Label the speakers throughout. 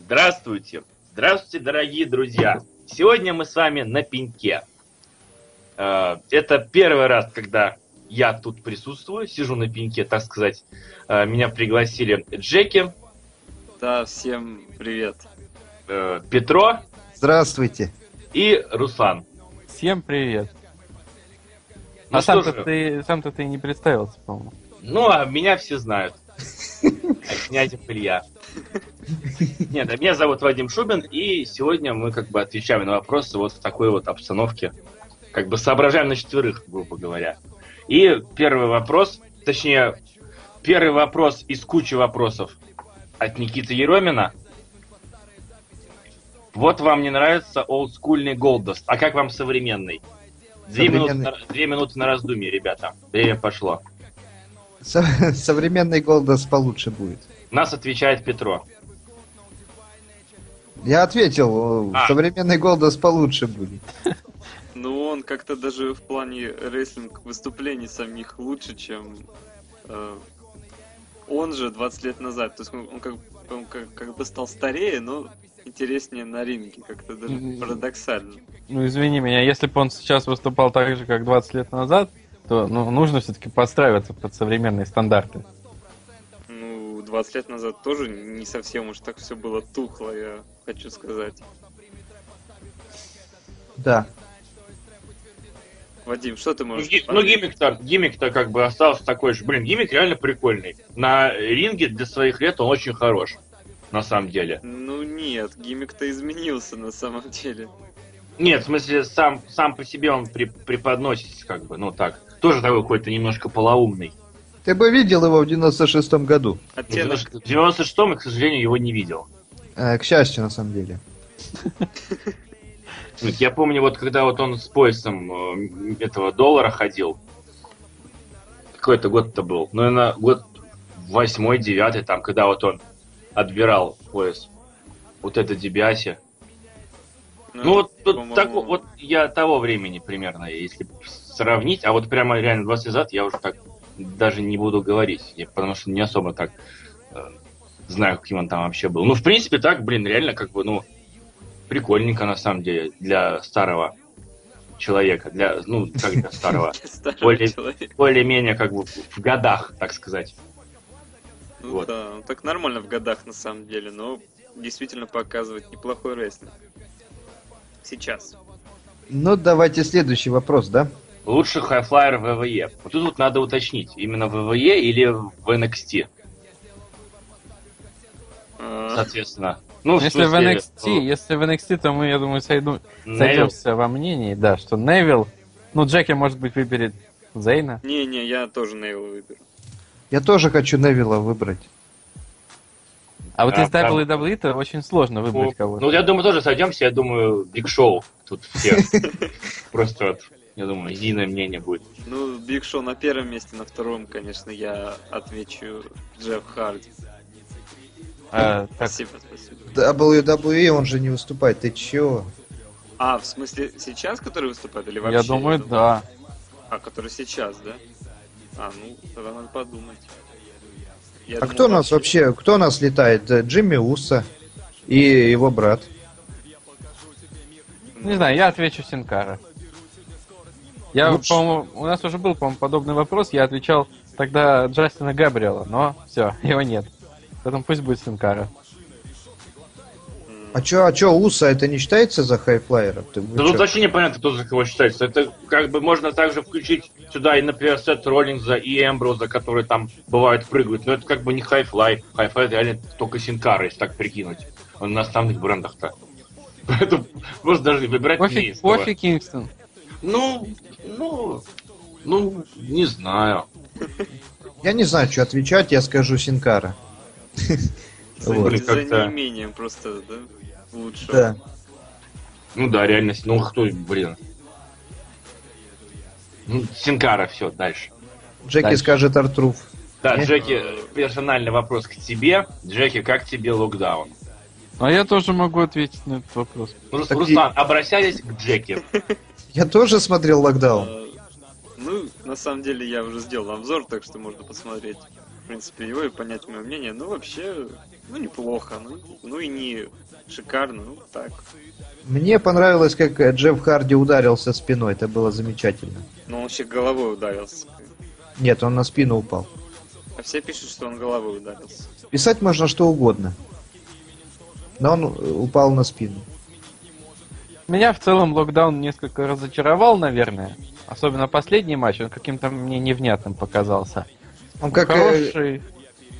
Speaker 1: Здравствуйте! Здравствуйте, дорогие друзья! Сегодня мы с вами на пеньке. Э, Это первый раз, когда я тут присутствую, сижу на пеньке, так сказать. Э, Меня пригласили Джеки,
Speaker 2: Да, всем привет.
Speaker 1: э, Петро
Speaker 3: Здравствуйте.
Speaker 1: и Руслан.
Speaker 4: Всем привет.
Speaker 1: Ну
Speaker 4: а
Speaker 1: что
Speaker 4: сам-то
Speaker 1: же,
Speaker 4: ты, сам-то ты и не представился, по-моему.
Speaker 1: Ну, а меня все знают. А Князев Илья. Нет, а меня зовут Вадим Шубин, и сегодня мы как бы отвечаем на вопросы вот в такой вот обстановке. Как бы соображаем на четверых, грубо говоря. И первый вопрос, точнее, первый вопрос из кучи вопросов от Никиты Еромина. Вот вам не нравится олдскульный Голдост, а как вам современный? Две, минуты,
Speaker 3: Современный.
Speaker 1: на- две минуты на раздумье, ребята. Время пошло.
Speaker 3: Со- современный Голдос получше будет.
Speaker 1: Нас отвечает Петро.
Speaker 3: Я ответил, э,
Speaker 1: А.
Speaker 3: современный Голдос получше будет.
Speaker 2: Ну, он как-то даже в плане рестлинг выступлений самих лучше, чем э, он же 20 лет назад. То есть он, он как, он как, как бы стал старее, но интереснее на ринге. Как-то даже
Speaker 4: Мгм.
Speaker 2: парадоксально.
Speaker 4: Ну, извини меня, если бы он сейчас выступал так же, как 20 лет назад, то ну, нужно все-таки подстраиваться под современные стандарты.
Speaker 2: Ну, 20 лет назад тоже не совсем уж так все было тухло, я хочу сказать.
Speaker 3: Да.
Speaker 2: Вадим, что ты
Speaker 1: Ну,
Speaker 2: можешь...
Speaker 1: ги- ну, гиммик-то, гиммик-то как бы остался такой же. Блин, гиммик реально прикольный. На ринге для своих лет он очень хорош, на самом деле.
Speaker 2: Ну нет, гиммик-то изменился на самом деле.
Speaker 1: Нет, в смысле, сам, сам по себе он при- преподносится как бы, ну так. Тоже такой какой-то немножко полоумный.
Speaker 3: Ты бы видел его в 96-м году.
Speaker 1: В
Speaker 2: Оттенок
Speaker 1: 96-м, я, к сожалению, его не видел.
Speaker 3: Э, к счастью, на самом деле.
Speaker 1: Я помню, вот когда вот он с поясом э, этого доллара ходил, какой это год-то был? Ну, наверное, год восьмой, девятый, там, когда вот он отбирал пояс. Вот это Дебиаси. Ну вот, вот,
Speaker 2: по-моему,
Speaker 1: так, вот- вот я того времени примерно, если сравнить, а вот прямо реально 20 назад я уже так даже не буду говорить, я- потому что не особо так э, знаю, каким он там вообще был. Ну, в принципе, так, блин, реально как бы, ну, прикольненько на самом деле для старого человека, для, ну, как для старого,
Speaker 2: старый
Speaker 1: более-
Speaker 2: человек.
Speaker 1: более-менее как бы в годах, так сказать.
Speaker 2: Ну
Speaker 1: вот.
Speaker 2: да, он так нормально в годах на самом деле, но действительно показывает неплохой рестлинг. Сейчас.
Speaker 3: Ну, давайте следующий вопрос, да?
Speaker 1: Лучше хайфлайер ВВЕ. Вот тут вот надо уточнить, именно ВВЕ или в NXT,
Speaker 2: А,
Speaker 1: соответственно. Ну, в
Speaker 4: если, в
Speaker 1: смысле,
Speaker 4: NXT, если в NXT, то мы, я думаю, сойду,
Speaker 1: Невилл.
Speaker 4: сойдемся во мнении, да, что Невил, ну, Джеки, может быть, выберет Зейна.
Speaker 2: Не-не, я тоже Невилла выберу.
Speaker 3: Я тоже хочу Невилла выбрать.
Speaker 4: А вот
Speaker 1: Да,
Speaker 4: из
Speaker 1: там-
Speaker 4: WWE-то очень сложно
Speaker 1: Ну,
Speaker 4: выбрать кого-то.
Speaker 1: ну, я думаю, тоже сойдемся. Я думаю, Биг Шоу тут все. Просто вот, я думаю, единое мнение будет.
Speaker 2: Ну, Биг Шоу на первом месте, на втором, конечно, я отвечу Джефф Харди.
Speaker 4: А, так,
Speaker 2: Спасибо, спасибо.
Speaker 3: WWE, E, он же не выступает. Ты чё?
Speaker 2: А, в смысле, сейчас, который выступает, или вообще?
Speaker 4: я думаю, да.
Speaker 2: А, который сейчас, да? А, ну, тогда надо подумать. Я
Speaker 3: А
Speaker 2: думал,
Speaker 3: кто нас вообще, кто нас летает? Э, Джимми Уса и его брат.
Speaker 4: Не знаю, я отвечу Синкара. Я,
Speaker 3: Лучше.
Speaker 4: по-моему, у нас уже был, по-моему, подобный вопрос. Я отвечал тогда Джастина Габриэла, но все, его нет. Поэтому пусть будет Синкара.
Speaker 3: А чё, а чё, Уса это не считается за хайфлайера? Ты,
Speaker 1: Да ну
Speaker 3: вы
Speaker 1: тут
Speaker 3: Ну чё?
Speaker 1: вообще непонятно, кто за кого считается. Это как бы можно также включить сюда и, например, Сет Роллинза и Эмброза, которые там бывают прыгают. Но это как бы не хайфлай. Хайфлай реально только Синкара, если так прикинуть. Он на основных брендах-то. Поэтому просто даже выбирать не из
Speaker 4: Кофи,
Speaker 1: кого.
Speaker 4: Кофи Кингстон.
Speaker 1: Ну, ну, ну, не знаю.
Speaker 3: Я не знаю, что отвечать, я скажу Синкара.
Speaker 2: За,
Speaker 3: Вот.
Speaker 2: за
Speaker 1: Как-то-
Speaker 2: неимением просто, да? Лучше.
Speaker 3: Да.
Speaker 1: Ну да, реальность. Ну кто, блин. Ну, Синкара, все, дальше.
Speaker 3: Джеки
Speaker 4: Дальше.
Speaker 3: скажет Артруф.
Speaker 1: Да,
Speaker 3: Э?
Speaker 1: Джеки, персональный вопрос к тебе. Джеки, как тебе локдаун?
Speaker 4: А я тоже могу ответить на этот вопрос.
Speaker 1: Ну, Рус-
Speaker 3: Так и-
Speaker 1: Руслан, обращались к Джеки.
Speaker 3: Я тоже смотрел локдаун.
Speaker 2: Э, Ну, на самом деле, я уже сделал обзор, так что можно посмотреть, в принципе, его и понять мое мнение. Ну, вообще, ну, неплохо, ну, ну и не шикарно, ну, так.
Speaker 3: Мне понравилось, как э, Джефф Харди ударился спиной. Это было замечательно.
Speaker 2: Но он вообще головой ударился.
Speaker 3: Нет, он на спину упал.
Speaker 2: А все пишут, что он головой ударился.
Speaker 3: Писать можно что угодно. Но он э, упал на спину.
Speaker 4: Меня в целом локдаун несколько разочаровал, наверное. Особенно последний матч, он каким-то мне невнятным показался.
Speaker 3: Он как, э,
Speaker 4: Хороший.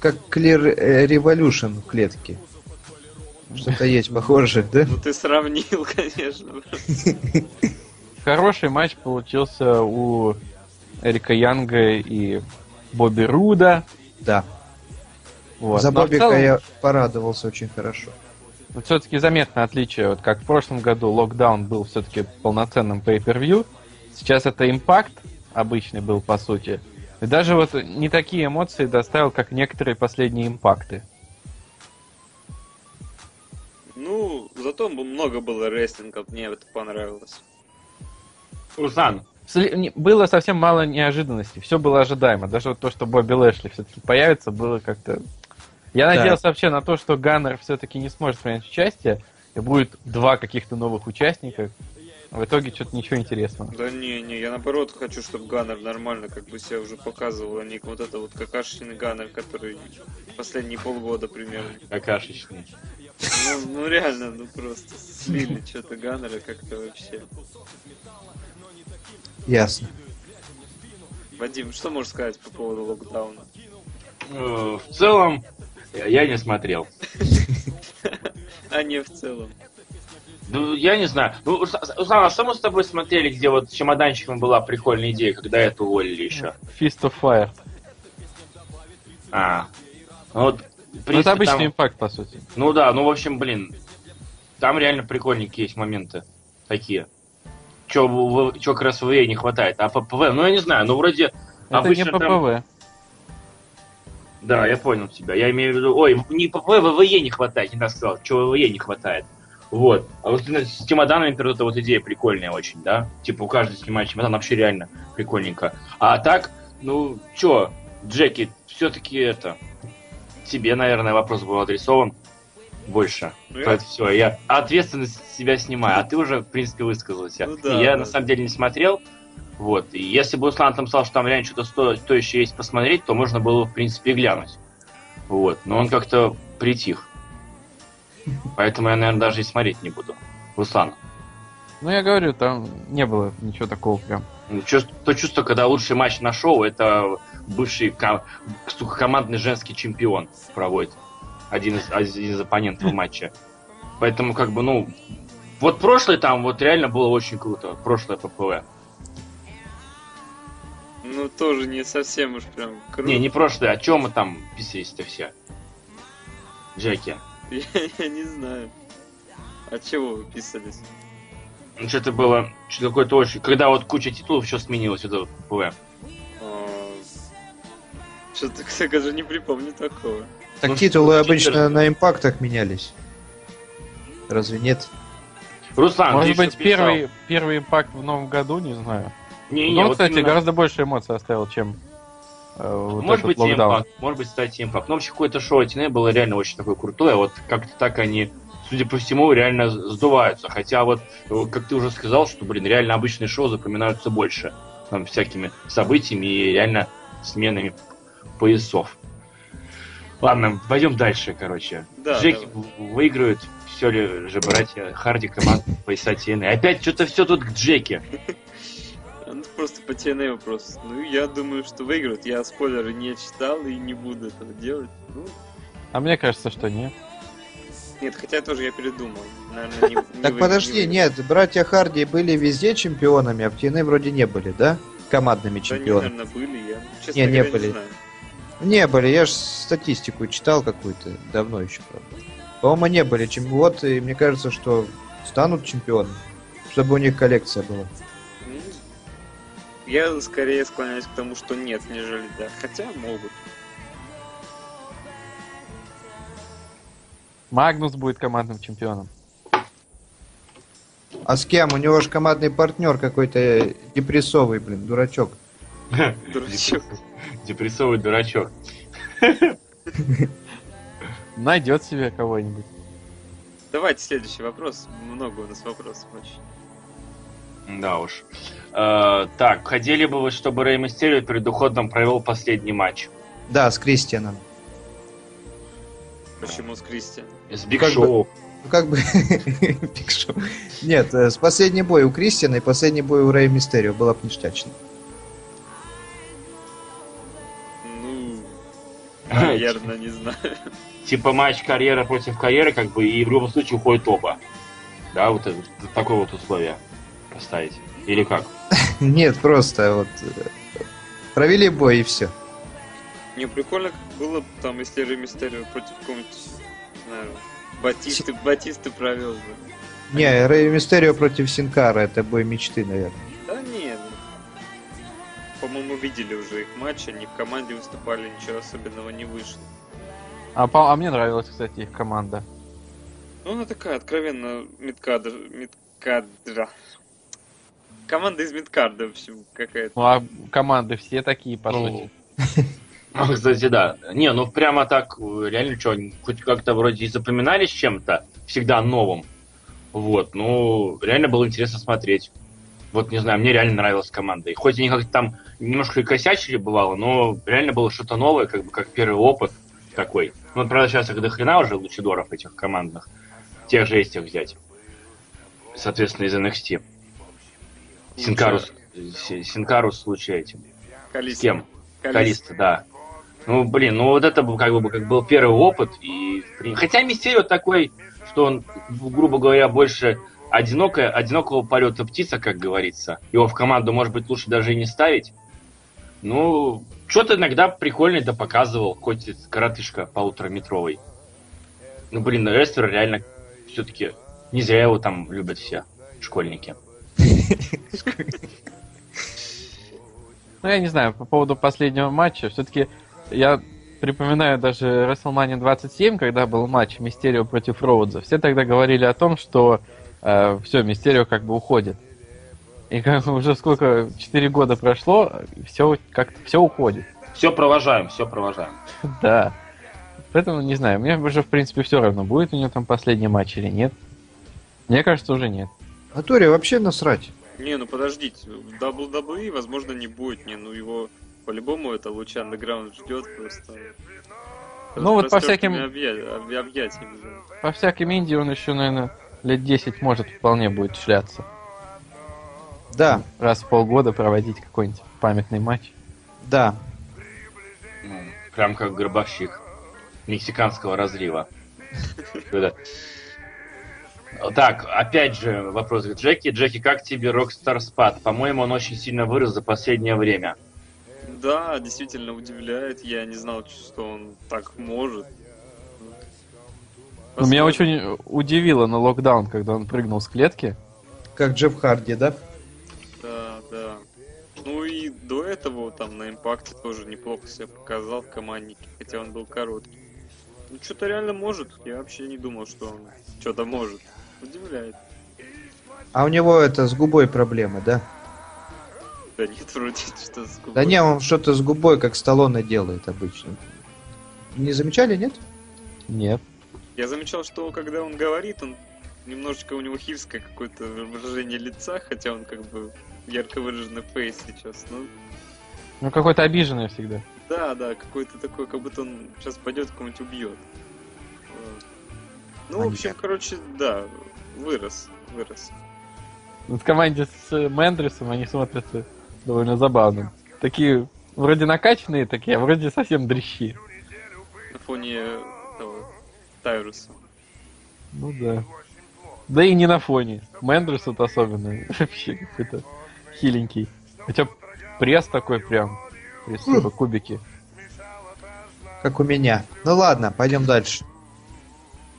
Speaker 3: как Clear э, Revolution в клетке. Что-то есть похожее, да?
Speaker 2: Ну ты сравнил, конечно.
Speaker 4: Хороший матч получился у Эрика Янга и Бобби Руда.
Speaker 3: Да.
Speaker 4: Вот.
Speaker 3: За
Speaker 4: Но в
Speaker 3: Бобика
Speaker 4: целом-
Speaker 3: я порадовался очень хорошо.
Speaker 4: Вот все-таки заметно отличие, вот как в прошлом году локдаун был все-таки полноценным pay-per-view, сейчас это импакт обычный был по сути. И даже вот не такие эмоции доставил, как некоторые последние импакты.
Speaker 2: Ну, зато много было рестлингов, мне это понравилось.
Speaker 1: Руслан,
Speaker 4: Сли- не- Было совсем мало неожиданностей, все было ожидаемо. Даже вот то, что Бобби Лэшли все-таки появится, было как-то... Я
Speaker 3: Да.
Speaker 4: надеялся вообще на то, что Ганнер все-таки не сможет принять участие, и будет два каких-то новых участника. В итоге что-то ничего интересного.
Speaker 2: Да не, не, я наоборот хочу, чтобы Ганнер нормально как бы себя уже показывал, а не вот это вот какашечный Ганнер, который последние полгода примерно.
Speaker 1: какашечный.
Speaker 2: Ну, ну реально, ну просто слили что-то Ганнера как-то вообще.
Speaker 3: Ясно.
Speaker 2: Вадим, что можешь сказать по поводу локдауна?
Speaker 1: Э, В целом, э, я не смотрел.
Speaker 2: А не в целом.
Speaker 1: Ну, я не знаю. Ну, Рус- Руслан, а что мы с тобой смотрели, где вот с чемоданчиком была прикольная идея, когда это уволили еще?
Speaker 4: Fist of Fire. Ну,
Speaker 1: А. Ну, вот, в
Speaker 4: Ну, это
Speaker 1: принципе,
Speaker 4: обычный
Speaker 1: там-
Speaker 4: импакт, по сути.
Speaker 1: Ну да, ну в общем, блин, там реально прикольненькие есть моменты такие. Чё, в- в- чё к РСВЕ не хватает? А ППВ, ну я не знаю, ну вроде
Speaker 4: Это
Speaker 1: обычно
Speaker 4: не
Speaker 1: там...
Speaker 4: ППВ.
Speaker 1: Да, я понял тебя. Я имею в виду... Ой, не ППВ, ВВЕ не хватает, не так сказал. Чего ВВЕ не хватает? Вот. А вот ну, с чемоданами, например, вот эта вот идея прикольная очень, да? Типа у каждого снимает чемодан, вообще реально прикольненько. А так, ну, чё, Джеки, все таки это... Тебе, наверное, вопрос был адресован больше.
Speaker 2: Ну, я-
Speaker 1: все, я ответственность с себя снимаю, а ты уже, в принципе, высказался.
Speaker 2: Ну да,
Speaker 1: я,
Speaker 2: да.
Speaker 1: на самом деле, не смотрел, вот. И если бы Руслан там сказал, что там реально что-то сто- стоящее есть посмотреть, то можно было, в принципе, и глянуть. Вот. Но он как-то притих. Поэтому я, наверное, даже и смотреть не буду. Руслан,
Speaker 4: Ну, я говорю, там не было ничего такого прям.
Speaker 1: ну, чувс- то чувство, когда лучший матч на шоу, это бывший ко- сука, командный женский чемпион проводит. Один из, один из оппонентов
Speaker 4: Хм.
Speaker 1: матча. Поэтому, как бы, ну... Вот прошлый там, вот реально было очень круто. Прошлое ППВ.
Speaker 2: Ну тоже не совсем уж прям круто.
Speaker 1: Не, не прошлое, а чем мы там писались-то все? Джеки.
Speaker 2: Я, я не знаю. А чего вы писались?
Speaker 1: Ну, что-то было, что-то какое-то очень... Когда вот куча титулов еще сменилось, это вот ППВ.
Speaker 2: А, Что-то, кстати, даже не припомню такого.
Speaker 3: Так
Speaker 1: Ну,
Speaker 3: титулы
Speaker 1: что,
Speaker 3: обычно
Speaker 1: Питер?
Speaker 3: на импактах менялись. Разве нет?
Speaker 1: Руслан, ты
Speaker 4: Может
Speaker 1: ещё
Speaker 4: быть,
Speaker 1: писал.
Speaker 4: первый, первый импакт в новом году, не знаю.
Speaker 1: Не,
Speaker 4: Но
Speaker 1: не,
Speaker 4: он,
Speaker 1: вот
Speaker 4: кстати,
Speaker 1: именно-
Speaker 4: гораздо больше эмоций оставил, чем э, вот
Speaker 1: может
Speaker 4: этот
Speaker 1: быть,
Speaker 4: локдаун.
Speaker 1: импакт, может быть, кстати, импакт. Но вообще какое-то шоу TNA было реально очень такое крутое. Вот как-то так они, судя по всему, реально сдуваются. Хотя вот, э, как ты уже сказал, что, блин, реально обычные шоу запоминаются больше. Там всякими событиями и реально сменами поясов. Ладно, пойдем дальше, короче.
Speaker 2: Да,
Speaker 1: Джеки
Speaker 2: давай.
Speaker 1: в- выиграют, все ли же братья Харди команд пояса TNA. Опять что-то все тут к Джеки.
Speaker 2: Ну, просто по TNA вопрос. Ну, я думаю, что выиграют. Я спойлеры не читал и не буду этого делать. Ну,
Speaker 4: А мне кажется, что нет.
Speaker 2: нет, хотя тоже я передумал. Наверное, не, не
Speaker 3: Так
Speaker 2: выиграют,
Speaker 3: подожди,
Speaker 2: не
Speaker 3: нет, братья Харди были везде чемпионами, а в TNA вроде не были, да? Командными
Speaker 2: выиграют. Да, они,
Speaker 3: чемпионами.
Speaker 2: наверное, были. Я, честно
Speaker 3: Не, не
Speaker 2: говоря,
Speaker 3: были.
Speaker 2: не знаю.
Speaker 3: Не были, я же статистику читал какую-то давно еще, правда. По-моему, не были. Чем... Вот, и мне кажется, что станут чемпионами, чтобы у них коллекция была.
Speaker 2: Ну, Я скорее склоняюсь к тому, что нет, нежели да. Хотя могут.
Speaker 4: Магнус будет командным чемпионом.
Speaker 3: А с кем? У него же командный партнер какой-то э, депрессовый, блин, дурачок.
Speaker 2: Дурачок.
Speaker 1: Депрессовый дурачок.
Speaker 4: найдет себе кого-нибудь.
Speaker 2: Давайте следующий вопрос. Много у нас вопросов очень.
Speaker 1: Да уж. Э, так, хотели бы вы, чтобы Рэй Мистерио перед уходом провел последний матч
Speaker 3: Да, с Кристианом.
Speaker 2: Почему с Кристи?
Speaker 1: с Биг
Speaker 3: Как бы-
Speaker 1: Шоу?
Speaker 3: Ну, как бы... Биг Шоу. Нет, э, с последний бой у Кристиана и последний бой у Рэя Мистерио было бы ништячно.
Speaker 2: Ну,
Speaker 3: А,
Speaker 2: наверное, не знаю.
Speaker 1: Типа матч карьера против карьеры, как бы, и в любом случае уходит оба. Да, вот это- такое вот условие поставить. Или как?
Speaker 3: Нет, просто вот... э, Провели бой и все.
Speaker 2: Не, прикольно как было бы там, если Рэй Мистерио против какого-нибудь, не знаю, Батисты, Батисты провел бы.
Speaker 3: Не, Рэй Мистерио против Синкара, это бой мечты, наверное.
Speaker 2: Да не, ну, по-моему, видели уже их матч, они в команде выступали, ничего особенного не вышло.
Speaker 4: А, по- а мне нравилась, кстати, их команда.
Speaker 2: Ну, она такая, откровенно, мидкадр, мидкадра. Команда из мидкарда, в общем, какая-то.
Speaker 4: Ну, а команды все такие, по
Speaker 1: Ну,
Speaker 4: сути.
Speaker 1: Ну, кстати, да. Не, ну прямо так э, реально что, они хоть как-то вроде и запоминались чем-то, всегда новым. Вот, ну, реально было интересно смотреть. Вот, не знаю, мне реально нравилась команда. И хоть они как-то там немножко и косячили бывало, но реально было что-то новое, как бы как первый опыт такой. Ну, вот, правда, сейчас их до хрена уже, лучидоров этих командных. Тех же этих взять. Соответственно, из NXT. Синкарус, э, Си- Синкарус в случае этим. С
Speaker 2: Калиста.
Speaker 1: кем?
Speaker 2: Калиста.
Speaker 1: Калиста, да. Ну, блин, ну вот это был как бы как был первый опыт. И... при- Хотя Мистерио такой, что он, грубо говоря, больше одинокая, одинокого полета птица, как говорится. Его в команду, может быть, лучше даже и не ставить. Ну, что-то иногда прикольное да показывал, хоть и коротышка полутораметровый. Ну, блин, рестлер реально все-таки не зря его там любят все школьники.
Speaker 4: Ну, я не знаю, по поводу последнего матча. Все-таки я припоминаю даже WrestleMania 27, когда был матч Мистерио против Роудза. Все тогда говорили о том, что все, Мистерио как бы уходит. И как бы уже сколько, 4 года прошло, все как-то все уходит.
Speaker 1: Все провожаем, все провожаем.
Speaker 4: Да. Поэтому, не знаю, мне уже, в принципе, все равно, будет у него там последний матч или нет. Мне кажется, уже нет.
Speaker 3: А Торе вообще насрать.
Speaker 2: Не, ну подождите, в WWE, возможно, не будет. Не, ну его по-любому это луча андеграунд ждет просто.
Speaker 4: Ну, вот по всяким-
Speaker 2: Растёртыми объя- об- объятиями, да.
Speaker 4: По всяким Индии он еще, наверное, лет 10 может вполне будет шляться.
Speaker 3: Да,
Speaker 4: Раз в полгода проводить какой-нибудь памятный матч.
Speaker 3: да.
Speaker 1: Ну, Прям как гробовщик мексиканского разлива. Когда- Так, опять же вопрос к Джеки. Джеки, как тебе Rockstar Spad? По-моему, он очень сильно вырос за последнее время.
Speaker 2: Да, действительно удивляет. Я не знал, что он так может.
Speaker 4: Но Ну, меня очень удивило на локдаун, когда он прыгнул с клетки.
Speaker 3: Как Джефф Харди, да?
Speaker 2: Да, да. Ну и до этого там на импакте тоже неплохо себя показал в команднике, хотя он был короткий. Ну что-то реально может. Я вообще не думал, что он что-то может. Удивляет.
Speaker 3: А у него это с губой проблемы, да?
Speaker 2: Да нет, вроде что с
Speaker 3: Да
Speaker 2: губой.
Speaker 3: не, он что-то с губой, как Сталлоне делает обычно. Не замечали, нет?
Speaker 4: Нет.
Speaker 2: Я замечал, что когда он говорит, он немножечко у него хивское какое-то выражение лица, хотя он как бы ярко выраженный фейс сейчас. Ну
Speaker 4: Ну, какой-то обиженный всегда.
Speaker 2: да, да, какой-то такой, как будто он сейчас пойдет кого-нибудь убьет. Вот. Ну, в
Speaker 3: Маньяк.
Speaker 2: общем, короче, да, вырос, вырос.
Speaker 4: В команде с э, Мендресом они смотрятся довольно забавно. Такие вроде накачанные такие, а вроде совсем дрищи.
Speaker 2: На фоне этого Тайруса.
Speaker 4: Ну да. Да и не на фоне. Мэндрис вот особенно. Вообще какой-то хиленький. Хотя пресс такой прям. Пресс типа кубики.
Speaker 3: Как у меня. Ну ладно, пойдем дальше.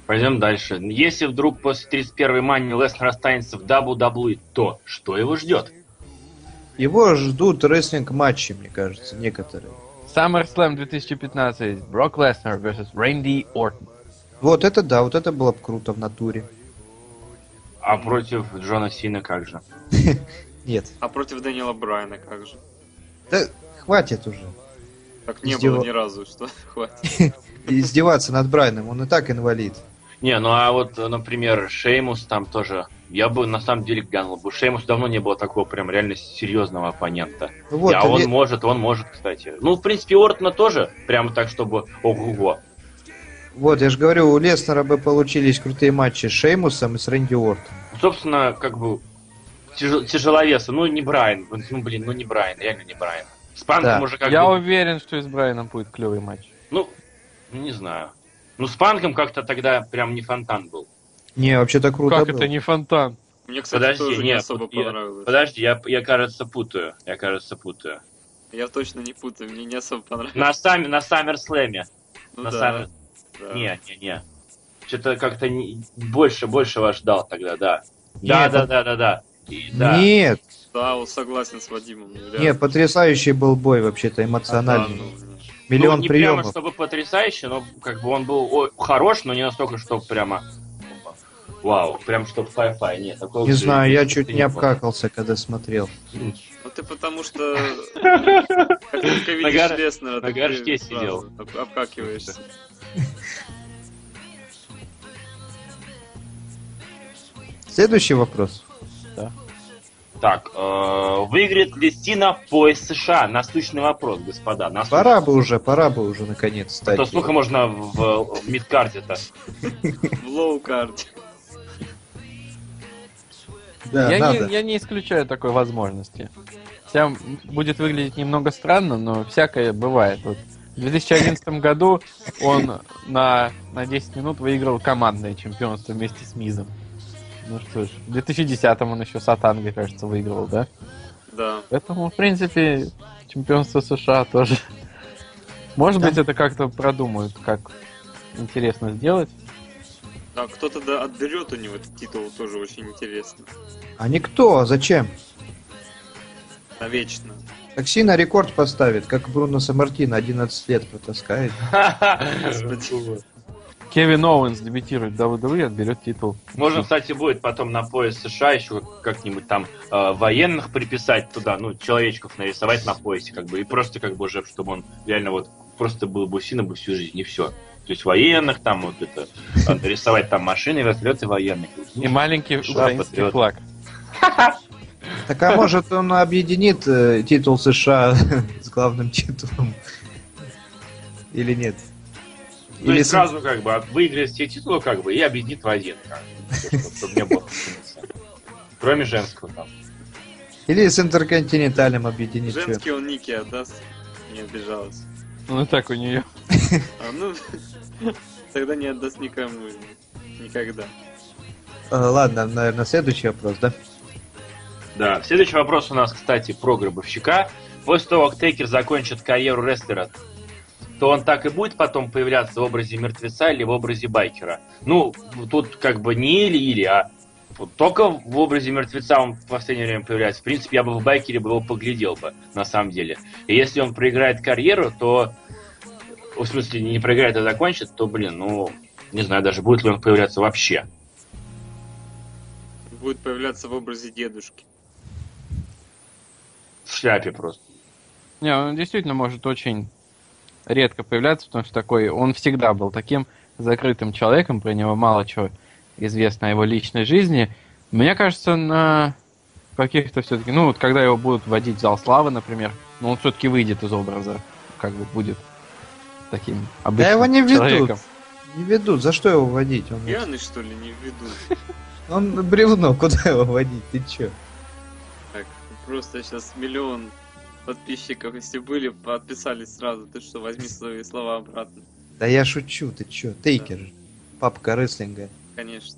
Speaker 1: Пойдем дальше. Если вдруг после 31-й мани Леснер останется в WWE, то что его ждет?
Speaker 3: Его ждут рестлинг-матчи, мне кажется, некоторые.
Speaker 4: SummerSlam 2015. Брок Леснер versus Рэнди Ортон.
Speaker 3: Вот это да, вот это было бы круто в натуре.
Speaker 1: А против Джона Сина как же?
Speaker 3: Нет.
Speaker 2: А против Дэниела Брайана как же?
Speaker 3: Да хватит уже.
Speaker 2: Так не
Speaker 3: Издева-
Speaker 2: было ни разу, что хватит.
Speaker 3: И издеваться над Брайаном, он и так инвалид.
Speaker 1: Не, ну а вот, э, например, Шеймус там тоже. Я бы на самом деле глянул бы. Шеймус давно не было такого прям реально серьезного оппонента.
Speaker 3: Ну вот,
Speaker 1: а он
Speaker 3: Илья-
Speaker 1: может, он может, кстати. Ну, в принципе, Ортона тоже, прямо так, чтобы ого-го.
Speaker 3: вот, я же говорю, у Леснера бы получились крутые матчи с Шеймусом и с Рэнди Уортом.
Speaker 1: Собственно, как бы тяжел- тяжеловесы. Ну, не Брайан. Ну, блин, ну не Брайан, реально не Брайан. С Панком
Speaker 3: Да.
Speaker 1: уже как
Speaker 4: Я
Speaker 1: бы...
Speaker 4: уверен, что и с Брайаном будет клевый матч.
Speaker 1: Ну, ну, не знаю. Ну, с Панком как-то тогда прям не фонтан был.
Speaker 3: Не, вообще-то круто
Speaker 4: как
Speaker 3: было.
Speaker 4: это не фонтан?
Speaker 2: Мне, кстати,
Speaker 1: Подожди,
Speaker 2: тоже не
Speaker 1: нет,
Speaker 2: особо
Speaker 1: вот я-
Speaker 2: понравилось.
Speaker 1: Подожди, я, я кажется, путаю. Я, кажется, путаю.
Speaker 2: Я точно не путаю, мне не особо понравилось.
Speaker 1: На, сам, на Саммерслэме.
Speaker 2: Ну
Speaker 1: на
Speaker 2: да,
Speaker 1: самом-
Speaker 2: да.
Speaker 1: Не, не, не. Что-то как-то не- больше, больше вас ждал тогда, да.
Speaker 3: Не,
Speaker 1: Да, да,
Speaker 3: пот-
Speaker 1: да, да, да. И да.
Speaker 3: Нет,
Speaker 2: Да, вот согласен с Вадимом. ну, реально.
Speaker 3: нет, потрясающий был бой вообще-то,
Speaker 2: Да,
Speaker 3: эмоциональный.
Speaker 2: ну, блин.
Speaker 3: Миллион
Speaker 1: ну, не
Speaker 3: приемов.
Speaker 1: прямо чтобы потрясающе, но как бы он был о- хорош, но не настолько, что прямо... Вау, прям что фай-фай, нет. такого
Speaker 3: Не
Speaker 1: же
Speaker 3: знаю, я
Speaker 1: не
Speaker 3: чуть не
Speaker 1: было.
Speaker 3: обкакался, когда смотрел.
Speaker 2: Ну ты потому что как только
Speaker 1: гор-
Speaker 2: видишь
Speaker 1: на
Speaker 2: Леснера, ты
Speaker 1: горшке
Speaker 2: сразу
Speaker 1: сидел.
Speaker 2: об- обкакиваешься.
Speaker 3: Следующий вопрос.
Speaker 1: Так, э, выиграет ли Сина пояс США? Насущный вопрос, господа. насущный.
Speaker 3: Пора бы уже, пора бы уже наконец
Speaker 1: А
Speaker 3: стать.
Speaker 1: То сколько можно в, в мидкарте-то?
Speaker 2: В лоу-карте.
Speaker 3: Да,
Speaker 4: я,
Speaker 3: надо.
Speaker 4: не, я не исключаю такой возможности. Хотя м, будет выглядеть немного странно, но всякое бывает. Вот в 2011 году он на, на 10 минут выиграл командное чемпионство вместе с Мизом. Ну что ж, в 2010 он еще Сатанга, кажется, выиграл, да?
Speaker 2: Да.
Speaker 4: Поэтому, в принципе, чемпионство США тоже. Может быть, это как-то продумают, как интересно сделать.
Speaker 2: А кто-то да отберет у него этот титул тоже очень интересно.
Speaker 3: А никто, а зачем?
Speaker 2: Навечно.
Speaker 3: Такси на рекорд поставит, как Бруно Самартин 11 лет протаскает.
Speaker 2: Господи.
Speaker 4: Кевин Оуэнс дебютирует в WWE, отберет титул.
Speaker 1: Можно, кстати, будет потом на пояс США еще как-нибудь там э, военных приписать туда, ну, человечков нарисовать на поясе, как бы, и просто как бы уже, чтобы он реально вот просто был бы Сина бы всю жизнь, и все. То есть военных там вот это, а, нарисовать там машины, вертолеты военных.
Speaker 4: И маленький
Speaker 1: Шла,
Speaker 4: украинский
Speaker 1: патриот.
Speaker 4: флаг.
Speaker 3: Так а может он объединит э, титул США с главным титулом? Или нет?
Speaker 1: То
Speaker 3: Или
Speaker 1: есть
Speaker 3: с-
Speaker 1: Ну, сразу как бы от- выиграет все титулы как бы и объединит в один, как бы, всё, чтоб- чтоб не было разницы. Кроме женского там.
Speaker 3: Или с интерконтинентальным объединит. чё?
Speaker 2: Женский он Ники отдаст. Не обижалась.
Speaker 4: Ну и так у нее.
Speaker 2: А ну, тогда не отдаст никому. Никогда.
Speaker 3: А, Ладно, наверное, следующий вопрос, да?
Speaker 1: Да, следующий вопрос у нас, кстати, про гробовщика. После того, как Тейкер закончит карьеру рестлера, то он так и будет потом появляться в образе мертвеца или в образе байкера. Ну, тут как бы не или-или, а вот только в образе мертвеца он в последнее время появляется. В принципе, я бы в байкере бы его поглядел бы, на самом деле. И если он проиграет карьеру, то... В смысле, не проиграет, а закончит, то, блин, ну... Не знаю даже, будет ли он появляться вообще.
Speaker 2: Будет появляться в образе дедушки.
Speaker 1: В шляпе просто.
Speaker 4: Не, он действительно может очень редко появляться, потому что такой, он всегда был таким закрытым человеком, про него мало чего известно о его личной жизни. Мне кажется, на каких-то все-таки, ну вот когда его будут вводить в зал славы, например, ну он все-таки выйдет из образа, как бы будет таким обычным
Speaker 3: его не введут.
Speaker 4: человеком.
Speaker 3: Не ведут, за что его водить? Он,
Speaker 2: Пьяный, что ли, не введу.
Speaker 3: он бревно, куда его водить? Ты чё?
Speaker 2: Так, просто сейчас миллион подписчиков, если были, подписались сразу. Ты что, возьми свои слова обратно.
Speaker 3: Да я шучу, ты чё? Тейкер, же, папка рестлинга.
Speaker 2: Конечно.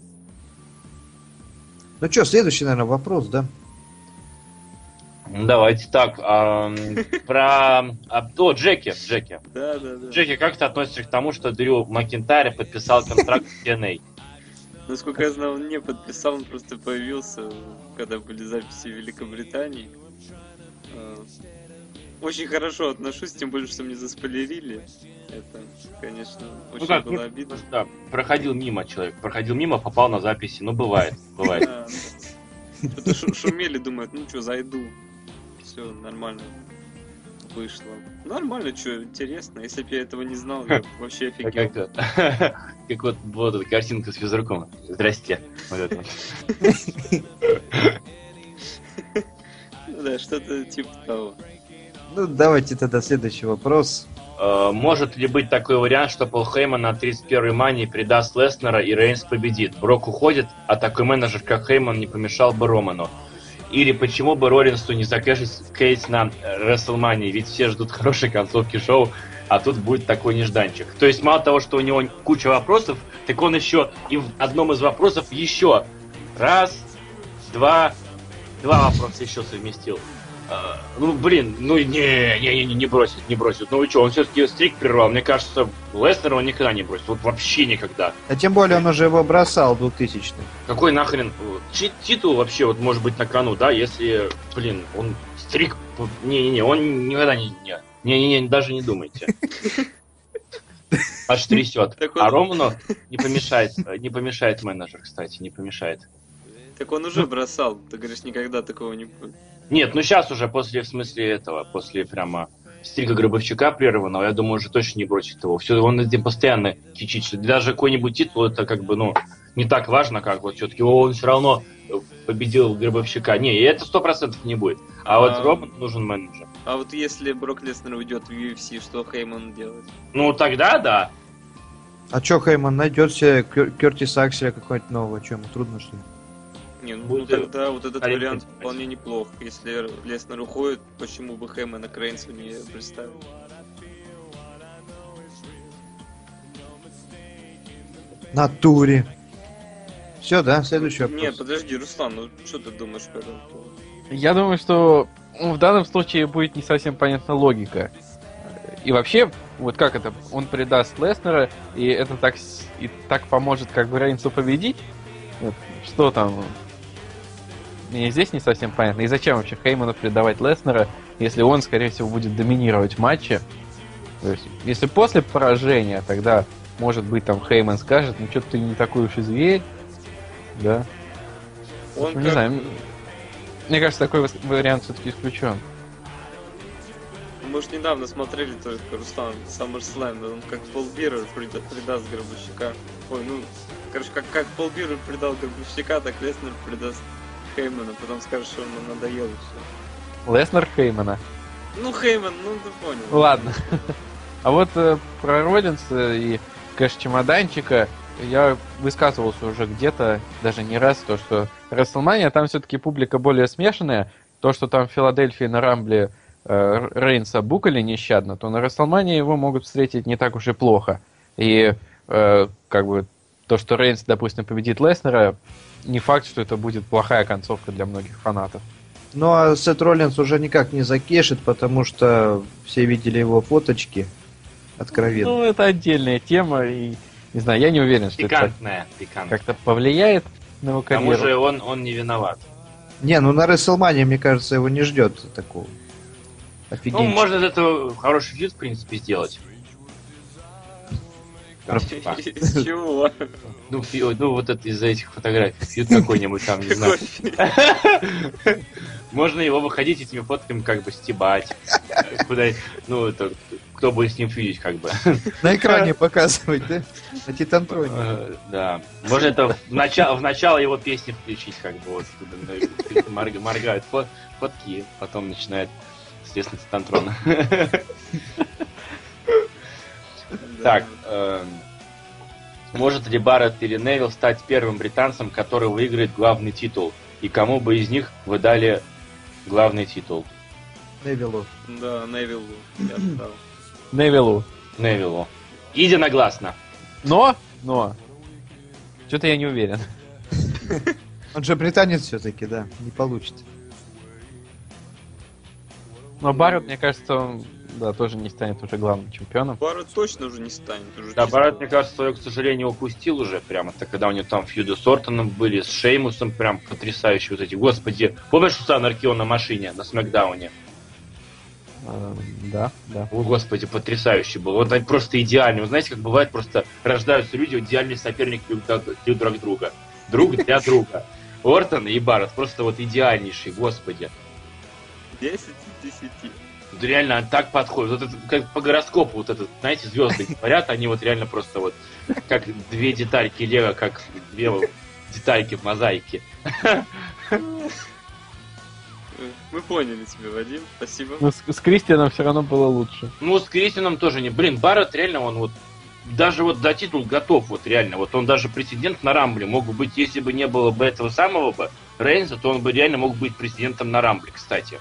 Speaker 3: Ну чё, следующий, наверное, вопрос, да?
Speaker 1: Ну, Давайте так. ам, Про... а, О, Джеки. Джеки.
Speaker 2: Да, да, да.
Speaker 1: Джеки, как ты относишься к тому, что Дрю Макентайр подписал контракт с А? TNA?
Speaker 2: Насколько я знал, он не подписал, он просто появился, когда были записи в Великобритании. Э, Очень хорошо отношусь, тем более, что мне заспойлерили. Это, конечно, очень
Speaker 1: как,
Speaker 2: было
Speaker 1: ну,
Speaker 2: обидно.
Speaker 1: Да, проходил мимо человек. Проходил мимо, попал на записи. Ну, бывает, бывает.
Speaker 2: А, Что-то шу- шумели, думают, ну что, зайду. Все нормально. вышло. Нормально, что, интересно. Если бы я этого не знал, я бы вообще
Speaker 1: Как,
Speaker 2: офигел.
Speaker 1: вот- как вот была эта картинка с физруком. Здрасте. Вот это вот.
Speaker 2: Ну Да, что-то типа того.
Speaker 3: Ну, давайте тогда следующий вопрос.
Speaker 1: Э, Может ли быть такой вариант, что Пол Хейман на 31-й мании предаст Леснера и Рейнс победит? Брок уходит, а такой менеджер, как Хейман, не помешал бы Роману. Или почему бы Роллинсу не закэшить Кейс на э, Рестлмании? Ведь все ждут хорошей концовки шоу, а тут будет такой нежданчик. То есть мало того, что у него куча вопросов, так он еще и в одном из вопросов еще раз, два, два вопроса еще совместил. Э, Ну, блин, ну не, не, не, не бросит, не бросит. Ну вы что, он все-таки стрик прервал. Мне кажется, Лестера он никогда не бросит. Вот вообще никогда.
Speaker 3: А тем более он уже его бросал 2000
Speaker 1: Какой нахрен э, чи- титул вообще вот может быть на кону, да, если, блин, он стрик... Не-не-не, он никогда не... не- Не-не-не, даже не думайте. Аж трясет.
Speaker 2: Так он-
Speaker 1: А Роману не помешает, э, не помешает менеджер, кстати, не помешает.
Speaker 2: Так он
Speaker 1: Ну.
Speaker 2: уже бросал. Ты говоришь, никогда такого не будет.
Speaker 1: Нет, ну сейчас уже после, в смысле этого, после прямо стрига Гробовщика прерванного, я думаю, уже точно не бросит его. Все, он этим постоянно кичит. что Даже какой-нибудь титул, это как бы, ну, не так важно, как вот все-таки он все равно э, победил Гробовщика. Не, и это сто процентов не будет. А вот
Speaker 2: А.
Speaker 1: Роман нужен менеджер.
Speaker 2: А вот если Брок Леснер уйдет в UFC, что Хейман делает?
Speaker 1: Ну, тогда да.
Speaker 3: А чё, Хейман, найдет себе Кер- Кертиса Акселя какого-нибудь нового, чё ему трудно, что ли?
Speaker 2: Не, ну,
Speaker 1: Будет,
Speaker 2: тогда вот этот
Speaker 1: Олег
Speaker 2: вариант
Speaker 1: Николаевич.
Speaker 2: вполне неплох. Если Леснер уходит, почему бы Хеймана к Рейнсу не представить?
Speaker 3: Натуре. Все, да, следующий вопрос.
Speaker 2: Не, подожди, Руслан, ну что ты думаешь по этому поводу?
Speaker 4: Я думаю, что ну, в данном случае будет не совсем понятна логика. И вообще, вот как это, он предаст Леснера, и это так, с- и так поможет как бы Рейнсу победить? Вот, Что там? Мне здесь не совсем понятно. И зачем вообще Хейману предавать Леснера, если он, скорее всего, будет доминировать матче? То есть, если после поражения, тогда, может быть, там Хейман скажет, ну что ты не такой уж и зверь, да?
Speaker 2: Он
Speaker 4: Ну, не
Speaker 2: как-
Speaker 4: знаю. м- Мне кажется, такой вос- вариант все-таки исключен.
Speaker 2: Мы же недавно смотрели только Руслан SummerSlam, и он как Пол Бирер преда- предаст Гробовщика. Ой, ну, короче, как, как Пол Бирер предал Гробовщика, так Леснер предаст Хеймана, потом скажет, что ему надоело все.
Speaker 4: Леснер Хеймана.
Speaker 2: Ну, Хейман, ну ты понял.
Speaker 4: Ну, Ладно. А вот э, про Роллинса и кэш чемоданчика я высказывался уже где-то, даже не раз, то, что Расселмания, там все-таки публика более смешанная. То, что там в Филадельфии на Рамбле э, Р- Рейнса букали нещадно, то на Расселмании его могут встретить не так уж и плохо. И э, как бы то, что Рейнс, допустим, победит Леснера, не факт, что это будет плохая концовка для многих фанатов.
Speaker 3: Ну а Сет Роллинс уже никак не закешит, потому что все видели его фоточки. Откровенно.
Speaker 4: Ну, это отдельная тема, и не знаю, я не уверен, что это
Speaker 1: Пикантная, пикантная.
Speaker 4: как-то повлияет на его
Speaker 1: К тому же
Speaker 4: карьеру.
Speaker 1: он, он не виноват.
Speaker 3: Не, ну на Рестлмане, мне кажется, его не ждет такого.
Speaker 1: Ну,
Speaker 3: Офигенчика.
Speaker 1: можно из этого хороший фьюз, в принципе, сделать. Там, типа,
Speaker 2: Из чего?
Speaker 1: Ну, фью- ну, вот это из-за этих фотографий. Фьюд какой-нибудь там, не знаю. Можно его выходить этими фотками как бы стебать. Куда, ну, это, кто будет с ним фьюдить, как бы.
Speaker 3: На экране показывать, да? На Титантроне.
Speaker 1: Э, Да. Можно это в начало, в начало его песни включить, как бы, вот. туда, ну, морг- Моргают фо- фотки, потом начинает, естественно, Тантрона. Так, эм, может ли Барретт или Невилл стать первым британцем, который выиграет главный титул? И кому бы из них вы дали главный титул?
Speaker 3: Невилу.
Speaker 2: Да, Невиллу. я отдал.
Speaker 4: Невилу.
Speaker 1: Невиллу. Единогласно.
Speaker 4: Но, но, что-то я не уверен.
Speaker 3: Он же британец все-таки, да. Не получится.
Speaker 4: Но Барретт, мне кажется, он, да, тоже не станет уже главным чемпионом.
Speaker 2: Барретт точно уже не станет. уже
Speaker 1: Да,
Speaker 2: чисто.
Speaker 1: Барретт, мне кажется, свое, к сожалению, упустил уже прямо. Это когда у него там фьюды с Ортоном были, с Шеймусом, прям потрясающие вот эти. Господи, помнишь Усана Аркион на машине, на Смакдауне?
Speaker 4: Э, Да, да.
Speaker 1: О, господи, потрясающе было. Вот они просто идеальные. Вы знаете, как бывает, просто рождаются люди, идеальные соперники друг для- для друг друга. Друг для друга. Ортон и Барретт просто вот идеальнейшие, господи.
Speaker 2: 10 из 10.
Speaker 1: Да реально так подходит. Вот это как по гороскопу вот этот, знаете, звезды говорят, они вот реально просто вот как две детальки лего, как две вот детальки в мозаике.
Speaker 2: Мы поняли тебя, Вадим. Спасибо.
Speaker 4: Но с, с Кристианом все равно было лучше.
Speaker 1: Ну, с Кристином тоже не. Блин, Барретт реально он вот даже вот за титул готов, вот реально. Вот он даже претендент на Рамбле мог бы быть, если бы не было бы этого самого бы Рейнса, то он бы реально мог быть президентом на Рамбле, кстати.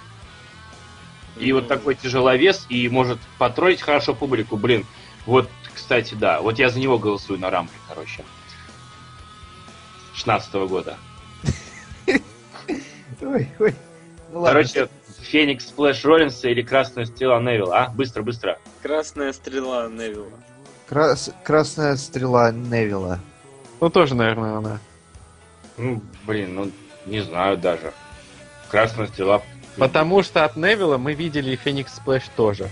Speaker 1: И вот такой тяжеловес, и может потроллить хорошо публику, блин. Вот, кстати, да. Вот я за него голосую на Рамбле, короче. 16 года.
Speaker 3: Ой, ой. Ну ладно,
Speaker 1: Короче, Феникс Флэш Роллинса или Красная Стрела Невилла, а? Быстро, быстро.
Speaker 2: Красная стрела Невилла.
Speaker 3: крас- красная стрела Невилла.
Speaker 4: Ну, тоже, наверное, она.
Speaker 1: Ну, блин, ну, не знаю даже. Красная Стрела.
Speaker 4: Потому что от Невилла мы видели и Феникс Сплэш тоже.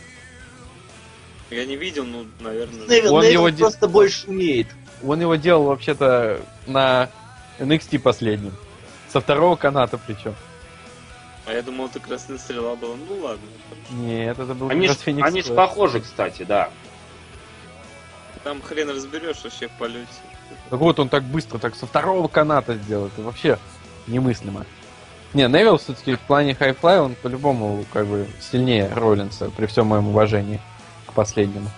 Speaker 2: Я не видел, ну, наверное.
Speaker 4: Он Невилл его де-
Speaker 1: просто больше умеет.
Speaker 4: Он его делал вообще-то на NXT последнем. Со второго каната причем.
Speaker 2: А я думал, это красная стрела была. Ну ладно.
Speaker 4: Нет, это был
Speaker 1: Они
Speaker 4: как
Speaker 1: ж,
Speaker 4: раз Феникс
Speaker 1: они ж
Speaker 4: Флэш.
Speaker 1: похожи, кстати, да.
Speaker 2: Там хрен разберешь вообще в полете.
Speaker 4: Так вот он так быстро, так со второго каната сделал. Это вообще немыслимо. Не, Невилл все-таки в плане хайфлай он по-любому как бы сильнее Роллинса, при всем моем уважении к последнему.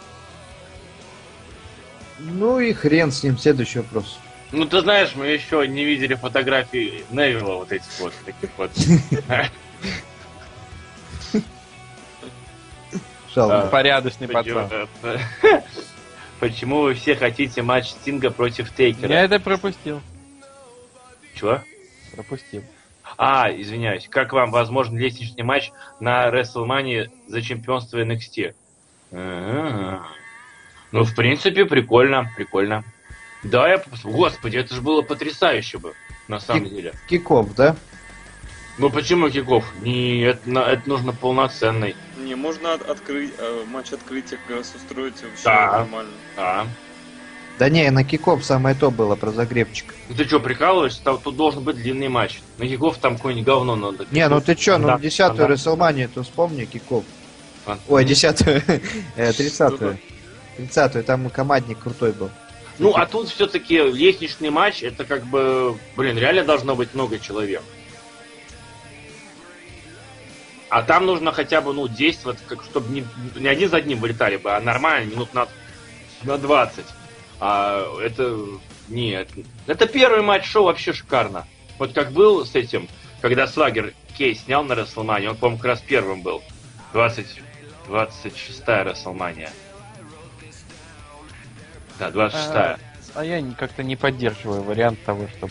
Speaker 3: Ну и хрен с ним, следующий вопрос.
Speaker 1: Ну, ты знаешь, мы еще не видели фотографии Невилла вот этих вот, таких вот.
Speaker 3: Жалко.
Speaker 1: Да.
Speaker 4: Порядочный пацан.
Speaker 1: Почему вы все хотите матч Стинга против
Speaker 4: Я
Speaker 1: Тейкера?
Speaker 4: это пропустил.
Speaker 1: Чего?
Speaker 4: Пропустил.
Speaker 1: А, извиняюсь. Как вам возможен лестничный матч на WrestleMania за чемпионство NXT? Ага. Ну, в принципе, прикольно, прикольно. Да, я... пос- Господи, это же было потрясающе бы, на самом деле.
Speaker 3: Киков, да?
Speaker 1: Ну, почему Киков? Не, это, на- это нужно полноценный.
Speaker 2: Не, можно от- открыть э, матч открытия как раз устроить вообще
Speaker 1: Да.
Speaker 2: нормально.
Speaker 1: Да.
Speaker 3: Да не, на Киков самое то было про загребчик.
Speaker 1: Ну, ты что, прикалываешься? Там, тут должен быть длинный матч. На Киков там какое-нибудь говно надо.
Speaker 3: Не, ну ты чё, ну
Speaker 1: Да,
Speaker 3: 10-ю
Speaker 1: да.
Speaker 3: Рестлманию, то вспомни Киков.
Speaker 1: А.
Speaker 3: Ой, 10-ю, э, 30-ю.
Speaker 2: Что-то.
Speaker 3: 30-ю, там командник крутой был.
Speaker 1: Ну, а тут все-таки лестничный матч, это как бы, блин, реально должно быть много человек. А там нужно хотя бы, ну, действовать, как, чтобы не, не один за одним вылетали бы, а нормально, минут на, на 20. А это... Нет. Это первый матч шоу вообще шикарно. Вот как был с этим, когда Слагер Кей снял на Расселмане, он, по-моему, как раз первым был. 20, 26-я Расселмания. Да, 26-я.
Speaker 4: А я не- как-то не поддерживаю вариант того, что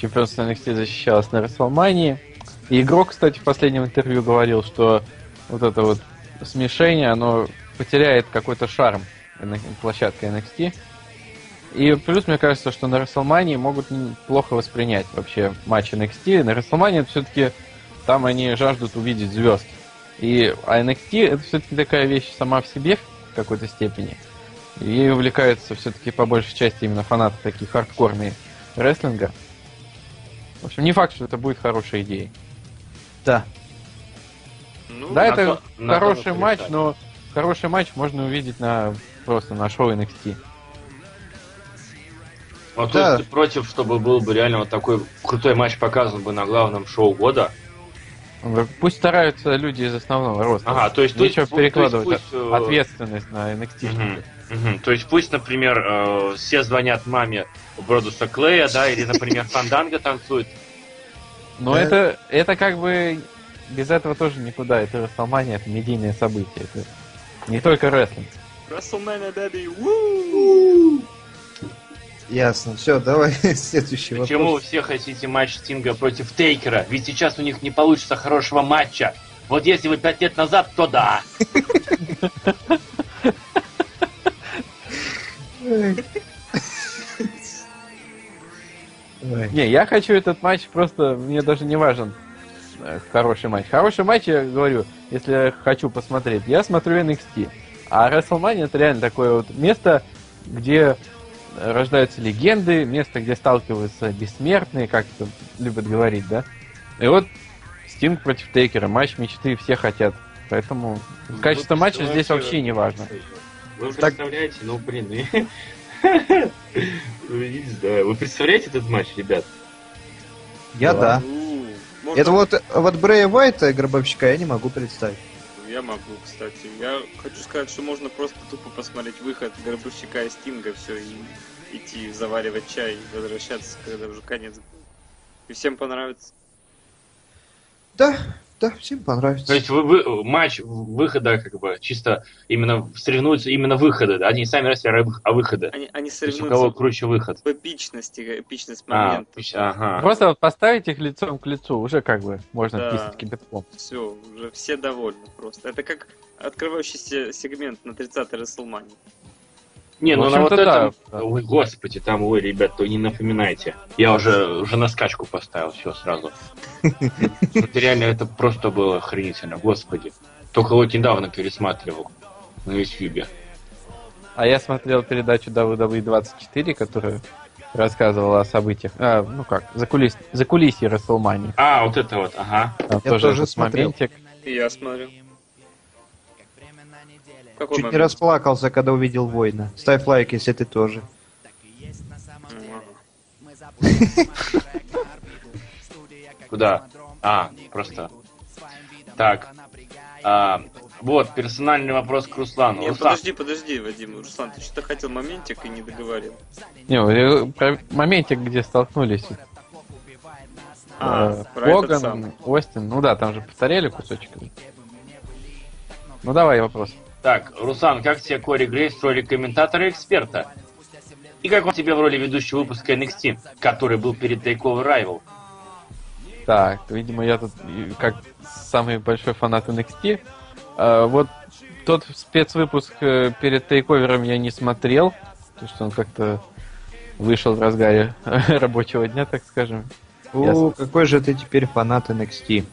Speaker 4: чемпионство NXT защищалось на WrestleMania. И игрок, кстати, в последнем интервью говорил, что вот это вот смешение, оно потеряет какой-то шарм Н- площадкой NXT. И плюс, мне кажется, что на WrestleMania могут н- плохо воспринять вообще матч NXT. На WrestleMania все-таки там они жаждут увидеть звезд. И а NXT это все-таки такая вещь сама в себе в какой-то степени. И увлекаются все-таки по большей части именно фанаты таких хардкорные рестлинга. В общем, не факт, что это будет хорошая идея.
Speaker 3: Да.
Speaker 2: Ну,
Speaker 4: А, да,
Speaker 1: на
Speaker 4: это
Speaker 1: то- на то
Speaker 4: хороший
Speaker 1: мы
Speaker 4: матч,
Speaker 1: привыкали.
Speaker 4: но хороший матч можно увидеть на просто на шоу NXT.
Speaker 1: Вот
Speaker 3: Да.
Speaker 1: тут ты против, чтобы был бы реально вот такой крутой матч показан бы на главном шоу года.
Speaker 4: Пусть стараются люди из основного роста.
Speaker 1: Ага, то есть...
Speaker 4: Нечего
Speaker 1: пусть- пусть-
Speaker 4: перекладывать
Speaker 1: пусть, э,
Speaker 4: ответственность на NXT.
Speaker 1: Мгм, мгм. То есть пусть, например, э, все звонят маме Бродуса Клея, да, или, например, Фанданга танцует.
Speaker 4: Но
Speaker 3: Да.
Speaker 4: это, это как бы без этого тоже никуда. Это WrestleMania, это медийное событие. Это не только рестлинг.
Speaker 2: WrestleMania, baby, woo!
Speaker 3: Ясно. Все, давай следующий
Speaker 1: Почему вы
Speaker 3: вопрос.
Speaker 1: все хотите матч Стинга против Тейкера? Ведь сейчас у них не получится хорошего матча. Вот если бы пять лет назад, то да.
Speaker 3: Ой. Ой.
Speaker 4: Не, я хочу этот матч просто, мне даже не важен э, хороший матч. Хороший матч, я говорю, если я хочу посмотреть, я смотрю NXT. А WrestleMania это реально такое вот место, где рождаются легенды, место, где сталкиваются бессмертные, как это любят говорить, да? И вот Стинг против Тейкера, матч мечты, все хотят Поэтому качество
Speaker 1: Вы
Speaker 4: матча здесь
Speaker 1: представляете-
Speaker 4: вообще не важно.
Speaker 1: Вы
Speaker 3: Так-
Speaker 1: представляете, ну блин, и- Вы не знаю, вы представляете этот матч, ребят?
Speaker 3: Я да.
Speaker 2: Ну, можно-
Speaker 3: Это вот, вот Брэя Уайта, гробовщика, я не могу представить.
Speaker 2: Я могу, кстати. Я хочу сказать, что можно просто тупо посмотреть выход Гробовщика и Стинга, все, и идти заваривать чай, и возвращаться, когда уже конец. И всем понравится.
Speaker 3: Да, да, всем
Speaker 1: То
Speaker 3: понравится.
Speaker 1: есть вы, вы- матч выхода как бы чисто именно соревнуются именно выходы, да? Они сами рестлеры, а вы- а выходы.
Speaker 2: Они, они
Speaker 1: То есть у кого
Speaker 2: соревнуются
Speaker 1: круче выход.
Speaker 2: в эпичности, эпичность
Speaker 1: А,
Speaker 2: момента.
Speaker 1: пищ- ага.
Speaker 4: Просто вот поставить их лицом к лицу, уже как бы можно
Speaker 2: Да.
Speaker 4: писать кипятком.
Speaker 2: Все, уже все довольны просто. Это как открывающийся сегмент на 30-й Расселмане.
Speaker 1: Не,
Speaker 4: В
Speaker 1: ну на вот
Speaker 4: общем-то, да.
Speaker 1: этом...
Speaker 4: Да.
Speaker 1: Ой, господи, там, ой, ребят, то не напоминайте. Я уже, уже на скачку поставил все сразу. Это реально, это просто было охренительно, господи. Только вот недавно пересматривал на Ютьюбе.
Speaker 4: А я смотрел передачу WWE 24, которая рассказывала о событиях, а, ну как, за, кулис, за кулисье Расселмани.
Speaker 1: А, вот это вот, ага.
Speaker 4: Там
Speaker 3: Я тоже
Speaker 4: этот
Speaker 3: смотрел.
Speaker 4: моментик.
Speaker 2: И я смотрю. В Какой
Speaker 3: Чуть не
Speaker 2: момент?
Speaker 3: расплакался, когда увидел Война. Ставь лайк, если ты тоже.
Speaker 2: М,
Speaker 1: Куда? А, просто. Так. А, вот, персональный вопрос к Руслану.
Speaker 2: Не,
Speaker 1: Руслан,
Speaker 2: подожди, подожди, Вадим. Руслан, ты что-то хотел моментик и не договорил.
Speaker 4: Не, вот я про моментик, где столкнулись
Speaker 2: А,
Speaker 4: э,
Speaker 2: про этот
Speaker 4: Хоган,
Speaker 2: самый.
Speaker 4: Остин. Ну да, там же повторяли кусочек. Ну давай вопрос.
Speaker 1: так, Руслан, как тебе Кори Грейс в роли комментатора и эксперта? И как он тебе в роли ведущего выпуска NXT, который был перед Takeover Rival?
Speaker 4: Так, видимо, я тут и как самый большой фанат NXT. А, вот тот спецвыпуск э, перед тейковером я не смотрел, потому что он как-то вышел в разгаре рабочего дня, так скажем.
Speaker 3: О,
Speaker 4: Ясно.
Speaker 3: какой же ты теперь фанат NXT.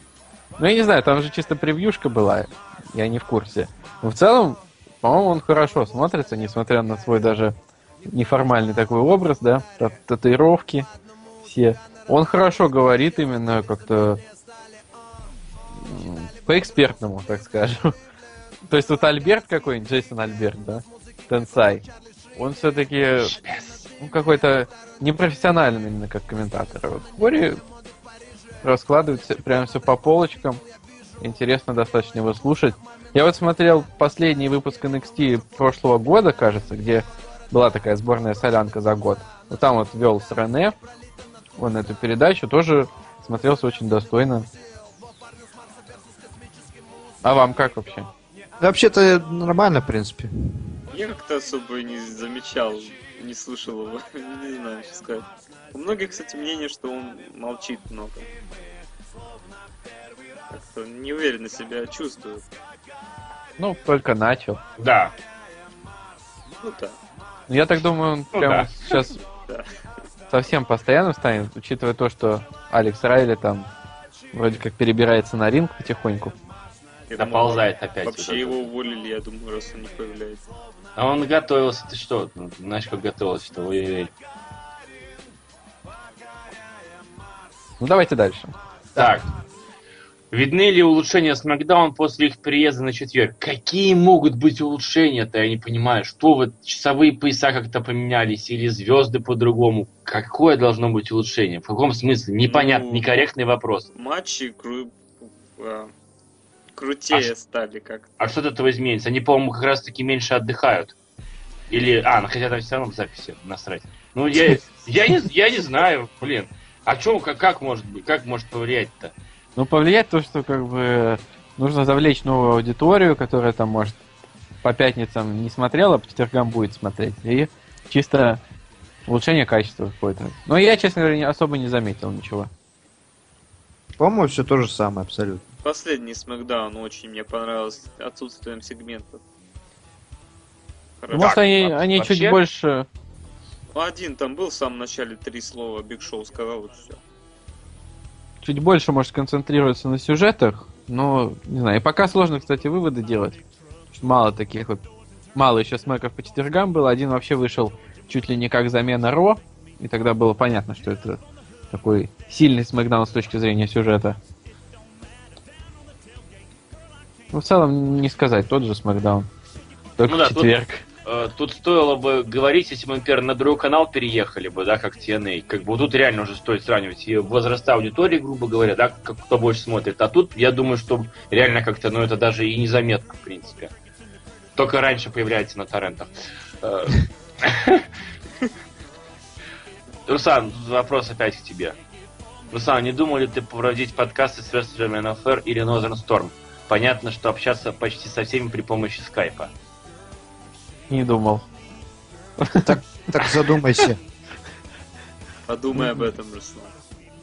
Speaker 4: Ну, я не знаю, там же чисто превьюшка была, я не в курсе. Но в целом, по-моему, он хорошо смотрится, несмотря на свой даже неформальный такой образ, да, та- татуировки все. Он хорошо говорит именно как-то м, по-экспертному, так скажем. То есть вот Альберт какой-нибудь, Джейсон Альберт, да, Тенсай, он все-таки ну, какой-то непрофессиональный именно как комментатор. А Вот Кори раскладывает всё- прям все по полочкам. Интересно достаточно его слушать. Я вот смотрел последний выпуск NXT прошлого года, кажется, где была такая сборная солянка за год. Вот там вот вел с Рене, он эту передачу тоже смотрелся очень достойно. А вам как вообще?
Speaker 3: Вообще-то нормально, в принципе.
Speaker 2: Я как-то особо и не замечал, не слышал его, не знаю, что сказать. У многих, кстати, мнение, что он молчит много. Как-то неуверенно себя чувствует.
Speaker 4: Ну, только начал.
Speaker 1: Да,
Speaker 2: Ну да.
Speaker 4: Ну, Я так думаю, он
Speaker 1: Ну
Speaker 4: прямо
Speaker 1: да.
Speaker 4: сейчас
Speaker 2: Да.
Speaker 4: совсем постоянно станет, учитывая то, что Алекс Райли там вроде как перебирается на ринг потихоньку.
Speaker 2: Я думаю,
Speaker 1: наползает опять. вот
Speaker 2: Вообще
Speaker 1: это.
Speaker 2: его уволили, я думаю, раз он не появляется.
Speaker 1: А он готовился, ты что? Ну, Знаешь, как готовился, что ой-ой-ой.
Speaker 4: Ну давайте дальше.
Speaker 1: Так. Видны ли улучшения с Макдаун после их приезда на четверг? Какие могут быть улучшения-то, я не понимаю. Что вот часовые пояса как-то поменялись или звезды по-другому? Какое должно быть улучшение? В каком смысле? Непонятно,
Speaker 2: Ну,
Speaker 1: некорректный вопрос.
Speaker 2: Матчи кру- а, крутее стали как-то.
Speaker 1: А что от этого изменится? Они, по-моему, как раз-таки меньше отдыхают. Или... А, ну, хотя там все равно в записи насрать. Ну, я, я, не, я не знаю, блин. А чем, как, как может быть, как может повлиять-то?
Speaker 4: Ну повлияет то, что как бы нужно завлечь новую аудиторию, которая там может по пятницам не смотрела, а по четвергам будет смотреть. И чисто улучшение качества какое-то. Но я, честно говоря, не- особо не заметил ничего.
Speaker 3: По-моему, все то же самое абсолютно.
Speaker 2: Последний Смакдаун очень мне понравился отсутствием сегментов. Хорошо.
Speaker 4: Может, они,
Speaker 1: Ну во-
Speaker 4: они
Speaker 1: вообще-
Speaker 4: чуть больше...
Speaker 2: Ну, Один там был в самом начале три слова Биг Шоу сказал, вот все.
Speaker 4: чуть больше, может, концентрируется на сюжетах, но, не знаю, и пока сложно, кстати, выводы делать. Потому что Мало таких вот, мало еще смеков по четвергам было, один вообще вышел чуть ли не как замена Ро, и тогда было понятно, что это такой сильный смакдаун с точки зрения сюжета. Ну, в целом, не сказать, тот же Смакдаун. Только
Speaker 1: Ну да,
Speaker 4: в
Speaker 1: тут-
Speaker 4: четверг.
Speaker 1: Э, Тут стоило бы говорить, если бы, например, на другой канал переехали бы, да, как TNA. Как бы вот тут реально уже стоит сравнивать и возраста аудитории, грубо говоря, да, как кто больше смотрит. А тут, я думаю, что реально как-то, ну, это даже и незаметно, в принципе. Только раньше появляется на торрентах. Э, Руслан, вопрос опять к тебе. Руслан, не думал ли ты проводить подкасты с рестлерами NFR или Northern Storm? Понятно, что общаться почти со всеми при помощи скайпа.
Speaker 4: Не думал.
Speaker 3: Так задумайся.
Speaker 2: Подумай об этом, Руслан.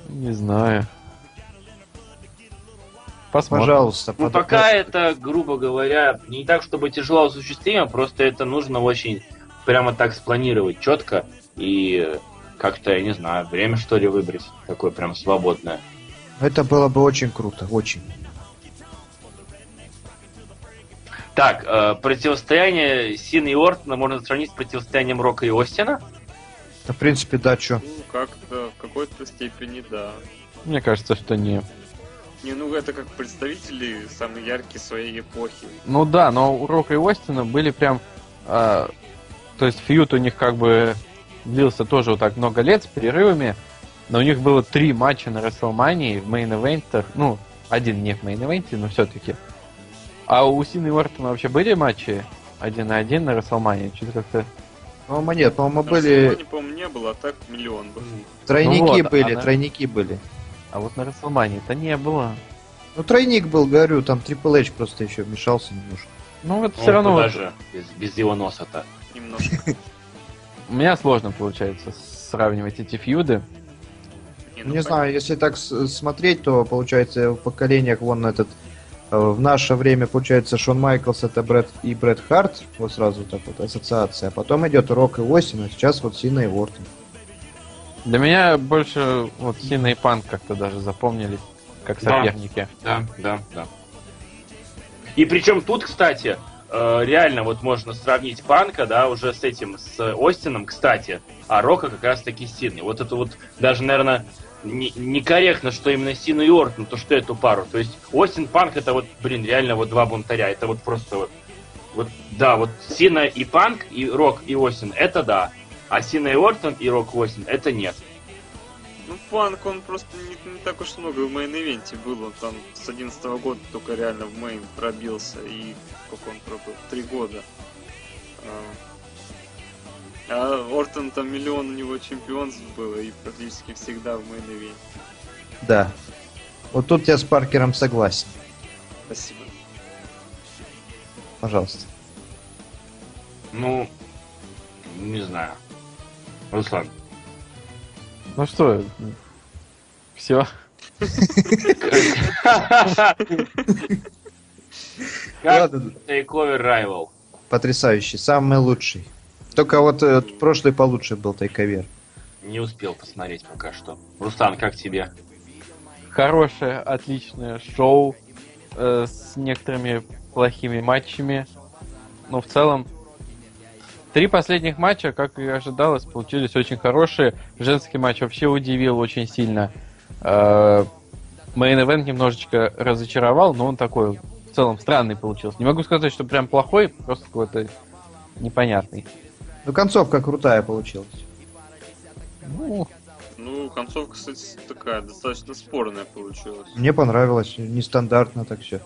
Speaker 4: Не знаю. Посмотрим.
Speaker 3: Пожалуйста.
Speaker 1: Ну,
Speaker 3: под-
Speaker 1: пока это, грубо говоря, не так, чтобы тяжело осуществимо, просто это нужно очень прямо так спланировать четко и как-то, я не знаю, время что ли выбрать такое прям свободное.
Speaker 3: Это было бы очень круто, очень.
Speaker 1: Так, э, противостояние Сина и Ортона можно сравнить с противостоянием Рока и Остина.
Speaker 3: Да, в принципе, да, чё.
Speaker 2: Ну, как-то в какой-то степени, да.
Speaker 4: Мне кажется, что не.
Speaker 2: Не, ну это как представители самые яркие своей эпохи.
Speaker 4: Ну да, но у Рока и Остина были прям... э, то есть фьют у них как бы длился тоже вот так много лет с перерывами, но у них было три матча на Расселмании в мейн эвентах ну, один не в мейн эвенте но все-таки. А у Сины и Уортона вообще были матчи один на один на Расселмании? Что-то как-то...
Speaker 3: По-моему, нет, по-моему,
Speaker 1: Ну,
Speaker 2: На
Speaker 3: были...
Speaker 2: Расселмане, по-моему, не было, а так миллион был.
Speaker 3: Тройники
Speaker 4: Ну вот,
Speaker 3: были,
Speaker 4: она-
Speaker 3: тройники были.
Speaker 4: А вот на Расселмании-то не было.
Speaker 3: Ну, тройник был, говорю, там Triple H просто еще вмешался немножко.
Speaker 4: Ну вот
Speaker 1: Ну,
Speaker 4: все равно...
Speaker 1: куда
Speaker 4: вот-
Speaker 1: же без, без его носа-то.
Speaker 2: Немножко.
Speaker 4: У меня сложно получается сравнивать эти фьюды.
Speaker 2: Не,
Speaker 3: Ну,
Speaker 2: ну,
Speaker 3: не знаю, если так с- смотреть, то, получается, в поколениях вон этот... э, В наше время, получается, Шон Майклс это Брэд и Брэд Харт, вот сразу так вот ассоциация. А потом идет Рок и Остин, а сейчас вот Сина и Уортон.
Speaker 4: Для меня больше вот Сина и Панк как-то даже запомнились как
Speaker 1: Да.
Speaker 4: соперники.
Speaker 1: Да, да, да. И причем тут, кстати, э, реально вот можно сравнить Панка, да, уже с этим, с Остином, кстати, а Рока как раз-таки с Синой. Вот это вот даже, наверное, не- некорректно, что именно Сина и Ортон, то что эту пару. То есть Остин, Панк это вот, блин, реально вот два бунтаря. Это вот просто вот, вот да, вот Сина и Панк, и Рок и Остин, это да. А Сина и Ортон и Рок и Остин, это нет.
Speaker 2: Ну, Панк, он просто не, не так уж много в мейн-ивенте был. Он там с 11 года только реально в мейн пробился. И сколько он пробыл? Три года. А, А Ортон там миллион у него чемпионств было. И практически всегда в мейн-ивенте.
Speaker 3: Да. Вот тут я с Паркером согласен.
Speaker 2: Спасибо.
Speaker 3: Пожалуйста.
Speaker 1: Ну, не знаю. Руслан,
Speaker 4: Ну что, все.
Speaker 1: Как
Speaker 3: Ладно,
Speaker 1: Takeover Rival?
Speaker 3: потрясающий, самый лучший. Только вот э, прошлый получше был тайковер.
Speaker 1: Не успел посмотреть пока что. Руслан, как тебе?
Speaker 4: Хорошее, отличное шоу э, с некоторыми плохими матчами. Но в целом три последних матча, как и ожидалось, получились очень хорошие. Женский матч вообще удивил очень сильно. Мейн Эвент немножечко разочаровал, но он такой в целом странный получился. Не могу сказать, что прям плохой, просто какой-то непонятный.
Speaker 3: Ну, концовка крутая получилась.
Speaker 4: Ну,
Speaker 2: Ну, концовка, кстати, такая достаточно спорная получилась.
Speaker 3: Мне понравилось, нестандартно так все.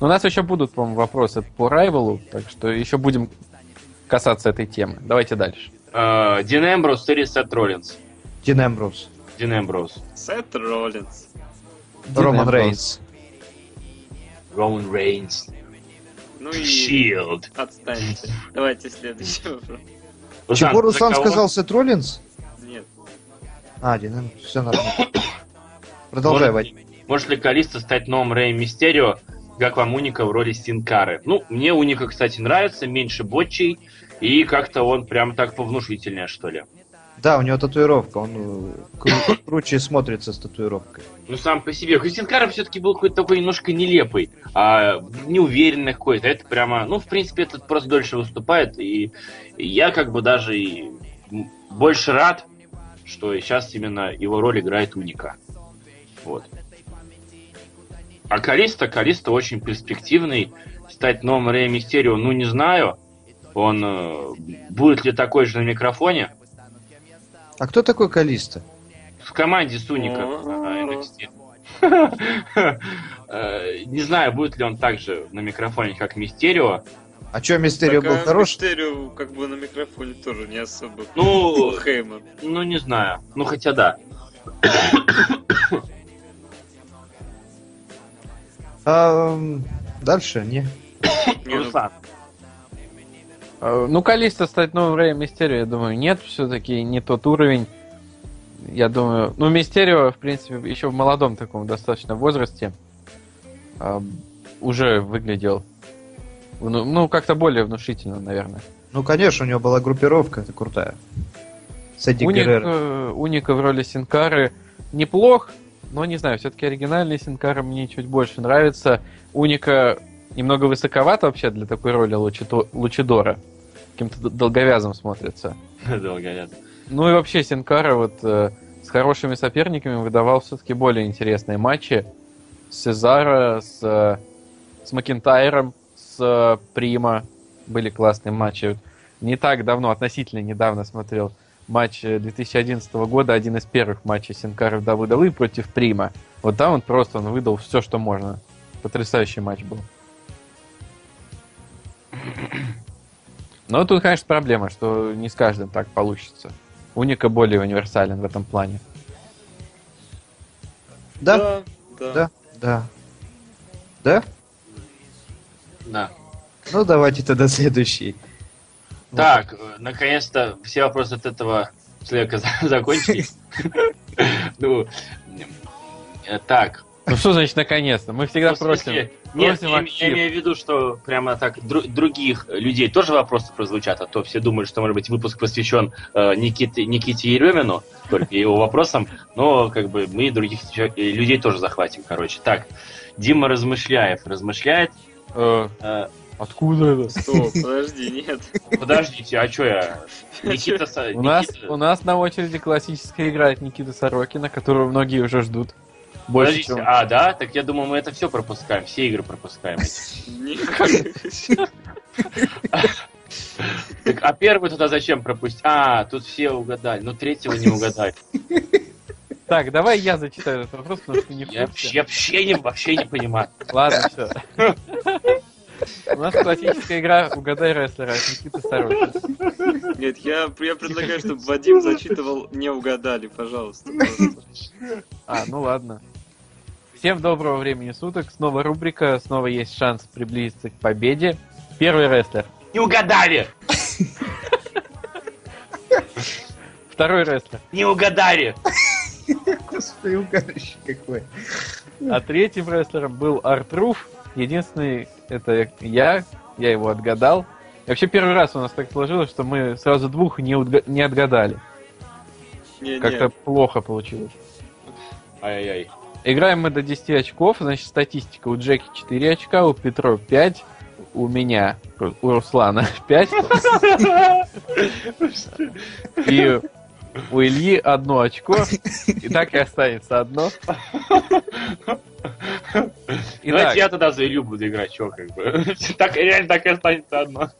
Speaker 4: у нас еще будут, по-моему, вопросы по Райвелу, так что еще будем касаться этой темы. Давайте дальше.
Speaker 1: Э, Дин Эмбрус или Сет Роллинс?
Speaker 3: Дин Эмброуз,
Speaker 1: Дин Эмбрус.
Speaker 2: Сет Роллинс.
Speaker 4: Дин
Speaker 3: Роман
Speaker 4: Эмброуз.
Speaker 3: Рейнс.
Speaker 1: Роман Рейнс.
Speaker 2: Ну и...
Speaker 1: Shield.
Speaker 2: Отстаньте. Давайте следующий вопрос.
Speaker 3: Чего
Speaker 1: за
Speaker 3: Руслан
Speaker 1: кого?
Speaker 3: сказал Сет Роллинс?
Speaker 2: Нет.
Speaker 3: А, Дин все нормально. Продолжай,
Speaker 1: Может
Speaker 3: Вадим.
Speaker 1: ли- Может ли Калиста стать новым Рэй Мистерио? Как вам Уника в роли Стинкары? Ну, мне Уника, кстати, нравится, меньше бочей, и как-то он прям так повнушительнее, что ли.
Speaker 3: Да, у него татуировка, он э, кру- круче смотрится с татуировкой.
Speaker 1: Ну, сам по себе. Кристин Карр все-таки был какой-то такой немножко нелепый, а неуверенный какой-то. Это прямо... Ну, в принципе, этот просто дольше выступает, и я как бы даже и м- больше рад, что сейчас именно его роль играет Уника. Вот. А Калиста, Калиста очень перспективный. Стать новым Рэй Мистерио, ну не знаю. Он э, будет ли такой же на микрофоне?
Speaker 3: А кто такой Калиста?
Speaker 1: В команде Суника
Speaker 2: О.
Speaker 1: э, NXT. Э, Не знаю, будет ли он также на микрофоне, как Мистерио.
Speaker 3: А чё, Мистерио
Speaker 2: Так, а
Speaker 3: был хорош?
Speaker 2: Мистерио как бы на микрофоне тоже не особо.
Speaker 1: Ну,
Speaker 2: Хеймер.
Speaker 1: ну не знаю. Ну хотя да.
Speaker 3: А, м, дальше не.
Speaker 2: Не, ну,
Speaker 1: Руслан,
Speaker 4: Э, Ну, Калиста стать новым Рэем Мистерио, я думаю, нет, все-таки не тот уровень. Я думаю, ну, Мистерио, в принципе, еще в молодом таком достаточно возрасте э, уже выглядел, ну, ну, как-то более внушительно, наверное.
Speaker 3: Ну, конечно, у него была группировка, это крутая. С Эдди
Speaker 4: Уник,
Speaker 3: Герреро.
Speaker 4: э, Уника в роли Синкары неплох, но не знаю, все-таки оригинальный Синкара мне чуть больше нравится. Уника немного высоковато вообще для такой роли Лучито- Лучидора. Каким-то д- долговязым смотрится.
Speaker 1: долговязый.
Speaker 4: Ну и вообще Синкара вот э, с хорошими соперниками выдавал все-таки более интересные матчи. С Сезара, с, э, с Макентайром, с э, Прима были классные матчи. Вот Не так давно, относительно недавно смотрел матч э, 2011 года, один из первых матчей Синкара в WWE против Прима. Вот там он просто он выдал все, что можно. Потрясающий матч был. Но тут, конечно, проблема, что не с каждым так получится. Уника более универсален в этом плане.
Speaker 3: Да,
Speaker 2: да.
Speaker 3: да, да. Да?
Speaker 1: Да.
Speaker 3: Ну, давайте тогда следующий.
Speaker 2: Ну,
Speaker 1: Так, э, наконец-то все вопросы от этого человека за- закончились. Ну, э, так.
Speaker 4: Ну что значит наконец-то? Мы всегда
Speaker 1: Ну, в смысле,
Speaker 4: просим.
Speaker 1: Нет,
Speaker 4: просим
Speaker 1: я,
Speaker 4: актив.
Speaker 1: я имею в виду, что прямо так дру- других людей тоже вопросы прозвучат, а то все думают, что, может быть, выпуск посвящен э, Никите, Никите Еремину, только его вопросам, но как бы мы и других чё- э, людей тоже захватим, короче. Так, Дима размышляет, размышляет.
Speaker 4: Э,
Speaker 1: э,
Speaker 4: откуда это?
Speaker 2: Стоп, подожди, нет.
Speaker 1: подождите, а что я? Никита... Са-
Speaker 4: У нас,
Speaker 1: Никита-
Speaker 4: у нас на очереди классическая игра от Никиты Сорокина, которую многие уже ждут. Больше,
Speaker 1: Подождите,
Speaker 4: чем...
Speaker 1: а, да? Так я думаю, мы это все пропускаем, все игры пропускаем.
Speaker 2: Нет.
Speaker 1: Так, а первый туда зачем пропустить? А, тут все угадали, но третьего не угадали.
Speaker 4: Так, давай я зачитаю этот вопрос, потому что не в
Speaker 1: Я
Speaker 4: курсе.
Speaker 1: вообще, вообще не, вообще не понимаю.
Speaker 4: Ладно, все. У нас классическая игра «Угадай рестлера» от Никиты Сорокина.
Speaker 2: Нет, я, я предлагаю, чтобы Вадим зачитывал «Не угадали», пожалуйста. просто.
Speaker 4: А, ну ладно. Всем доброго времени суток. Снова рубрика, снова есть шанс приблизиться к победе. Первый рестлер.
Speaker 1: Не угадали!
Speaker 4: Второй рестлер.
Speaker 1: Не угадали!
Speaker 3: Господи, угарище какой.
Speaker 4: А третьим рестлером был Артруф. Единственный, это я, я его отгадал. И вообще первый раз у нас так сложилось, что мы сразу двух не, удга- не отгадали.
Speaker 2: Не,
Speaker 4: Как-то
Speaker 2: не,
Speaker 4: плохо получилось.
Speaker 1: Ай-яй.
Speaker 4: Играем мы до 10 очков, значит, статистика у Джеки 4 очка, у Петро 5, у меня, у Руслана 5. И у Ильи одно очко, и так и останется одно.
Speaker 1: Давайте
Speaker 4: Итак,
Speaker 1: я тогда за Илью буду играть, чё, как бы. Так, реально так и останется одно.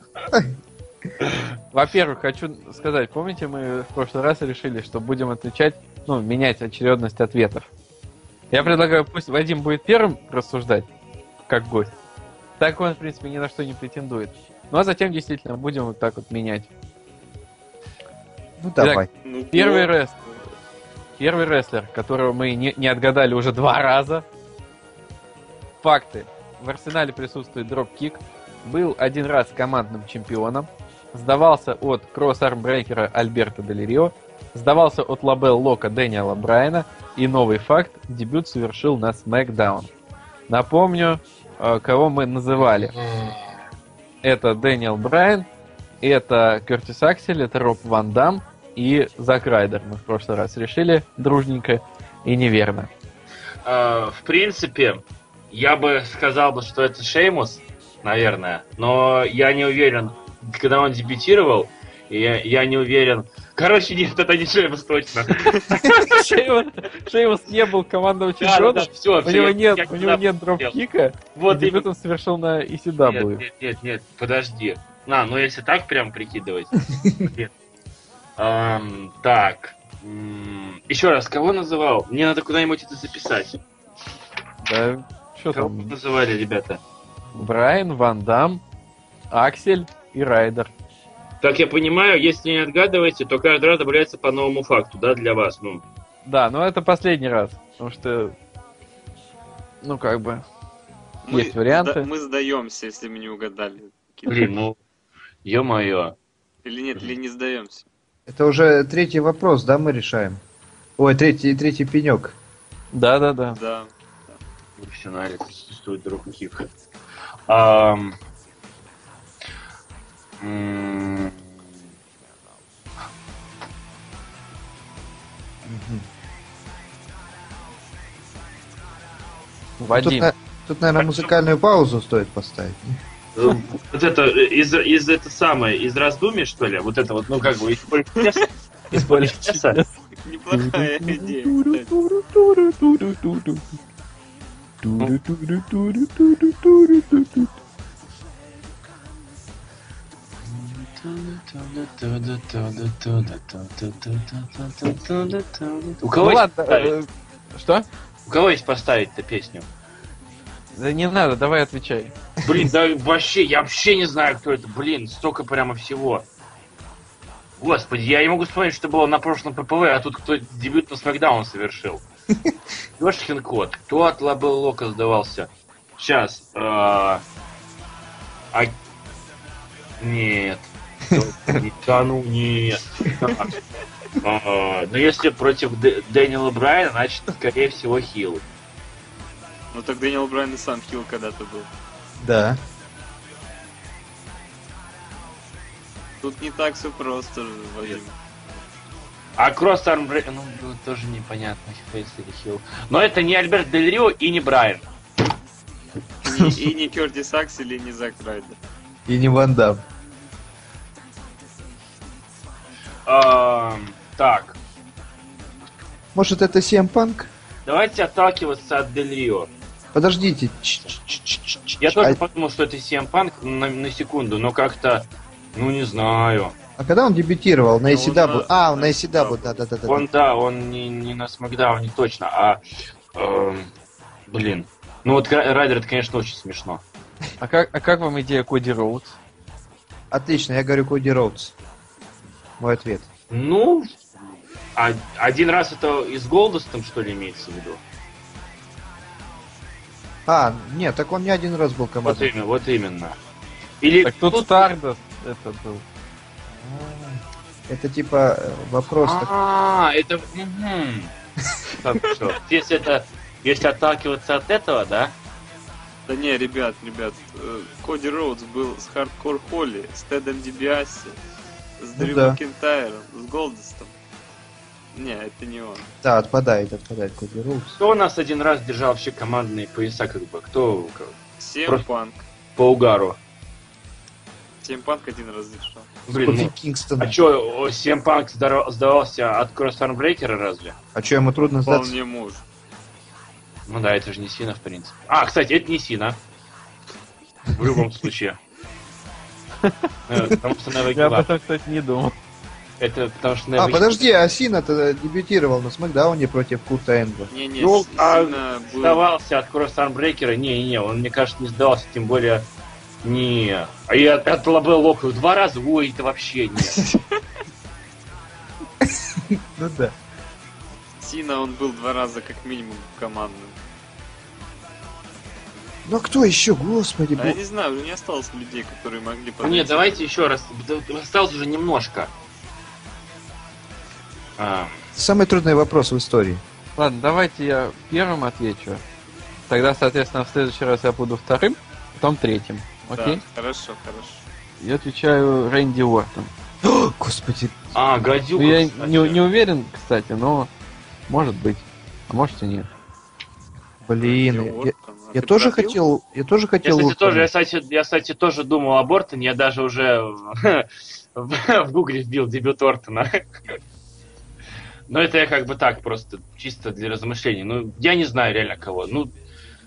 Speaker 4: Во-первых, хочу сказать, помните, мы в прошлый раз решили, что будем отвечать, ну, менять очередность ответов. Я предлагаю, пусть Вадим будет первым рассуждать, как гость. Так он, в принципе, ни на что не претендует. Ну, а затем, действительно, будем вот так вот менять.
Speaker 3: Ну, давай.
Speaker 2: ну,
Speaker 4: Первый
Speaker 2: вот.
Speaker 4: рестлер. Первый рестлер, которого мы не, не отгадали уже два раза. Факты. В арсенале присутствует дропкик. Был один раз командным чемпионом. Сдавался от кросс-армбрейкера Альберта Делерио. Сдавался от лабел Лока Дэниела Брайана. И новый факт. Дебют совершил на SmackDown. Напомню, э, кого мы называли. Это Дэниел Брайан, это Кертис Аксель, это Роб Ван Дам, и Зак Райдер. Мы в прошлый раз решили дружненько и неверно.
Speaker 1: Э, В принципе, я бы сказал бы, что это Шеймус, наверное, но я не уверен, когда он дебютировал, и я, я не уверен, Короче, нет, это не Шеймус точно.
Speaker 4: Шеймус Шеймус не был командным
Speaker 1: Да, да, да,
Speaker 4: чемпионом.
Speaker 1: все,
Speaker 4: У него нет, у него нет дропкика.
Speaker 1: Вот
Speaker 4: Вот дебютом совершил на
Speaker 1: Нет,
Speaker 4: ECW.
Speaker 1: Нет, нет, нет, подожди. На, ну если так прям прикидывать. Нет. Ам, Так. М, Еще раз, кого называл? Мне надо куда-нибудь это записать.
Speaker 4: Да, что
Speaker 1: Кого вы
Speaker 4: там?
Speaker 1: называли, ребята?
Speaker 4: Брайан, Ван Дам, Аксель и Райдер.
Speaker 1: Как я понимаю, если не отгадываете, то каждый раз добавляется по новому факту, да, для вас. Ну,
Speaker 4: Да, но это последний раз, потому что, ну как бы, Есть варианты.
Speaker 2: сда- мы сдаемся, если мы не угадали.
Speaker 1: блин, ну, ё-моё.
Speaker 2: Или нет, или не сдаемся.
Speaker 3: Это уже третий вопрос, да, мы решаем? Ой, третий, третий пенек.
Speaker 4: да-да-да.
Speaker 2: Да.
Speaker 1: Профессионале существует друг Кик. Ам. М.
Speaker 3: Ну, Тут,
Speaker 4: Вадим.
Speaker 3: на- тут, наверное, музыкальную паузу стоит поставить.
Speaker 1: Эм, Вот это э, из, из это самое, из раздумий, что ли? Вот это вот, ну как бы, из поля чудес- из поля чудес.
Speaker 2: Неплохая идея. кстати.
Speaker 1: У
Speaker 4: Ну
Speaker 1: кого, есть,
Speaker 4: ладно, э, что?
Speaker 1: у кого есть поставить-то песню?
Speaker 4: Да не надо, давай отвечай.
Speaker 1: Блин, да вообще, я вообще не знаю, кто это. Блин, столько прямо всего. Господи, я не могу вспомнить, что было на прошлом ППВ, а тут кто дебют на Смакдаун совершил. Лешкин кот. Кто от Лабел Лока сдавался? Сейчас. а, а- Нет. Да ну нет. А, Ну если против Дэ- Дэниела Брайана, значит, скорее всего, Хилл.
Speaker 2: Ну так Дэниел Брайан и сам хил когда-то был.
Speaker 3: Да.
Speaker 2: Тут не так все просто, Вадим.
Speaker 1: А кросс армбрейк, ну, было тоже непонятно, фейс или хилл. Но это не Альберт Дель Рио и не Брайан.
Speaker 2: Ни- И не Кертис Аксель, и не Зак Райдер.
Speaker 3: И не вандам.
Speaker 1: Эм, так,
Speaker 3: Может, это CM Панк?
Speaker 1: давайте отталкиваться от Дель Рио.
Speaker 3: Подождите. Ч- ч- ч- ч- ч- ч-
Speaker 1: Я тоже
Speaker 3: а-
Speaker 1: подумал, что это CM Punk на, на секунду, но как-то, ну, не знаю.
Speaker 3: А когда он дебютировал? На
Speaker 2: Ну,
Speaker 3: ECW?
Speaker 2: на-
Speaker 3: А, на
Speaker 2: на
Speaker 3: ECW,
Speaker 2: ECW.
Speaker 3: да-да-да.
Speaker 1: Он, да, он не, не на Смакдауне точно, а... эм, блин. Ну, вот Ра- Райдер, это, конечно, очень смешно.
Speaker 4: А как, а как вам идея Коди Роудс?
Speaker 3: Отлично, я говорю Коди Роудс. Мой ответ.
Speaker 1: Ну, а- один раз это и с Голдостом, что ли, имеется в виду?
Speaker 3: А, нет, так он не один раз был
Speaker 1: Вот,
Speaker 3: командой.
Speaker 1: именно, вот именно. Или
Speaker 4: Так тут Стардост это был.
Speaker 3: Это типа э, вопрос. так-
Speaker 1: А, это... мгм. Так что, Если это... Если отталкиваться от этого, да?
Speaker 2: Да не, ребят, ребят, э, Коди Роудс был с Хардкор Холли, с Тедом Дибиаси,
Speaker 1: Ну
Speaker 2: с Дрю
Speaker 3: да.
Speaker 2: Макентайром, с Голдестом. Не, это не он.
Speaker 3: Да, отпадает, отпадает Коди Роудс.
Speaker 1: Кто у нас один раз держал вообще командные пояса, как бы? Кто как-
Speaker 2: Сем
Speaker 1: Просто-
Speaker 2: Панк.
Speaker 1: по угару?
Speaker 2: Сем Панк один раз дышал.
Speaker 1: Блин,
Speaker 3: Кофи
Speaker 1: ну,
Speaker 3: Кингстон.
Speaker 1: а чё, Сем Панк здоро- сдавался от Кросс Армбрейкера разве?
Speaker 3: А чё, ему трудно сдаться?
Speaker 2: Вполне может.
Speaker 1: Ну да, это же не Сина, в принципе. А, кстати, это не Сина. В любом случае. Э, Потому что она
Speaker 4: Я об
Speaker 1: выиграла.
Speaker 4: этом, кстати, не думал.
Speaker 1: Это потому что... она
Speaker 3: А,
Speaker 1: выиграла.
Speaker 3: подожди, Асина-то дебютировал на Смакдауне против Курта Энгла.
Speaker 2: Не-не,
Speaker 1: Ну,
Speaker 2: С-
Speaker 1: а
Speaker 2: Сина был...
Speaker 1: сдавался от Кросс Армбрейкера. Не-не, он, мне кажется, не сдавался, тем более не. А я от, от Лабе Лока два раза, ой, это вообще нет.
Speaker 3: Ну да.
Speaker 2: Сина он был два раза как минимум командным.
Speaker 3: Ну а кто еще, господи,
Speaker 2: А я
Speaker 3: бог.
Speaker 2: не знаю, уже не осталось людей, которые могли подойти.
Speaker 1: Нет, давайте еще раз. Да, Осталось уже немножко. А,
Speaker 3: Самый трудный вопрос в истории.
Speaker 4: Ладно, давайте я первым отвечу. Тогда, соответственно, в следующий раз я буду вторым, потом третьим.
Speaker 2: Да,
Speaker 4: Окей?
Speaker 2: хорошо, хорошо.
Speaker 4: Я отвечаю Рэнди Уортон.
Speaker 3: О, господи.
Speaker 1: а
Speaker 4: Ну,
Speaker 1: гадюка.
Speaker 4: я
Speaker 1: кстати.
Speaker 4: не, не уверен, кстати, но может быть. А может и нет.
Speaker 2: Где
Speaker 3: Блин, я,
Speaker 2: Уортон? А
Speaker 3: я
Speaker 2: ты
Speaker 3: тоже
Speaker 2: пропил?
Speaker 3: хотел, я тоже
Speaker 1: Я,
Speaker 3: хотел...
Speaker 1: кстати,
Speaker 3: Уортона.
Speaker 1: тоже, я, кстати, я, кстати, тоже думал о Бортоне, я даже уже в, в гугле вбил дебют Ортона. Но это я как бы так просто, чисто для размышлений. Ну, я не знаю реально кого. Ну,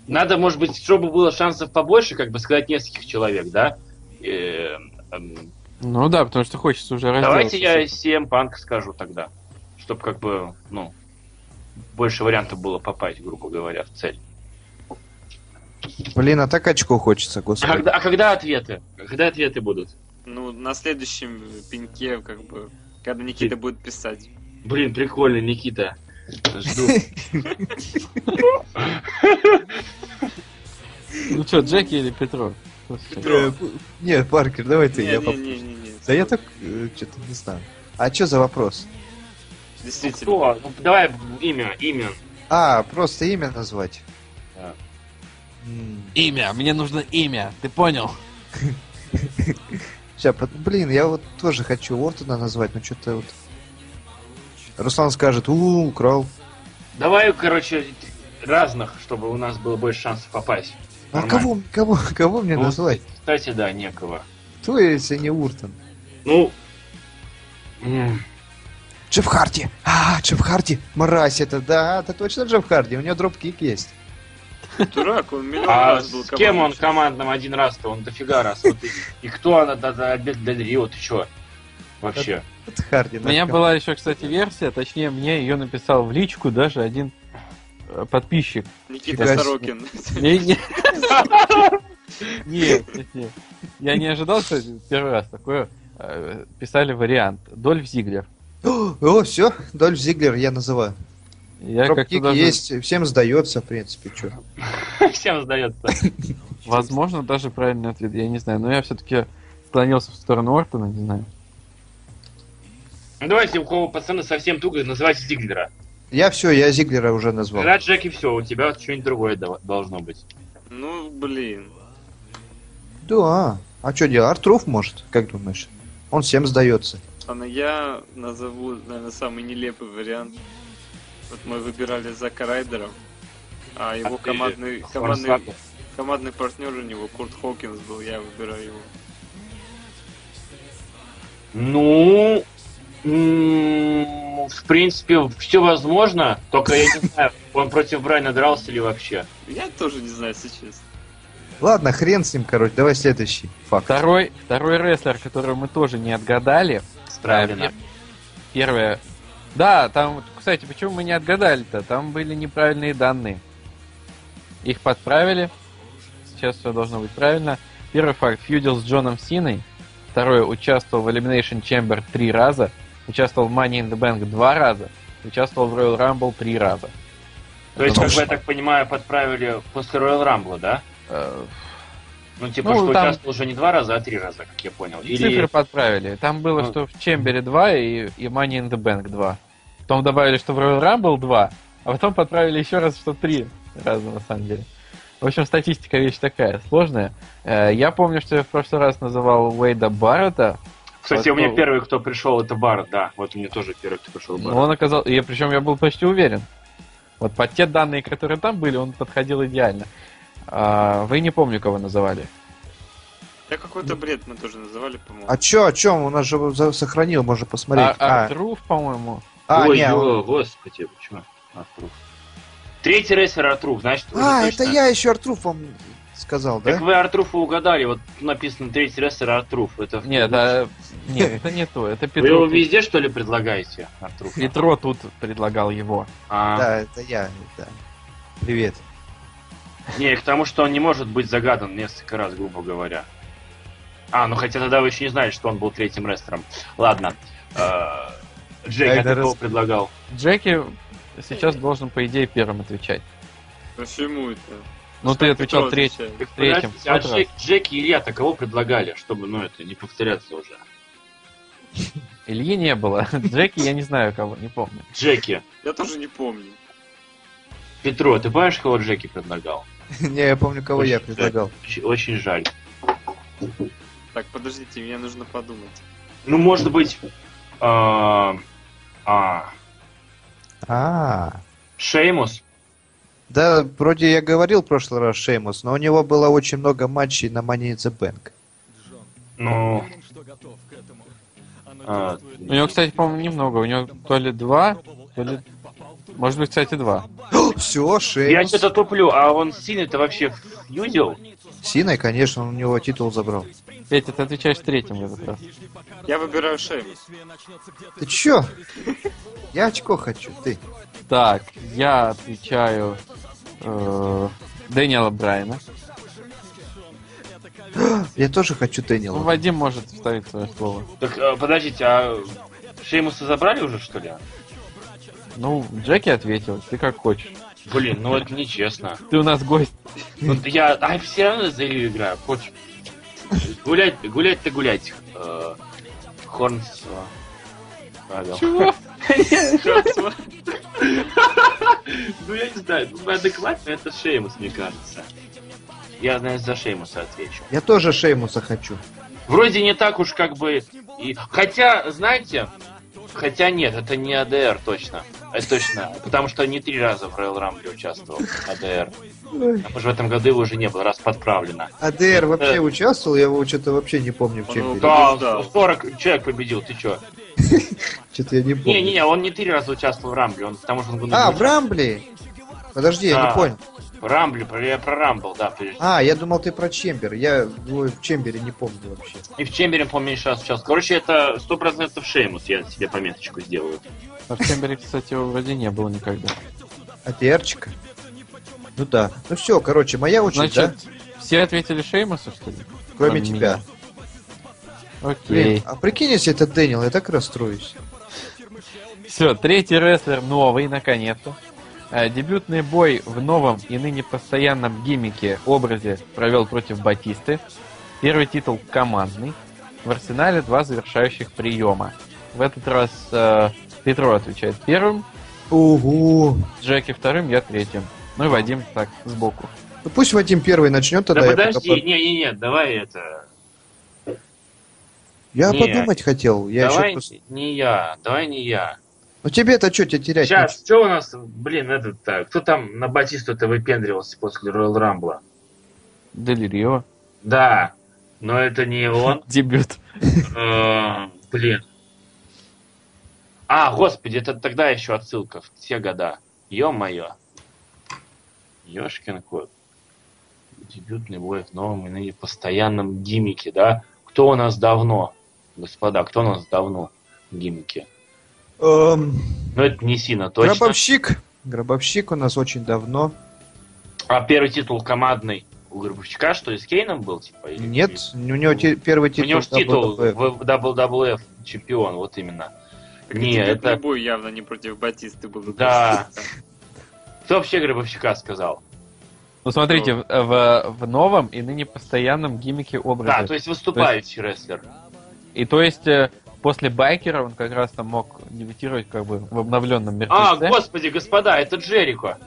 Speaker 1: надо, может быть, чтобы было шансов побольше, как бы сказать нескольких человек, да? Э, эм,
Speaker 4: Ну да, потому что хочется уже разделаться
Speaker 1: Давайте я
Speaker 4: с этим.
Speaker 1: CM Punk скажу тогда, чтобы как бы, ну, больше вариантов было попасть, грубо говоря, в цель.
Speaker 3: Блин, а так очко хочется,
Speaker 1: А
Speaker 3: господи.
Speaker 1: когда, а когда ответы? Когда ответы будут?
Speaker 2: Ну, на следующем пеньке, как бы, когда Никита будет писать.
Speaker 1: Блин, прикольно, Никита. Жду.
Speaker 4: Ну что, Джеки или Петров?
Speaker 3: Э, Не, Паркер, давай ты, я поп-
Speaker 2: Не-не-не-не.
Speaker 3: Да я так что-то не знаю. А что за вопрос?
Speaker 2: Действительно.
Speaker 1: Кто? Ну, давай имя, имя.
Speaker 3: А, просто имя назвать.
Speaker 1: Да.
Speaker 3: М,
Speaker 4: Имя, мне нужно имя, ты понял?
Speaker 3: ща, под- блин, я вот тоже хочу Уортона назвать, но что-то вот... Руслан скажет, у украл.
Speaker 1: Давай, короче, разных, чтобы у нас было больше шансов попасть.
Speaker 3: А
Speaker 1: Нормально.
Speaker 3: кого, кого, кого мне
Speaker 1: Ну,
Speaker 3: назвать?
Speaker 1: Кстати, да, некого.
Speaker 3: Кто, если не Уортон?
Speaker 1: Ну, м,
Speaker 3: Джефф Харди! А, Джефф Харди! Мразь это, да, это точно Джефф Харди, у него дропкик есть.
Speaker 2: Дурак, он миллион
Speaker 1: а
Speaker 2: раз был
Speaker 1: с кем он
Speaker 2: командующим.
Speaker 1: командным один раз-то? Он дофига раз. Вот и- И кто она до- до обед до Рио, ты чё? Вообще.
Speaker 3: Это Харди.
Speaker 4: У меня
Speaker 3: наркоман.
Speaker 4: была еще, кстати, версия, точнее, мне ее написал в личку даже один э, подписчик.
Speaker 2: Никита
Speaker 3: Фига себе.
Speaker 2: Сорокин.
Speaker 4: Не- не- Нет, нет, нет. Я не ожидал, что первый раз такое э, писали вариант. Дольф Зиглер.
Speaker 3: О, все, Дольф Зиглер я называю.
Speaker 4: Я как-то
Speaker 3: Дропкик
Speaker 4: даже,
Speaker 3: есть, всем сдается, в принципе, что.
Speaker 1: Всем сдается.
Speaker 4: возможно, даже правильный ответ, я не знаю, но я все-таки склонился в сторону Ортона, не знаю.
Speaker 1: Ну, давайте, у кого пацаны совсем туго, называйте Зиглера.
Speaker 3: Я все, я Зиглера уже назвал.
Speaker 1: Игра Джек и все, у тебя вот что-нибудь другое дол- должно быть.
Speaker 2: Ну, блин.
Speaker 3: Да. А что делать? Артруф может, как думаешь? Он всем сдается.
Speaker 2: Ладно, я назову, наверное, самый нелепый вариант. Вот мы выбирали Зака Райдера, а его
Speaker 1: ты
Speaker 2: командный, командный,
Speaker 1: Хлорслаб.
Speaker 2: командный партнер у него Курт Хокинс был, я выбираю его.
Speaker 1: Ну, м, в принципе, все возможно, только я не знаю, он против Брайна дрался ли вообще.
Speaker 2: Я тоже не знаю, если честно.
Speaker 3: Ладно, хрен с ним, короче, давай следующий факт.
Speaker 4: Второй, второй рестлер, которого мы тоже не отгадали,
Speaker 1: Правильно.
Speaker 4: Пер- Первое. Да, там, вот, кстати, почему мы не отгадали-то? Там были неправильные данные. Их подправили. Сейчас все должно быть правильно. Первый факт. Фьюдил с Джоном Синой. Второе. Участвовал в Elimination Chamber три раза. Участвовал в Money in the Bank два раза. Участвовал в Royal Rumble три раза.
Speaker 1: То есть, как бы,
Speaker 3: Точно.
Speaker 1: я так понимаю, подправили после Royal Rumble, да?
Speaker 4: Э,
Speaker 1: Ну, типа,
Speaker 4: Ну,
Speaker 1: что
Speaker 4: там-
Speaker 1: участвовал уже не два раза, а три раза, как я понял.
Speaker 4: Цифры
Speaker 1: Или...
Speaker 4: подправили. Там было,
Speaker 1: Ну.
Speaker 4: что в Чембере 2 и, и Money in the Bank 2. Потом добавили, что в Royal Rumble 2, а потом подправили еще раз, что 3 раза на самом деле. В общем, статистика вещь такая, сложная. Э, Я помню, что я в прошлый раз называл Уэйда Баррета,
Speaker 1: Кстати, у меня
Speaker 4: Подправил.
Speaker 1: первый, кто пришел, это Бар, да. Вот у меня тоже первый, кто пришел,
Speaker 4: но
Speaker 1: Бар.
Speaker 4: он оказал... И причем я был почти уверен. Вот под те данные, которые там были, он подходил идеально. А, Вы не помню, кого называли.
Speaker 2: Я какой-то
Speaker 4: Ну.
Speaker 2: бред мы тоже называли, по-моему.
Speaker 3: А чё, о чем? Он нас же за- сохранил, можно посмотреть.
Speaker 4: А-
Speaker 3: А,
Speaker 4: Артруф, по-моему.
Speaker 3: а,
Speaker 1: Ой,
Speaker 3: не,
Speaker 1: ё,
Speaker 3: он-
Speaker 1: господи, почему? Артруф. Третий рейсер Артруф, значит, уже
Speaker 3: А,
Speaker 1: точно.
Speaker 3: это я еще Артруф вам сказал,
Speaker 1: Так ну,
Speaker 3: да?
Speaker 1: вы Артруфа угадали, вот написано третий рейсер Артруф. Это...
Speaker 4: Нет, а- нет, это не то, это
Speaker 1: Вы его
Speaker 4: Петро.
Speaker 1: везде, что ли, предлагаете, Артруфа?
Speaker 4: Петро тут предлагал его.
Speaker 1: А,
Speaker 3: Да, это я, да. Привет.
Speaker 1: Не, к тому, что он не может быть загадан несколько раз, грубо говоря. А, ну хотя тогда вы еще не знали, что он был третьим рестлером. Ладно. Э, Джек, а
Speaker 3: Айда
Speaker 1: ты кого
Speaker 3: рас-
Speaker 1: предлагал?
Speaker 4: Джеки сейчас должен, по идее, первым отвечать.
Speaker 2: Почему это?
Speaker 4: Ну, ты отвечал
Speaker 2: Кто
Speaker 4: третьим.
Speaker 2: отвечает?
Speaker 1: Так,
Speaker 4: Третьим,
Speaker 1: подождите, А
Speaker 4: в тот
Speaker 1: Джек, Джек и Илья-то кого предлагали, чтобы, ну, это не повторяться уже?
Speaker 4: Ильи не было. Джеки я не знаю кого, не помню.
Speaker 1: Джеки.
Speaker 2: Я тоже не помню.
Speaker 1: Петро, ты помнишь, кого Джеки предлагал?
Speaker 3: Не, я помню, кого я
Speaker 1: Очень жаль.
Speaker 3: предлагал.
Speaker 1: Очень- Очень жаль.
Speaker 2: Так, подождите, мне нужно подумать.
Speaker 1: Ну, может быть... э, а,
Speaker 3: А,
Speaker 1: Шеймус?
Speaker 3: да, вроде я говорил в прошлый раз Шеймус, но у него было очень много матчей на Money in the Bank.
Speaker 1: Ну, А,
Speaker 4: У него, кстати, по-моему, немного. У него то ли два, то ли... Может быть, кстати, два.
Speaker 3: Все,
Speaker 1: я
Speaker 3: Шеймус.
Speaker 1: что-то туплю, а он сильно-то вообще юзил?
Speaker 3: Синой, конечно, он у него титул забрал.
Speaker 4: Петя, ты отвечаешь третьим в этот раз.
Speaker 2: Я выбираю Шеймус.
Speaker 3: Ты чё? Я очко хочу, ты.
Speaker 4: Так, я отвечаю э, Дэниела Брайна.
Speaker 3: Я тоже хочу
Speaker 4: Ну,
Speaker 3: Дэниела.
Speaker 4: Вадим может вставить свое слово.
Speaker 1: Так, э, подождите, а Шеймуса забрали уже, что ли?
Speaker 4: Ну, Джеки ответил, ты как хочешь.
Speaker 1: Блин, ну это нечестно.
Speaker 4: Ты у нас гость.
Speaker 1: Вот я а, все равно за Илью играю, хочешь? Гулять, гулять-то гулять. Э, Хорнс... э, правил.
Speaker 4: Чего?
Speaker 1: Ну, я не знаю, ну, адекватно это Шеймус, мне кажется. Я, знаю, за Шеймуса отвечу.
Speaker 3: Я тоже Шеймуса хочу.
Speaker 1: Вроде не так уж как бы... И... Хотя, знаете... Хотя нет, это не АДР точно. Это точно. Потому что не три раза в Royal Rumble участвовал АДР. Потому что в этом году его уже не было, раз подправлено.
Speaker 3: АДР вообще участвовал, я его что-то вообще не помню в
Speaker 2: Ну,
Speaker 3: чем
Speaker 2: да.
Speaker 1: Да,
Speaker 2: Побеждал.
Speaker 1: 40 человек победил, ты чё?
Speaker 3: Что-то я не помню.
Speaker 1: Не-не-не, он не три раза участвовал в Рамбле, он потому что он...
Speaker 3: А, в Рамбле? Подожди, я
Speaker 1: Да.
Speaker 3: не понял.
Speaker 1: В Рамбле, про- я про Рамбл, да. прежде.
Speaker 3: А, я думал, ты про Чембер. Я его в Чембере не помню вообще.
Speaker 1: И в Чембере, по-моему, меньше раз участвовал. Короче, это 100% Шеймус, я себе пометочку сделаю.
Speaker 4: А в Чембере, кстати, его вроде не было никогда.
Speaker 3: АДРчика? А Ну да. Ну все, короче, моя очередь,
Speaker 4: Значит, все ответили Шеймусу, что ли?
Speaker 3: да? Кроме
Speaker 4: кроме
Speaker 3: тебя.
Speaker 4: меня.
Speaker 3: Блин,
Speaker 4: Окей.
Speaker 3: а прикинь, если это Дэниел, я так расстроюсь.
Speaker 4: Все, третий рестлер новый, наконец-то. Э, Дебютный бой в новом и ныне постоянном гиммике образе провел против Батисты. Первый титул командный. В арсенале два завершающих приема. В этот раз э, Петро отвечает первым,
Speaker 3: Ого.
Speaker 4: Джеки вторым, я третьим. Ну и Вадим так сбоку.
Speaker 3: Ну пусть Вадим первый начнет, тогда
Speaker 1: да
Speaker 3: я пока
Speaker 1: подожди,
Speaker 3: по-
Speaker 1: не-не-не, давай это...
Speaker 3: Я
Speaker 1: не.
Speaker 3: подумать хотел. Я
Speaker 1: давай
Speaker 3: еще просто...
Speaker 1: не я, давай не я.
Speaker 3: Ну тебе-то что, тебе терять?
Speaker 1: Сейчас, что у нас, блин, этот, так, кто там на Батисту-то выпендривался после Роял Рамбла?
Speaker 4: Делирио.
Speaker 1: Да, но это не он.
Speaker 4: Дебют.
Speaker 1: Э, Блин. А, господи, это тогда еще отсылка в те года. Ё-моё. Ёшкин кот. Дебютный бой в новом и ныне постоянном гиммике, да? Кто у нас давно? Господа, кто у нас давно в гиммике?
Speaker 3: Эм,
Speaker 1: Ну, это не Сина, точно.
Speaker 3: Гробовщик. Гробовщик у нас очень давно.
Speaker 1: А первый титул командный у Горбовщика, что, и с Кейном был? Типа, или-
Speaker 3: Нет, у него те- первый
Speaker 1: У
Speaker 3: титул.
Speaker 1: него же титул
Speaker 3: WWF.
Speaker 1: в WWF чемпион, вот именно.
Speaker 2: Так
Speaker 1: Не,
Speaker 2: и дебютный
Speaker 1: это-
Speaker 2: бой явно не против Батисты был.
Speaker 1: Да. Кто вообще Гробовщика сказал?
Speaker 4: Ну смотрите, в, в- в новом и ныне постоянном гиммике образе.
Speaker 1: Да, то есть выступающий рестлер.
Speaker 4: И то есть э, после байкера он как раз там мог дебютировать как бы в обновленном
Speaker 1: А,
Speaker 4: мертвеце.
Speaker 1: господи, господа, это Джерико.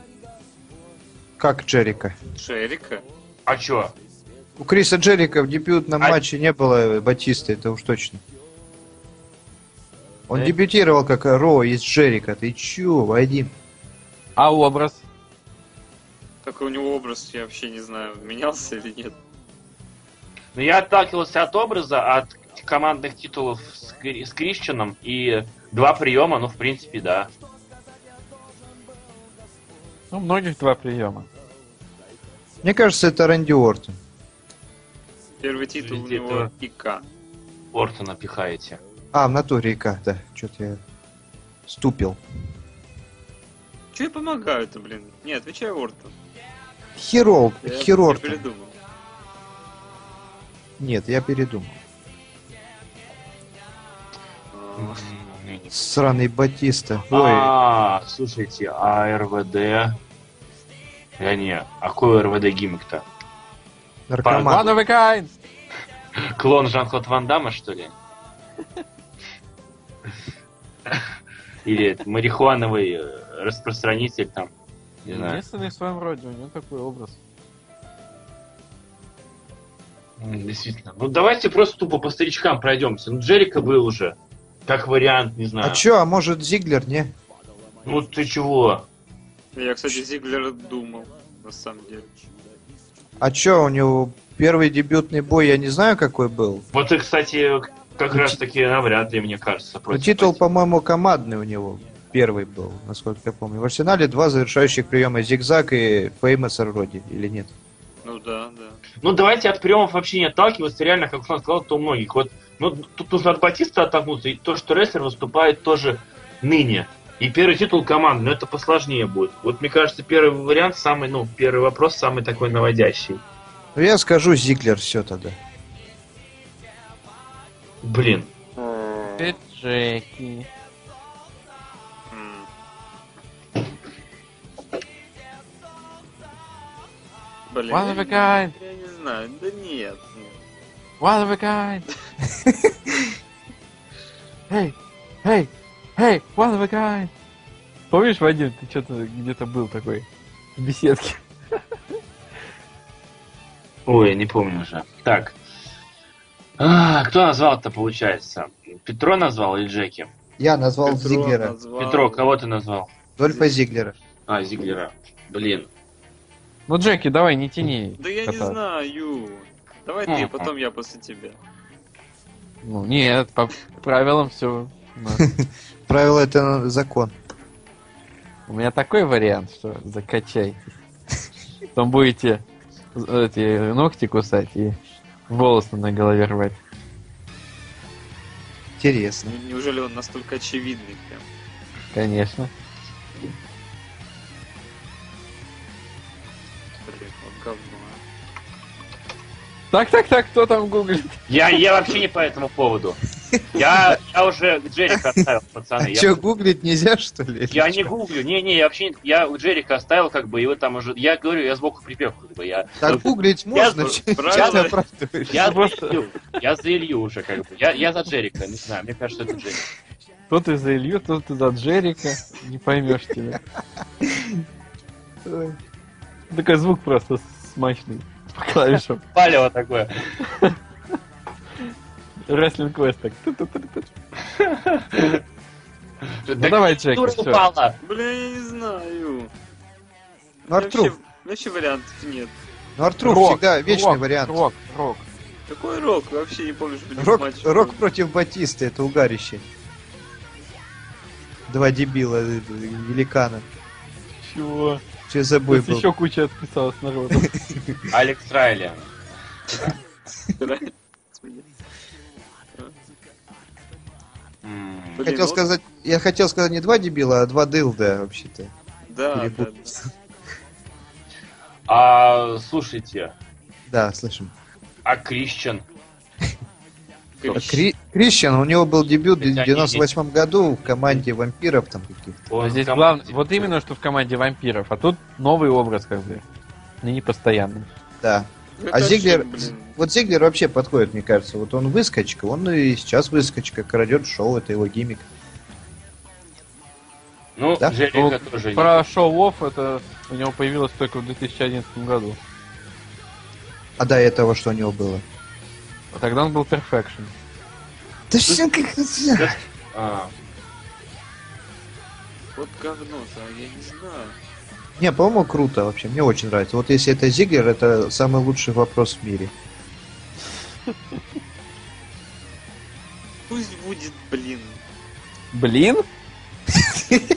Speaker 3: Как Джерика.
Speaker 2: Шерика.
Speaker 1: А чё?
Speaker 3: У Криса Джерика в дебютном
Speaker 1: А-
Speaker 3: матче не было Батиста, это уж точно. Он
Speaker 1: Э.
Speaker 3: дебютировал как Ро из Джерика. Ты чё, Вадим?
Speaker 4: А образ?
Speaker 2: Какой у него образ, я вообще не знаю, менялся или нет.
Speaker 1: Ну, я отталкивался от образа, от командных титулов с, Кри- с Крищеном и два приема, ну, в принципе, да.
Speaker 4: Ну, у многих два приема.
Speaker 3: Мне кажется, это Рэнди Уортон.
Speaker 2: Первый титул у
Speaker 1: Видите,
Speaker 2: него ИК.
Speaker 1: Ортона пихаете.
Speaker 3: А, в натуре ИК, да. Что-то я ступил.
Speaker 2: Че я помогаю-то, блин? Не, отвечай Ортон.
Speaker 3: Херол,
Speaker 2: Я- я
Speaker 3: Херортон.
Speaker 2: передумал.
Speaker 3: Нет, я передумал.
Speaker 2: А,
Speaker 3: Сраный Батиста. Ой,
Speaker 1: А, слушайте, а РВД... Да не, а какой РВД гиммик-то?
Speaker 3: наркоман.
Speaker 4: One of a kind!
Speaker 1: Клон Жан-Клод Ван Дамма, что ли? Или это марихуановый э, распространитель там. Не знаю.
Speaker 4: Единственный в своем роде, у него такой образ.
Speaker 1: М, Действительно. Ну давайте просто тупо по старичкам пройдемся. Ну Джерика был уже. Как вариант, не знаю.
Speaker 3: А чё, а может Зиглер, не?
Speaker 1: Ну ты чего?
Speaker 2: Я, кстати, Зиглер думал, на самом деле.
Speaker 3: А чё, у него первый дебютный бой, я не знаю, какой был.
Speaker 1: Вот и, кстати, Как раз таки навряд ли, мне кажется.
Speaker 3: Ну,
Speaker 1: против
Speaker 3: титул,
Speaker 1: Пати.
Speaker 3: по-моему, командный у него. Первый был, насколько я помню. В арсенале два завершающих приема зигзаг и феймесер вроде, или нет?
Speaker 2: Ну да, да.
Speaker 1: Ну, давайте от приемов вообще не отталкиваться. Реально, как Руслан сказал, то у многих. Вот, ну, тут нужно от Батиста оттолкнуться. И то, что рестлер выступает тоже ныне. И первый титул команды, но это посложнее будет. Вот, мне кажется, первый вариант самый, ну, первый вопрос самый такой наводящий.
Speaker 3: Ну, я скажу Зиглер все тогда.
Speaker 1: Блин.
Speaker 4: Теперь Джеки.
Speaker 2: М. Блин.
Speaker 4: One of a
Speaker 2: я
Speaker 4: kind.
Speaker 2: не- Я не знаю, да нет. нет.
Speaker 4: One of a kind. Эй, эй, эй, one of a kind. Помнишь, Вадим, ты что-то где-то был такой в беседке?
Speaker 1: Ой, я не помню уже. Так. А, кто назвал-то, получается? Петро назвал или Джеки?
Speaker 3: Я назвал
Speaker 2: Петро
Speaker 3: Зиглера.
Speaker 2: назвал.
Speaker 1: Петро, кого ты назвал?
Speaker 3: Дольфа Зиглера.
Speaker 1: А, Зиглера. Блин.
Speaker 4: Ну, Джеки, давай, не тяни.
Speaker 2: Да я не
Speaker 4: кота.
Speaker 2: знаю. Ю. Давай ты,
Speaker 1: М-м.
Speaker 2: потом я после тебя.
Speaker 4: Ну, нет, по правилам все.
Speaker 3: Правило это закон.
Speaker 4: У меня такой вариант, что закачай. Потом будете эти ногти кусать и волосы на голове рвать.
Speaker 3: Интересно.
Speaker 2: Не- Ну, Неужели он настолько очевидный прям?
Speaker 4: Конечно.
Speaker 2: Блин, вот говно. а.
Speaker 4: Так, так, так, кто там гуглит?
Speaker 1: Я, я вообще не по этому поводу. Я, я уже Джерика оставил, пацаны. Я-
Speaker 3: Че, А гуглить нельзя, что ли? или
Speaker 1: Я не
Speaker 3: чё?
Speaker 1: гуглю, не-не, я вообще не- я у Джерика оставил, как бы, и вы там уже. Я говорю, я сбоку припев, как бы я.
Speaker 3: Так гуглить можно,
Speaker 1: знаю,
Speaker 3: чё ты
Speaker 2: правило.
Speaker 3: оправдываешь?
Speaker 1: Я за
Speaker 4: Просто-
Speaker 1: Илью, я за Илью уже, как бы. Я, я за Джерика, не знаю, мне кажется, это Джерик.
Speaker 4: Кто ты за Илью, кто ты за Джерика. Не поймешь тебя.
Speaker 3: Ой.
Speaker 4: Такой звук просто смачный по клавишам.
Speaker 1: Палево такое.
Speaker 4: Wrestling Quest так. Ту-ту-ту-ту. Ну
Speaker 1: Да
Speaker 4: давай, Джеки,
Speaker 1: дура
Speaker 4: все.
Speaker 1: упала.
Speaker 2: Блин, я не знаю.
Speaker 3: Ну, Артрук.
Speaker 2: Вообще, вообще вариантов нет.
Speaker 3: Ну, Артрук всегда вечный вариант.
Speaker 4: Рок, рок.
Speaker 2: Какой рок? Вообще не помню, что
Speaker 3: Рок, рок против Батиста, это угарище. Два дебила, э, э, великана.
Speaker 4: Чего?
Speaker 3: Че за бой
Speaker 4: Тут
Speaker 3: был?
Speaker 4: еще куча отписалась народу.
Speaker 1: Алекс Райли.
Speaker 2: против...
Speaker 1: М.
Speaker 2: Блин, ну,
Speaker 3: Хотел
Speaker 2: вот-
Speaker 3: сказать, я хотел сказать не два дебила, а два дылда вообще-то.
Speaker 2: Да, да, да.
Speaker 3: Перепутал.
Speaker 1: А слушайте,
Speaker 3: Да, слышим.
Speaker 1: а Крищен?
Speaker 3: А Кри- Крищен, у него был дебют в 98 году в команде вампиров там каких-то.
Speaker 1: Он
Speaker 4: здесь
Speaker 1: кому-
Speaker 4: главное, вот именно что в команде вампиров, а тут новый образ как бы. Не непостоянный.
Speaker 3: Да.
Speaker 2: Это
Speaker 3: А
Speaker 2: вообще,
Speaker 3: Зиглер,
Speaker 2: блин,
Speaker 3: вот Зиглер вообще подходит, мне кажется. Вот он выскочка, он и сейчас выскочка, крадет шоу, это его гиммик.
Speaker 1: Ну,
Speaker 3: Да?
Speaker 1: Джерика тоже не.
Speaker 4: Про шоу-офф это у него появилось только в 2011 году.
Speaker 3: А до этого что у него было?
Speaker 4: А Тогда он был перфекшн.
Speaker 3: Да всё как...
Speaker 1: А,
Speaker 2: Вот говно-то, а я не знаю.
Speaker 3: Не, по-моему, круто вообще, мне очень нравится. Вот если это Зиглер, это самый лучший вопрос в мире.
Speaker 2: Пусть будет, блин.
Speaker 4: Блин?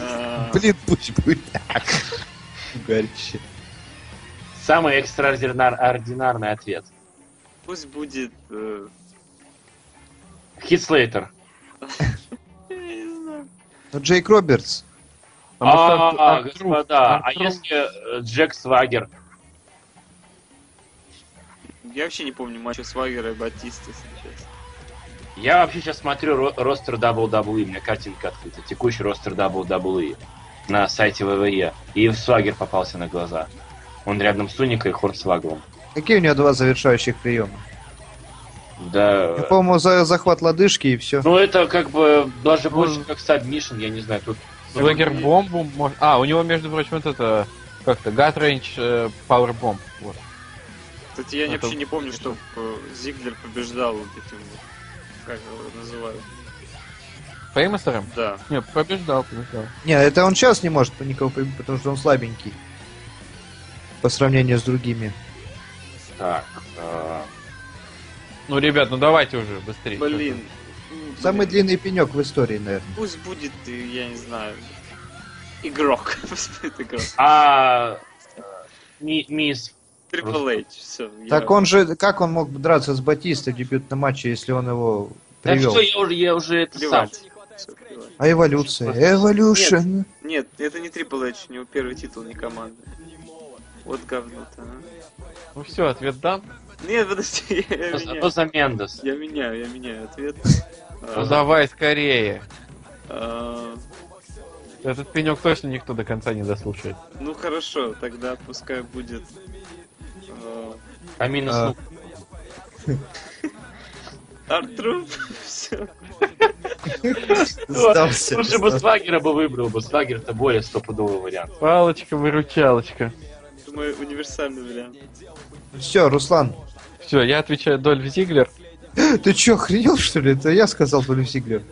Speaker 2: а,
Speaker 3: Блин, пусть будет так. Угарище.
Speaker 1: Самый экстраординарный ответ.
Speaker 2: Пусть будет... э,
Speaker 1: Хит Слейтер.
Speaker 2: Я не знаю.
Speaker 3: Ну, Джейк Робертс.
Speaker 4: Потому что Арт-
Speaker 1: А,
Speaker 4: Артрук-
Speaker 1: господа, а
Speaker 4: Артрук-
Speaker 1: если э, Джек Свагер?
Speaker 2: Я вообще не помню матча Свагера и Батиста, если честно.
Speaker 1: Я вообще сейчас смотрю ро- ростер WWE, у меня картинка открыта, текущий ростер WWE на сайте ВВЕ. И Свагер попался на глаза. Он рядом с Уникой и Хорнсвагом.
Speaker 3: Какие у него два завершающих приема?
Speaker 1: Да.
Speaker 3: Я, по-моему, за захват лодыжки и все.
Speaker 1: Ну это как бы даже
Speaker 4: Ну,
Speaker 1: больше как сабмишн, я не знаю, тут...
Speaker 4: Свагер бомбу мож- А, у него, между прочим, вот это как-то Гат Рейндж Пауэрбомб. Вот.
Speaker 2: Кстати, я
Speaker 4: А Это
Speaker 2: вообще не помню, что Зиглер побеждал вот этим вот, как его называют.
Speaker 4: Феймосером?
Speaker 2: Да.
Speaker 4: Не, побеждал, побеждал.
Speaker 3: Не, это он сейчас не может никого прибить, потому что он слабенький. По сравнению с другими.
Speaker 1: Так, э,
Speaker 4: Ну, ребят, ну давайте уже быстрее.
Speaker 2: Блин. М,
Speaker 3: Самый
Speaker 2: блин,
Speaker 3: длинный пенек в истории, наверное.
Speaker 2: Пусть будет, э, я не знаю, игрок. Пусть будет игрок.
Speaker 1: А э, ми- мисс...
Speaker 2: Трипл H, все.
Speaker 3: Так он же, как он мог драться с Батистой в дебютном матче, если он его
Speaker 1: Да
Speaker 3: привел?
Speaker 1: что, я уже, я уже это сам.
Speaker 2: Плевать. Всё, плевать.
Speaker 3: А эволюция? Эволюшн!
Speaker 2: Нет, это не Трипл H, у него первый титул не команды. Вот говно-то, а.
Speaker 4: Ну все, ответ дан.
Speaker 2: Нет, подожди,
Speaker 1: Что за-
Speaker 2: я
Speaker 1: что
Speaker 2: меняю.
Speaker 1: за Мендес?
Speaker 2: Я меняю, я меняю ответ.
Speaker 4: Ну
Speaker 2: А,
Speaker 4: давай скорее.
Speaker 2: а,
Speaker 4: Этот пенек точно никто до конца не дослушает.
Speaker 2: Ну хорошо, тогда пускай будет... а,
Speaker 1: А минус...
Speaker 3: А.
Speaker 1: ну,
Speaker 2: Артрум, все.
Speaker 3: Сдался.
Speaker 1: Лучше бы
Speaker 3: сдался.
Speaker 1: Свагера бы выбрал бы. Свагер-то более стопудовый вариант.
Speaker 4: Палочка-выручалочка.
Speaker 2: Думаю, универсальный вариант.
Speaker 3: Все, Руслан,
Speaker 4: Все, я отвечаю Дольф Зиглер.
Speaker 3: ты чё, охренел, что ли? Это я сказал Толю Сиглер.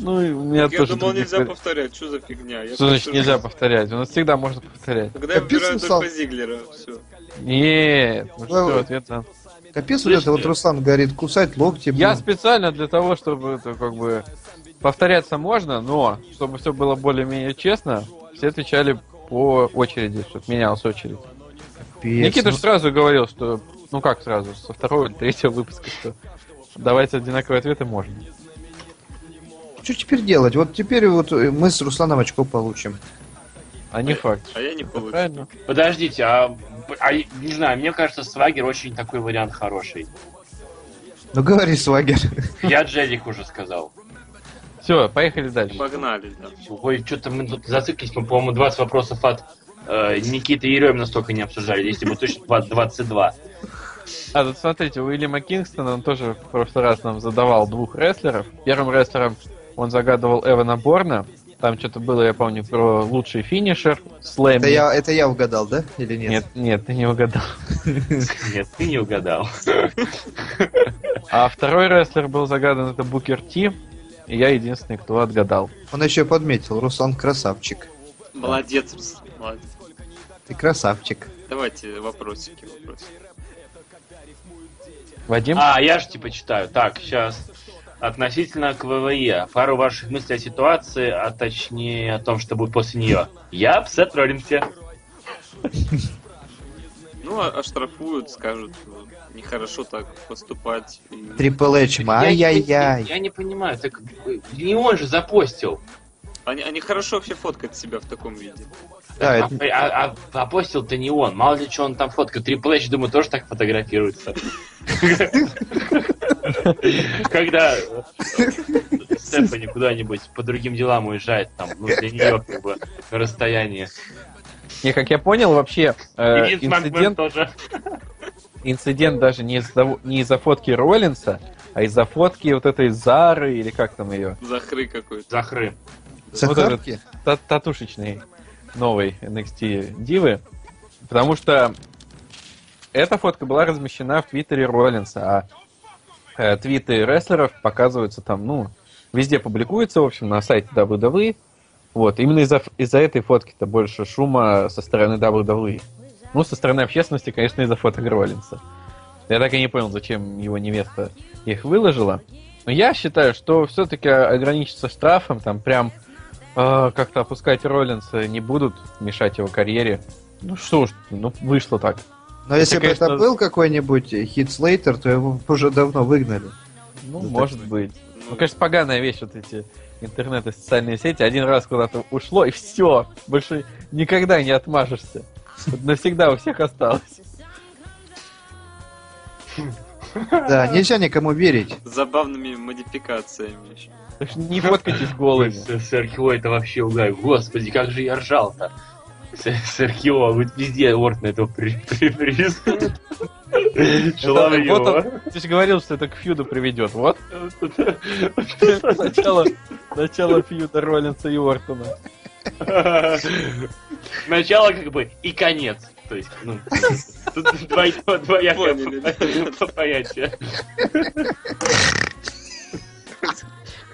Speaker 4: Ну, и у меня
Speaker 2: Я
Speaker 4: тоже...
Speaker 2: думал,
Speaker 4: других
Speaker 2: нельзя
Speaker 4: вариантов.
Speaker 2: повторять, что за фигня? Я
Speaker 4: Что значит
Speaker 2: просто-
Speaker 4: нельзя повторять? У нас всегда можно повторять.
Speaker 2: Тогда я выбираю
Speaker 3: Капец, Руслан.
Speaker 2: только Зиглера, все.
Speaker 4: Нет, ну
Speaker 3: Давай.
Speaker 4: что, ответ дан.
Speaker 3: Капец, вот это вот
Speaker 1: Слышите?
Speaker 3: Руслан говорит, кусать локти.
Speaker 4: Я
Speaker 3: блин.
Speaker 4: специально для того, чтобы это как бы повторяться можно, но чтобы все было более-менее честно, все отвечали по очереди, чтобы менялась очередь.
Speaker 3: Капец,
Speaker 4: Никита
Speaker 3: ну,
Speaker 4: же сразу говорил, что ну как сразу, со второго или третьего выпуска, что давайте одинаковые ответы можно.
Speaker 3: Что теперь делать? Вот теперь вот э, мы с Русланом очко получим.
Speaker 4: А не факт.
Speaker 2: А я не получу.
Speaker 4: Правильно?
Speaker 1: Подождите, а, а не знаю, мне кажется, Свагер очень такой вариант хороший.
Speaker 3: Ну говори, Свагер.
Speaker 1: Я Джерик уже сказал.
Speaker 4: Все, поехали дальше.
Speaker 2: Погнали, да.
Speaker 1: Ой, что-то мы тут зациклились, мы, по-моему, 20 вопросов от э, Никиты Еремина столько не обсуждали, если бы точно 20 22.
Speaker 4: А тут смотрите, Уильяма Кингстона, он тоже в прошлый раз нам задавал двух рестлеров. Первым рестлером он загадывал Эвана Борна. Там что-то было, я помню, про лучший финишер. Слэм.
Speaker 3: Это я, это я угадал, да? Или нет?
Speaker 4: Нет, нет, ты не угадал.
Speaker 1: Нет, ты не угадал.
Speaker 4: А второй рестлер был загадан, это Букер Ти. И я единственный, кто отгадал.
Speaker 3: Он еще подметил, Руслан красавчик.
Speaker 2: Молодец, Руслан, молодец.
Speaker 3: Ты красавчик.
Speaker 2: Давайте вопросики, вопросики.
Speaker 4: Вадим?
Speaker 1: А, я же типа читаю. Так, сейчас. Относительно к ВВЕ. Пару ваших мыслей о ситуации, а точнее о том, что будет после нее. Я все троллимся.
Speaker 2: Ну, а- оштрафуют, скажут, ну, нехорошо так поступать. И...
Speaker 3: Трипл Эч,
Speaker 1: Я не- Я,
Speaker 3: ай-яй-яй.
Speaker 1: не понимаю, так э, не он же запостил.
Speaker 2: Они, они хорошо вообще фоткают себя в таком виде.
Speaker 3: Да,
Speaker 1: А,
Speaker 3: это-
Speaker 1: а- а запостил-то не он. Мало ли что он там фоткает. Трипл Эйч, думаю, тоже так фотографируется. Когда э, Стефани куда-нибудь по другим делам уезжает, там, ну, для нее как бы на расстоянии.
Speaker 4: Не, как я понял, вообще
Speaker 1: И
Speaker 4: э,
Speaker 1: Винс Макмен
Speaker 4: инцидент,
Speaker 1: тоже.
Speaker 4: инцидент даже не из-за, того- не из-за фотки Роллинса, а из-за фотки вот этой Зары или как там ее,
Speaker 2: Захры какой-то.
Speaker 1: Захры.
Speaker 3: Сахарки?
Speaker 4: та- татушечной новой NXT дивы. Потому что эта фотка была размещена в твиттере Роллинса, а э, твиты рестлеров показываются там, ну, везде публикуются, в общем, на сайте WWE. Вот, именно из-за из этой фотки-то больше шума со стороны WWE. Ну, со стороны общественности, конечно, из-за фоток Роллинса. Я так и не понял, зачем его невеста их выложила. Но я считаю, что все-таки ограничиться штрафом, там прям э, как-то опускать Роллинса не будут, мешать его карьере. Ну что ж, ну вышло так.
Speaker 3: Но если бы
Speaker 4: конечно,
Speaker 3: это был какой-нибудь хит Слейтер, то его бы уже давно выгнали.
Speaker 4: Ну,
Speaker 3: Ну,
Speaker 4: может
Speaker 3: так-
Speaker 4: быть.
Speaker 2: Ну,
Speaker 4: Ну, конечно, поганая вещь, вот эти интернет и социальные сети. Один раз куда-то ушло, и все. Больше никогда не отмажешься. Вот навсегда у всех осталось.
Speaker 3: Да, нельзя никому верить.
Speaker 2: с забавными модификациями еще.
Speaker 4: Так что не фоткайтесь голыми.
Speaker 1: Ой, Сер- Серхио, это вообще угай. Господи, как же я ржал-то. Сер- Серхио, вы везде орт на этого при- при- пририсуют.
Speaker 4: Вот
Speaker 1: Человек.
Speaker 4: он, ты же говорил, что это к фьюду приведет. Вот. Начало, начало фьюда Роллинса и Ортона.
Speaker 1: Начало как бы и конец. То есть, ну, тут двоякое
Speaker 2: Поняли, да?
Speaker 1: понятие.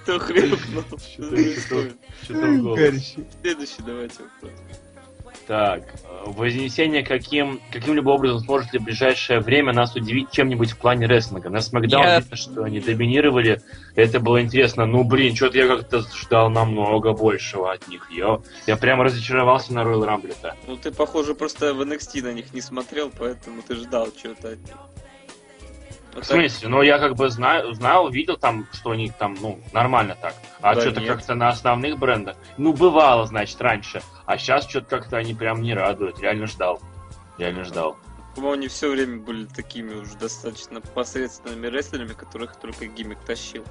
Speaker 2: Кто хрюкнул?
Speaker 1: Что-то- что-то- что-то в голову.
Speaker 2: Следующий давайте вопрос.
Speaker 1: Так, э, Вознесение каким, каким-либо образом сможет ли в ближайшее время нас удивить чем-нибудь в плане рестлинга? На Смакдаун
Speaker 4: Нет.
Speaker 1: видно, что они доминировали, это было интересно. Ну, блин, что-то я как-то ждал намного большего от них. Я, я прямо разочаровался на Ройл Рамбле-то.
Speaker 2: Ну ты, похоже, просто в NXT на них не смотрел, поэтому ты ждал чего-то от них. А
Speaker 1: В
Speaker 2: так-
Speaker 1: смысле? Ну, я как бы знаю, знал, видел там, что у них там, ну, нормально так. А
Speaker 2: Да
Speaker 1: что-то
Speaker 2: нет.
Speaker 1: как-то на основных брендах. Ну, бывало, значит, раньше. А сейчас что-то как-то они прям не радуют. Реально ждал. Реально ждал.
Speaker 2: По-моему, они все время были такими уже достаточно посредственными рестлерами, которых только гиммик тащил.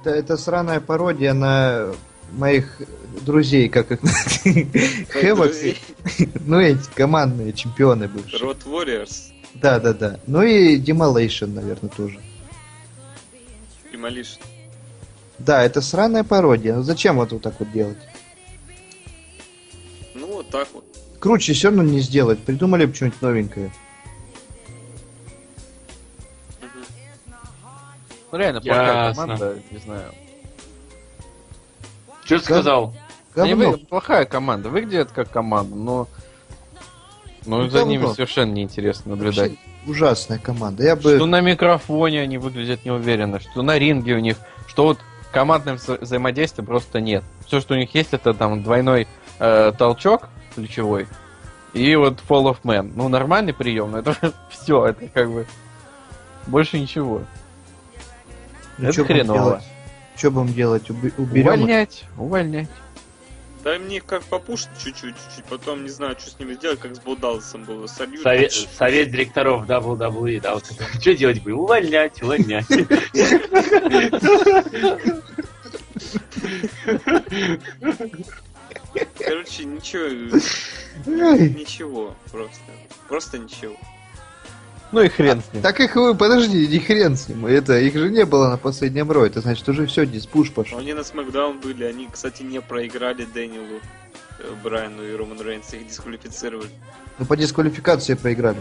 Speaker 3: Это, это сраная пародия на моих друзей, как их Хэвок,
Speaker 2: Друзей,
Speaker 3: ну эти командные чемпионы бывшие.
Speaker 2: Road Warriors
Speaker 3: Да, да, да. Ну и Demolition, наверное, тоже.
Speaker 2: и Малиш.
Speaker 3: Да, это сраная пародия. Ну зачем вот, вот так вот делать?
Speaker 2: Ну вот так вот.
Speaker 3: Круче все равно не сделать. Придумали бы что-нибудь новенькое.
Speaker 2: Мгм.
Speaker 4: Ну, реально, плохая
Speaker 1: Ясно.
Speaker 4: команда, не знаю.
Speaker 1: Что ты
Speaker 3: Как-
Speaker 1: сказал?
Speaker 4: Они
Speaker 3: Говно.
Speaker 4: вы- плохая команда, выглядит как команда, но... Но
Speaker 3: Ну,
Speaker 4: за
Speaker 3: говно.
Speaker 4: ними совершенно неинтересно
Speaker 3: Вообще
Speaker 4: наблюдать.
Speaker 3: ужасная команда. Я бы... ну,
Speaker 4: Что на микрофоне они выглядят неуверенно, что на ринге у них, что вот командным вза- взаимодействия просто нет. Все, что у них есть, это там двойной э, толчок ключевой и вот Fall of Man. Ну, нормальный прием, но это все, это как бы больше ничего.
Speaker 3: ну,
Speaker 4: это
Speaker 3: чё будем
Speaker 4: хреново.
Speaker 3: делать? Что будем делать? Уби- Уберем? их?
Speaker 4: Увольнять, увольнять.
Speaker 2: Дай мне их как попушить чуть-чуть, чуть-чуть, потом не знаю, что с ними делать, как с Бодалсом было. Сольют.
Speaker 1: Сове- совет директоров WWE, да, вот что делать будем? Увольнять, увольнять.
Speaker 2: Короче, ничего,
Speaker 3: Ай,
Speaker 2: ничего просто. Просто ничего.
Speaker 4: Ну и хрен с
Speaker 3: А
Speaker 4: ним.
Speaker 3: Так их вы, подожди, не хрен с ним. Это, их же не было на последнем рое. Это значит, уже все, диспуш
Speaker 2: Но
Speaker 3: пошел.
Speaker 2: Ну, Они на Смакдаун были, они, кстати, не проиграли Дэнилу, э, Брайану и Роман Рейнс, их дисквалифицировали.
Speaker 3: Ну, по дисквалификации проиграли.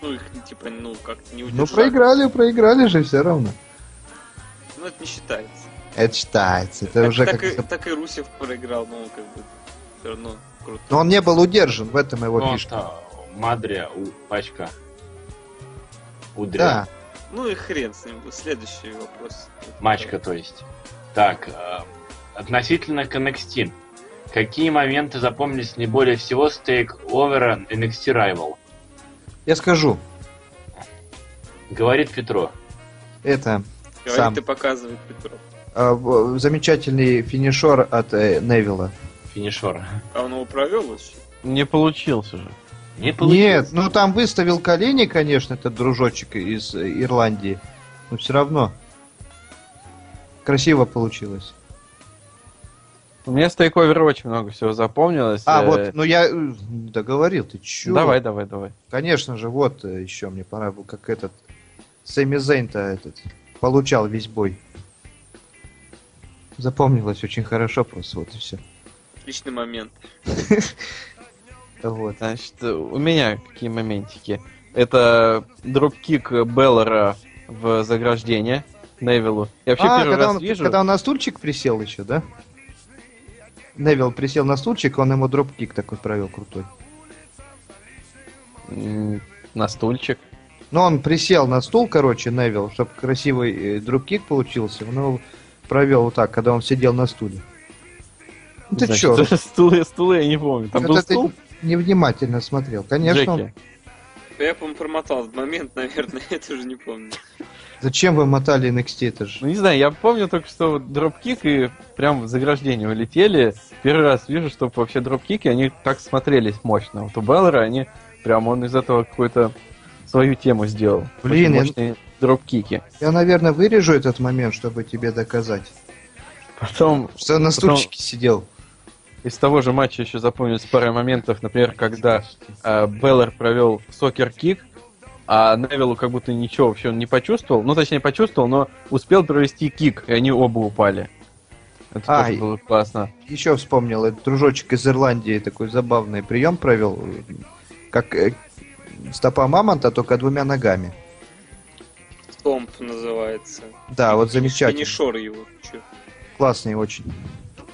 Speaker 2: Ну, их, типа, ну, как-то не
Speaker 3: Ну,
Speaker 2: удержали.
Speaker 3: проиграли, проиграли же все равно.
Speaker 2: Ну, это не считается.
Speaker 3: Это считается, это уже
Speaker 2: так,
Speaker 3: как...
Speaker 2: и, так и Русев проиграл, но он как бы все равно круто.
Speaker 3: Но он не был удержан, в этом его
Speaker 1: Ну,
Speaker 3: фишка.
Speaker 1: та, Мадрия, у- пачка. Удря.
Speaker 3: Да,
Speaker 2: Ну и хрен с ним. Следующий вопрос.
Speaker 1: Мачка, то есть. Так, э, относительно к NXT. Какие моменты запомнились не более всего с тейк-овера NXT Rival?
Speaker 3: я скажу,
Speaker 1: Говорит Петро.
Speaker 3: это
Speaker 2: Говорит
Speaker 3: Сам.
Speaker 2: и показывает Петров.
Speaker 3: а, в- замечательный финишер от э, Невилла.
Speaker 1: Финишер.
Speaker 2: А он его провел вообще?
Speaker 4: Не получился же.
Speaker 1: Не получилось.
Speaker 3: Нет, ну там выставил колени, конечно, этот дружочек из э, Ирландии. Но все равно. Красиво получилось.
Speaker 4: У меня с тейковера очень много всего запомнилось.
Speaker 3: А,
Speaker 4: Э,
Speaker 3: вот, ну я э, не договорил, ты чё?
Speaker 4: Давай, давай, давай.
Speaker 3: Конечно же, вот еще мне пора было, как этот Сэмми Зейн-то этот получал весь бой. Запомнилось очень хорошо просто, вот и все.
Speaker 2: Отличный момент.
Speaker 3: Вот.
Speaker 4: Значит, э, у меня какие моментики. Это дропкик Беллера в заграждение Невилу. Я вообще
Speaker 3: а,
Speaker 4: первый
Speaker 3: когда
Speaker 4: раз
Speaker 3: он,
Speaker 4: вижу.
Speaker 3: когда он на стульчик присел еще, да? Невил присел на стульчик, он ему дропкик такой провел крутой.
Speaker 4: М, На стульчик.
Speaker 3: Но Ну, он присел на стул, короче, Невил, чтобы красивый э, дропкик получился. Он его провел вот так, когда он сидел на стуле. Ну ты
Speaker 4: Значит,
Speaker 3: чё?
Speaker 4: Стул, стул я не помню. Там был
Speaker 3: Что-то ты
Speaker 4: стул?
Speaker 3: невнимательно смотрел. Конечно, он-
Speaker 4: Джеки.
Speaker 2: Я, по-моему, промотал этот момент, наверное, я тоже не помню.
Speaker 3: Зачем вы мотали NXT? Это же
Speaker 4: Ну не знаю, я помню только, что вот дропкик и прям в заграждение улетели. Первый раз вижу, что вообще дропкики, они так смотрелись мощно. Вот у Беллера они прям он из этого какую-то свою тему сделал.
Speaker 3: Блин,
Speaker 4: Очень
Speaker 3: я-
Speaker 4: мощные дропкики.
Speaker 3: Я, наверное, вырежу этот момент, чтобы тебе доказать,
Speaker 4: Потом
Speaker 3: что на стульчике сидел.
Speaker 4: Из того же матча еще запомнились пара моментов, например, когда Беллар провел сокер-кик, а Невилу как будто ничего вообще он не почувствовал, ну точнее почувствовал, но успел провести кик, и они оба упали. Это
Speaker 3: А,
Speaker 4: тоже
Speaker 3: и-
Speaker 4: было классно.
Speaker 3: Еще вспомнил, этот дружочек из Ирландии такой забавный прием провел, как э, стопа мамонта, только двумя ногами.
Speaker 2: Томп называется.
Speaker 3: Да, вот А, замечательно.
Speaker 2: Финишер его. Чё?
Speaker 3: Классный очень.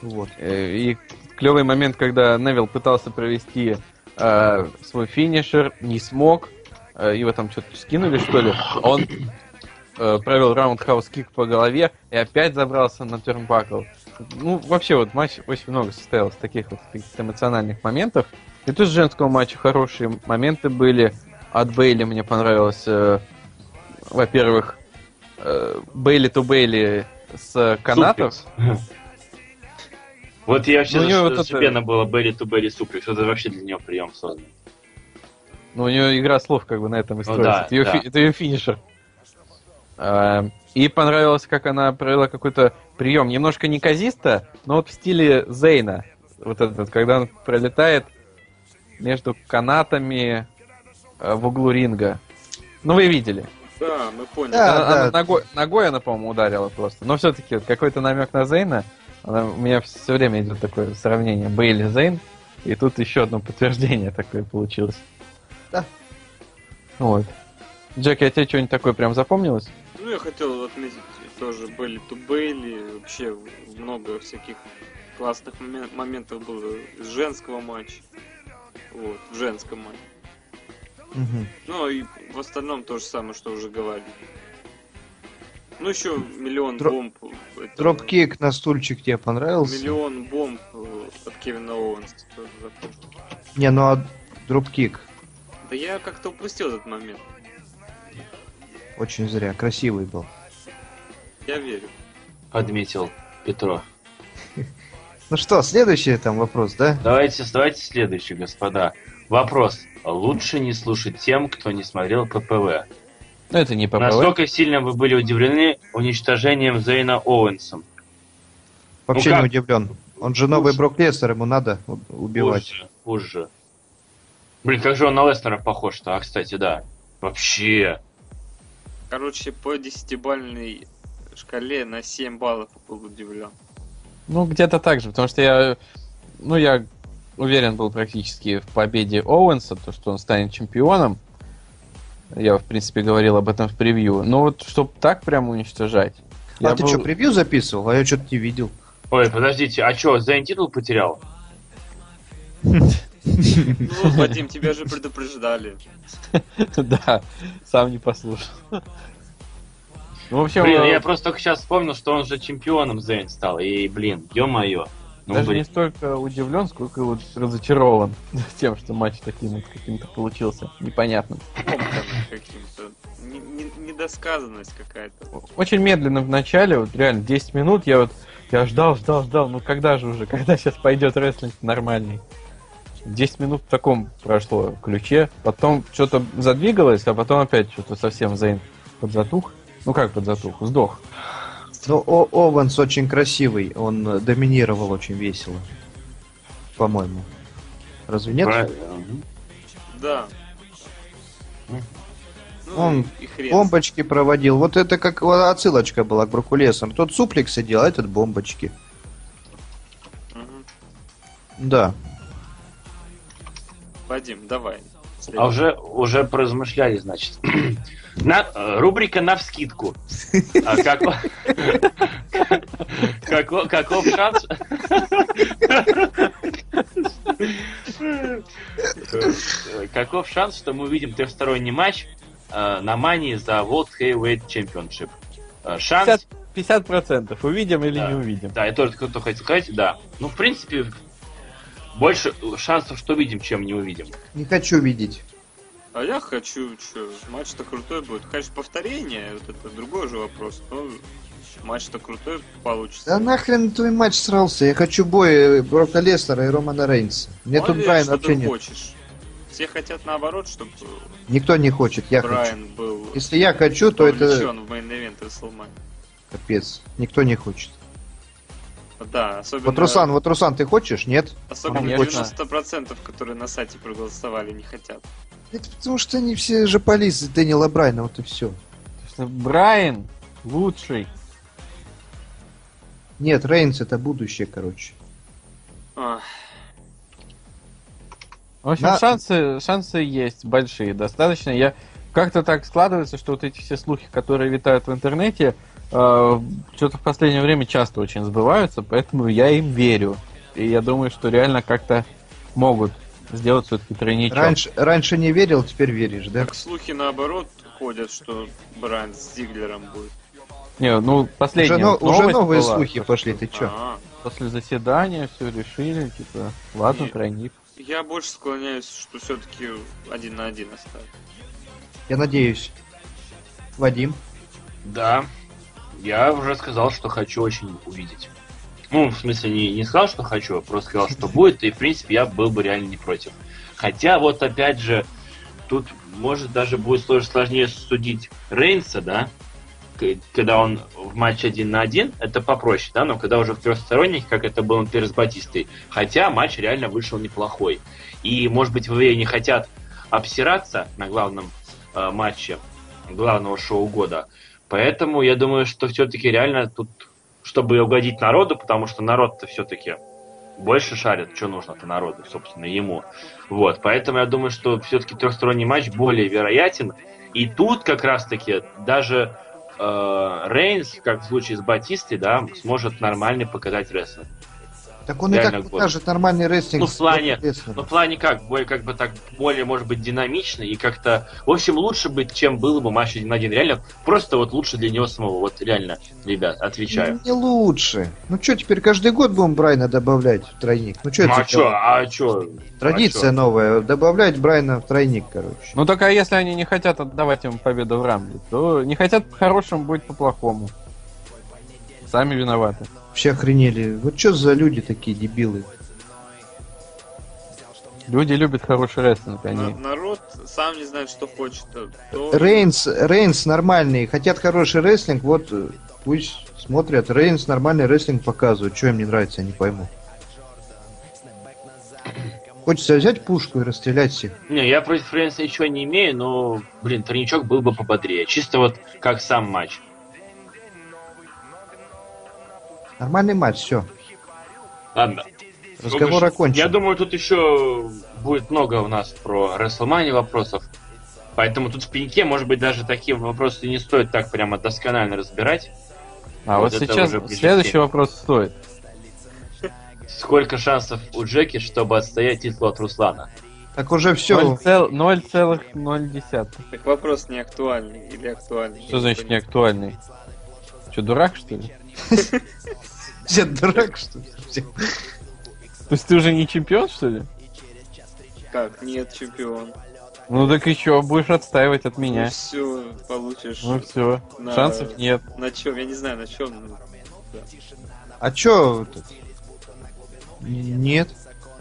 Speaker 3: Вот.
Speaker 4: Э, И клевый момент, когда Невил пытался провести э, свой финишер, не смог, э, его там что-то скинули, что ли. Он э, провел раундхаус-кик по голове и опять забрался на тернбакл. Ну, вообще, вот матч очень много состоялось таких вот каких-то эмоциональных моментов. И тут с женского матча хорошие моменты были. От Бейли мне понравилось, э, во-первых, Бейли ту Бейли с канатов.
Speaker 1: Суплекс. Вот я вообще
Speaker 4: Ну, у него вот это-
Speaker 1: зашибена была Берри ту Берри суплекс. Это вообще для него прием создан.
Speaker 4: Ну, у нее игра слов как бы на этом и
Speaker 1: Ну
Speaker 4: строится.
Speaker 1: да,
Speaker 4: это, ее
Speaker 1: да.
Speaker 4: финишер. А, И понравилось, как она провела какой-то прием. Немножко неказисто, но вот в стиле Зейна. Вот этот, когда он пролетает между канатами э, в углу ринга. Ну, вы видели.
Speaker 2: Да, мы поняли.
Speaker 3: А, Да.
Speaker 4: Она- она ногой, ногой она, по-моему, ударила просто. Но все-таки вот какой-то намек на Зейна. Она- у меня все время идет такое сравнение Бейли Зейн. И тут еще одно подтверждение такое получилось.
Speaker 3: Да.
Speaker 4: Вот. Джек, я тебе что-нибудь такое прям запомнилось?
Speaker 2: Ну, я хотел отметить тоже Бейли ту Бейли. Вообще много всяких классных момен- моментов было из женского матча. Вот, в женском матче.
Speaker 3: Мгм.
Speaker 2: Ну, и в остальном то же самое, что уже говорили. Ну, еще миллион
Speaker 3: Дро-
Speaker 2: бомб. это,
Speaker 3: Дропкик на стульчик тебе понравился?
Speaker 2: Миллион бомб э, от Кевина Оуэнса. тоже запомнил.
Speaker 3: Не, ну а дропкик
Speaker 2: Да я как-то упустил этот момент.
Speaker 3: очень зря, красивый был.
Speaker 2: Я верю.
Speaker 1: Подметил Петро.
Speaker 3: Ну что, следующий там вопрос, да?
Speaker 1: Давайте, давайте следующий, господа. Вопрос. Лучше не слушать тем, кто не смотрел ППВ.
Speaker 4: Ну, это не ППВ.
Speaker 1: Насколько сильно вы были удивлены уничтожением Зейна Оуэнсом?
Speaker 3: Вообще
Speaker 1: Ну
Speaker 3: не
Speaker 1: как?
Speaker 3: удивлен. Он же новый
Speaker 1: Ужас.
Speaker 3: Брок Леснер, ему надо у- убивать.
Speaker 1: Позже, позже. Блин, как же он на Лестера похож-то? А, кстати, да. Вообще.
Speaker 2: Короче, по 10-бальной шкале на 7 баллов был удивлен.
Speaker 4: Ну, где-то так же, потому что я, ну, я уверен был практически в победе Оуэнса, то, что он станет чемпионом. Я, в принципе, говорил об этом в превью. Но вот, чтобы так прям уничтожать...
Speaker 3: А
Speaker 4: я
Speaker 3: ты
Speaker 4: был-
Speaker 3: что, превью записывал? А я что-то не видел.
Speaker 1: Ой, подождите, а чё, Зейн титул потерял?
Speaker 2: Ну, Вадим, тебя же предупреждали.
Speaker 4: Да, сам не послушал. Ну, в общем,
Speaker 1: Блин,
Speaker 4: э,
Speaker 1: я просто только сейчас вспомнил, что он же чемпионом Зейн стал. И, блин, ё-моё. Ну,
Speaker 4: даже не
Speaker 1: блин.
Speaker 4: столько удивлен, сколько вот разочарован тем, что матч таким вот каким-то получился непонятным.
Speaker 2: Комками каким-то. Не- не- Недосказанность какая-то.
Speaker 4: Очень медленно в начале, вот реально 10 минут, я вот я ждал, ждал, ждал, ну когда же уже, когда сейчас пойдет рестлинг нормальный. 10 минут в таком прошло ключе, потом что-то задвигалось, а потом опять что-то совсем Зейн подзатух. Ну как подзатух? Сдох.
Speaker 3: Ну, О- Оуэнс очень красивый, он э, доминировал очень весело. По-моему. Разве нет?
Speaker 1: Правильно. Мгм.
Speaker 2: Да. Ну,
Speaker 3: Он
Speaker 2: и хрен. с ним.
Speaker 3: Бомбочки проводил. Вот это как вот отсылочка была к Броку Леснеру. Тот суплекс сидел, а этот бомбочки.
Speaker 2: Мгм.
Speaker 3: Да.
Speaker 2: Вадим, давай.
Speaker 1: А уже, уже поразмышляли, значит. На, э, рубрика «Навскидку». А как, каков, каков шанс... каков шанс, что мы увидим трехсторонний матч э, на Мании за World Heavyweight Championship? Э, Шанс...
Speaker 4: 50%, 50% увидим или
Speaker 1: Да.
Speaker 4: не увидим.
Speaker 1: Да, я тоже кто-то хотел сказать, да. Ну, в принципе, больше шансов, что видим, чем не увидим.
Speaker 3: Не хочу видеть.
Speaker 2: А я хочу, что, матч-то крутой будет. Конечно, повторение, вот это другой же вопрос, но матч-то крутой получится.
Speaker 3: Да нахрен твой матч срался. Я хочу бой э, Брока Леснера и Романа Рейнса. Мне тут
Speaker 2: Молодец,
Speaker 3: Брайан
Speaker 2: что ты
Speaker 3: вообще нет.
Speaker 2: хочешь. Все хотят наоборот, чтобы
Speaker 3: Никто не хочет, я хочу.
Speaker 2: Брайан был
Speaker 3: Если я хочу, то это
Speaker 2: вовлечен в мейн-эвент WrestleMania.
Speaker 3: капец. Никто не хочет.
Speaker 2: Да, особенно,
Speaker 3: Вот Руслан, вот Руслан, ты хочешь? Нет?
Speaker 2: особенно
Speaker 4: Конечно.
Speaker 2: 90%, которые на сайте проголосовали, не хотят.
Speaker 3: Это потому что они все же полисы Дэниела Брайна, вот и все.
Speaker 4: Потому что Брайан лучший.
Speaker 3: Нет, Рейнс это будущее, короче.
Speaker 2: А,
Speaker 4: В общем,
Speaker 3: Да.
Speaker 4: шансы, шансы есть большие, достаточно. Я как-то так складывается, что вот эти все слухи, которые витают в интернете, э, что-то в последнее время часто очень сбываются, поэтому я им верю. И я думаю, что реально как-то могут сделать все-таки тройничок.
Speaker 3: Раньше, раньше не верил, теперь веришь, да?
Speaker 2: Так слухи наоборот ходят, что Брайан с Зиглером будет.
Speaker 4: Не, ну, последняя
Speaker 3: Уже, но- уже
Speaker 4: новость
Speaker 3: новые
Speaker 4: была,
Speaker 3: слухи
Speaker 4: что
Speaker 3: пошли, ты чё?
Speaker 2: А,
Speaker 4: После заседания все решили, типа, ладно,
Speaker 2: Не.
Speaker 4: тройник.
Speaker 2: я больше склоняюсь, что все-таки один на один оставят.
Speaker 3: Я надеюсь. Вадим.
Speaker 1: Да. Я уже сказал, что хочу очень увидеть. Ну, в смысле, не, не сказал, что хочу, а просто сказал, что будет, и, в принципе, я был бы реально не против. Хотя, вот опять же, тут, может, даже будет слож- сложнее судить Рейнса, да, К- когда он в матче один на один, это попроще, да, но когда уже в трехсторонних, как это было, например, с Батистой. Хотя матч реально вышел неплохой. И, может быть, в не хотят обсираться на главном э, матче главного шоу года, Поэтому я думаю, что все-таки реально тут, чтобы угодить народу, потому что народ-то все-таки больше шарит, что нужно-то народу, собственно, ему. Вот, поэтому я думаю, что все-таки трехсторонний матч более вероятен. И тут как раз-таки даже э, Рейнс, как в случае с Батистой, да, сможет нормально показать рестлинг.
Speaker 3: Так он и
Speaker 1: Реально
Speaker 3: так
Speaker 1: год.
Speaker 3: покажет нормальный рестлинг.
Speaker 1: Ну, в плане-
Speaker 3: Рестлинг.
Speaker 1: Ну, в плане как, более, как бы так, более, может быть, динамично и как-то, в общем, лучше быть, чем было бы матч один на один. Реально, просто вот лучше для него самого, вот реально, ребят, отвечаю.
Speaker 3: Ну, Не лучше. Ну что, теперь каждый год будем Брайна добавлять в тройник? Ну что
Speaker 1: Ну,
Speaker 3: это?
Speaker 1: а
Speaker 3: за
Speaker 1: чё, а чё?
Speaker 3: Традиция
Speaker 1: А чё?
Speaker 3: новая. Добавлять Брайна в тройник, короче.
Speaker 4: Ну так а если они не хотят отдавать ему победу в Рамбле, то не хотят по-хорошему, будет по-плохому. Сами виноваты.
Speaker 3: Вообще охренели. Вот что за люди такие дебилы?
Speaker 4: Люди любят хороший рестлинг,
Speaker 2: На-
Speaker 4: они...
Speaker 1: Ну,
Speaker 2: народ сам не знает, что хочет. а То...
Speaker 3: Рейнс, Рейнс нормальный. Хотят хороший рестлинг, вот э, пусть смотрят. Рейнс нормальный рестлинг показывает. Что им не нравится, я не пойму. Хочется взять пушку и расстрелять всех.
Speaker 1: Не, я против Рейнса ничего не имею, но, блин, тройничок был бы пободрее. Чисто вот как сам матч.
Speaker 3: Нормальный матч, все.
Speaker 1: Ладно.
Speaker 3: Разговор
Speaker 1: Думаешь,
Speaker 3: окончен.
Speaker 1: Я думаю, тут еще будет много у нас про Расселмани вопросов. Поэтому тут в пеньке, может быть, даже такие вопросы не стоит так прямо досконально разбирать.
Speaker 4: А вот,
Speaker 1: вот это
Speaker 4: сейчас
Speaker 1: уже ближе к
Speaker 4: следующий
Speaker 1: теме.
Speaker 4: вопрос стоит.
Speaker 1: Сколько шансов у Джеки, чтобы отстоять титул от Руслана?
Speaker 3: Так уже все.
Speaker 4: 0,0.
Speaker 2: Так вопрос не актуальный или актуальный.
Speaker 4: Что значит неактуальный? Че, дурак, что ли?
Speaker 3: Все дурак, что ли? Все.
Speaker 4: То есть ты уже не чемпион, что ли?
Speaker 2: Как? Нет, чемпион.
Speaker 4: Ну так еще будешь отстаивать от меня.
Speaker 2: Все получишь.
Speaker 4: Ну все,
Speaker 2: На-
Speaker 4: шансов нет.
Speaker 2: На чем? Я не знаю, на чем.
Speaker 3: А чё? тут? Нет.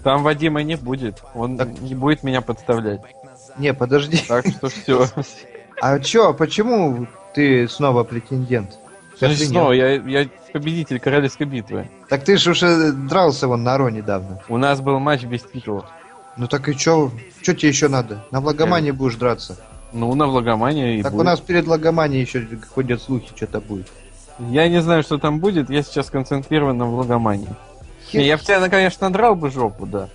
Speaker 4: Там Вадима не будет. Он
Speaker 3: Так.
Speaker 4: не будет меня подставлять.
Speaker 3: Не, подожди.
Speaker 4: Так что все.
Speaker 3: А чё, почему ты снова претендент? Скажи нет.
Speaker 4: Ну, Снова, я, я победитель королевской битвы.
Speaker 3: Так ты же уже дрался вон на Ро недавно.
Speaker 4: У нас был матч без титула.
Speaker 3: Ну так и чё? Чё тебе еще надо? На Влагомане будешь драться.
Speaker 4: Ну, на Влагомании и
Speaker 3: так у
Speaker 4: Э, будет.
Speaker 3: нас перед Влагоманией еще ходят слухи, что-то будет.
Speaker 4: Я не знаю, что там будет, я сейчас концентрирован на Влагомании. Не, Я в тебя, ну, конечно, надрал бы жопу, да.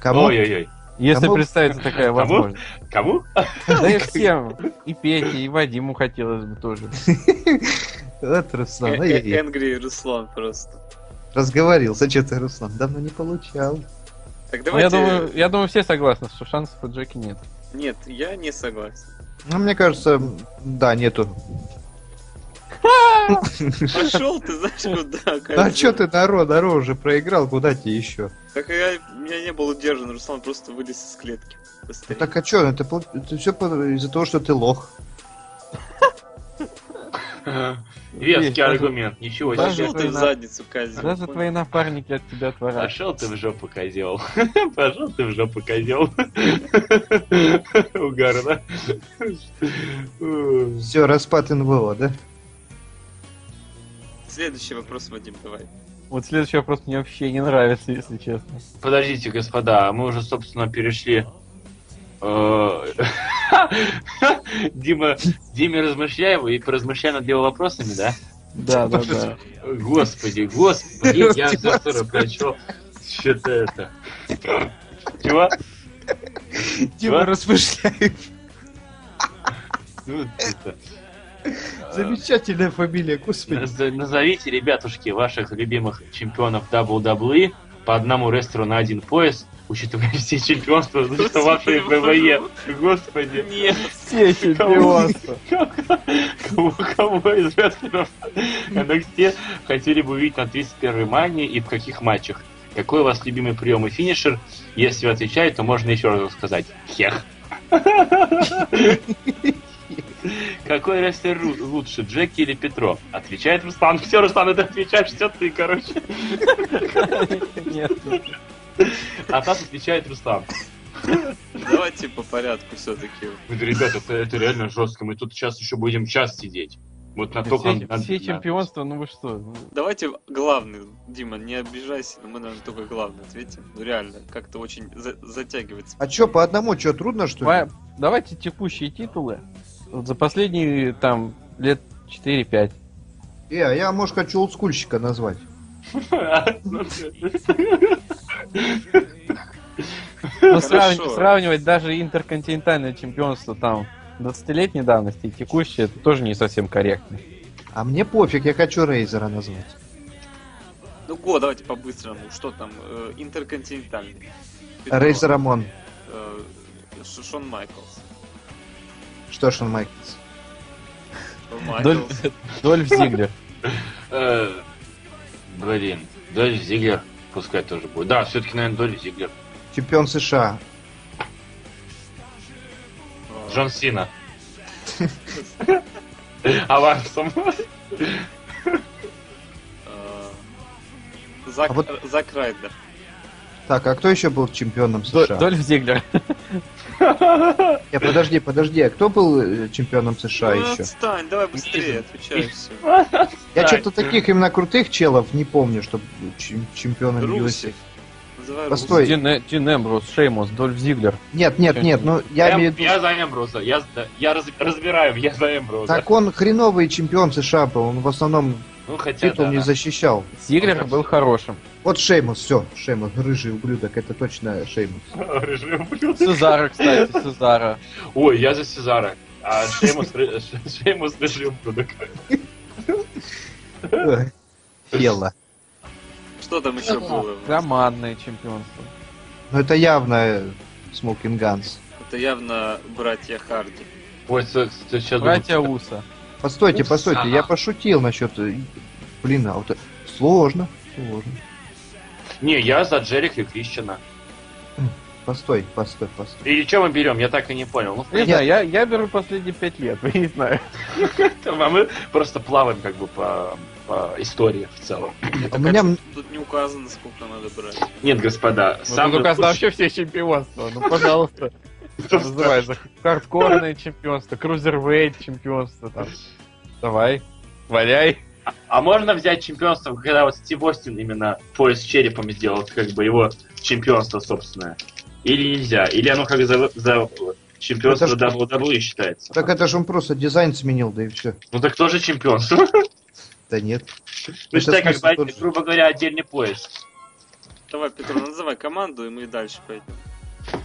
Speaker 3: Кому?
Speaker 1: Ой-ой-ой.
Speaker 4: Если
Speaker 3: Кому?
Speaker 4: представится такая
Speaker 1: Кому?
Speaker 4: возможность.
Speaker 1: Кому?
Speaker 4: Да и всем. И Пете, и Вадиму хотелось бы тоже.
Speaker 3: Вот, Руслан,
Speaker 4: Э,
Speaker 3: ай, ай, ай.
Speaker 2: Э, Энгри Руслан просто.
Speaker 3: разговорился что-то, Руслан. Давно не получал.
Speaker 2: Так
Speaker 4: Но Ну, Я
Speaker 2: давайте...
Speaker 4: думаю, я думаю, все согласны, что шансов у Джеки нет.
Speaker 2: Нет, я не согласен.
Speaker 3: Ну, мне кажется, да, нету.
Speaker 2: Пошел ты, знаешь, куда?
Speaker 3: А
Speaker 4: Э,
Speaker 2: козёл.
Speaker 3: чё ты на Ро, на Ро уже проиграл, куда тебе еще?
Speaker 2: Так я, я не был удержан, Руслан просто вылез из клетки. Быстрее.
Speaker 3: Так а чё, это, все из-за того, что ты лох.
Speaker 1: Веский
Speaker 4: Есть, даже-
Speaker 1: аргумент. Ничего
Speaker 4: даже-
Speaker 1: себе.
Speaker 2: Пошел ты в
Speaker 4: на-
Speaker 2: задницу, козел.
Speaker 4: Даже
Speaker 2: Понял?
Speaker 4: твои напарники от тебя отворачиваются.
Speaker 1: Пошел ты в жопу, козел. Пошел ты в жопу, козел. Угарно.
Speaker 3: Все, распад инвола, да?
Speaker 2: Следующий вопрос, Вадим, давай.
Speaker 4: Вот следующий вопрос мне вообще не нравится, если честно.
Speaker 1: Подождите, господа, а мы уже, собственно, перешли. э, Дима, Диме размышляем и поразмышляем над его вопросами, да?
Speaker 4: Да, да, да.
Speaker 1: Господи, господи, я завтра прочел что-то это. Чего? Чего?
Speaker 3: размышляет.
Speaker 1: Ну, это.
Speaker 3: Замечательная фамилия, господи.
Speaker 1: Наз- Назовите, ребятушки, ваших любимых чемпионов WWE по одному рестлеру на один пояс, учитывая все чемпионства, существовавшие в ВВЕ. Господи.
Speaker 2: Нет,
Speaker 4: Все чемпионства.
Speaker 1: Кого, кого из рестлеров NXT хотели бы увидеть на 31-й мании и в каких матчах? Какой у вас любимый прием и финишер? Если вы отвечаете, то можно еще раз сказать. Хех. Какой рестлер ру- лучше, Джеки или Петро? Отвечает Руслан. Все, Руслан, это отвечаешь, все ты, короче.
Speaker 4: Нет.
Speaker 1: А так отвечает Руслан.
Speaker 2: давайте по порядку все-таки.
Speaker 1: Говорю, Ну Ребята, это, это реально жестко. Мы тут сейчас еще будем час сидеть. Вот на только...
Speaker 4: Все,
Speaker 1: на-
Speaker 4: все
Speaker 1: на-
Speaker 4: чемпионства, ну вы что?
Speaker 2: Давайте главный, Дима, не обижайся, но мы, наверное, только главный ответим. Ну реально, как-то очень за- затягивается.
Speaker 3: А чё, по одному, чё, трудно, что ли?
Speaker 4: Ва- Давайте текущие титулы. Вот за последние там лет 4-5.
Speaker 3: Э, а я, может, хочу олдскульщика назвать.
Speaker 4: Ну,
Speaker 2: Хорошо.
Speaker 4: сравни- сравнивать даже интерконтинентальное чемпионство там 20-летней давности и текущее, это тоже не совсем корректно.
Speaker 3: А мне пофиг, я хочу Рейзера назвать.
Speaker 2: Ну го, давайте по-быстрому. Что там? э, Интерконтинентальный. Петро,
Speaker 3: Рейзер Рамон.
Speaker 2: э, Ш- Шон Майклс.
Speaker 3: Что ж он, Майклс?
Speaker 2: Шон
Speaker 4: Доль-
Speaker 2: Майклс. э,
Speaker 4: Дольф Зиглер.
Speaker 1: Э, Блин, Дольф Зиглер, пускай тоже будет. Да, все-таки, наверное, Дольф Зиглер.
Speaker 3: Чемпион США.
Speaker 2: Э,
Speaker 1: Джон Сина. Авансом.
Speaker 2: э, Зак,
Speaker 3: А вот-
Speaker 2: э, Зак Райдер.
Speaker 3: Так, а кто еще был чемпионом
Speaker 4: До-
Speaker 3: США?
Speaker 4: Дольф Зиглер.
Speaker 3: Э, подожди, подожди, а кто был э, чемпионом США
Speaker 2: Ну,
Speaker 3: еще?
Speaker 2: Отстань, давай быстрее, отвечай все.
Speaker 3: Я
Speaker 1: Так.
Speaker 3: что-то таких именно крутых челов не помню, что чемпионом
Speaker 2: Русев.
Speaker 3: USA.
Speaker 2: Называй
Speaker 3: Постой. Ой.
Speaker 4: Дин э, Дин Эмбрус, Шеймус, Дольф Зиглер.
Speaker 3: Нет, нет, нет, ну я
Speaker 1: Я
Speaker 3: имею в виду-
Speaker 1: Эм, я за Эмброса. Я за- я раз- разбираю, я за Эмброса.
Speaker 3: Так он хреновый чемпион США был, он в основном
Speaker 1: Ну, хотя,
Speaker 3: титул
Speaker 1: да,
Speaker 3: не
Speaker 1: да.
Speaker 3: защищал.
Speaker 4: Зиглер
Speaker 1: Хорошо.
Speaker 4: был хорошим.
Speaker 3: Вот Шеймус, все, Шеймус, рыжий ублюдок, это точно Шеймус.
Speaker 1: Рыжий ублюдок.
Speaker 4: Сезара, кстати, Сезара.
Speaker 1: Ой, я за Сезара. А Шеймус ры- Шеймус рыжий ублюдок.
Speaker 3: Э, Тело.
Speaker 2: Русев. Что там еще было?
Speaker 4: Командное чемпионство.
Speaker 3: Но это явно Смокинг Ганс.
Speaker 2: Это явно братья Харди.
Speaker 1: Ой, с- с- сейчас думаю,
Speaker 4: Братья Уса.
Speaker 3: Постойте,
Speaker 1: Уф,
Speaker 3: постойте,
Speaker 1: Ну, ага.
Speaker 3: я пошутил насчет... э, Блин, а вот э, сложно, сложно.
Speaker 1: Не, я за Джерик и Крищена.
Speaker 3: Постой, постой, постой.
Speaker 1: Или что мы берем? Я так и не понял. Ну, в
Speaker 4: Не
Speaker 3: Нет.
Speaker 4: знаю, я, я беру последние пять лет, не знаю.
Speaker 1: принципе, а мы просто плаваем как бы по, по истории в целом.
Speaker 3: У меня м-
Speaker 2: Тут не указано, сколько надо брать.
Speaker 1: Нет, господа,
Speaker 4: Сам
Speaker 1: сам
Speaker 4: ну, указано
Speaker 1: лучший-
Speaker 4: вообще все чемпионства. Ну, пожалуйста, называй. за- Хардкорное чемпионство, крузервейт чемпионство. Там. Давай, валяй.
Speaker 1: А можно взять чемпионство, когда вот Стив Остин именно пояс с черепом сделал, это как бы его чемпионство собственное? Или нельзя? Или оно как за, за чемпионство
Speaker 3: Это
Speaker 1: WWE считается?
Speaker 3: Так это же он просто дизайн сменил, да и все.
Speaker 1: Ну так тоже чемпионство.
Speaker 3: Да нет.
Speaker 1: Ну считай, как
Speaker 3: смысл
Speaker 1: бы,
Speaker 3: тот же.
Speaker 1: грубо говоря, отдельный пояс.
Speaker 2: Давай, Петро, называй команду, и мы дальше пойдем.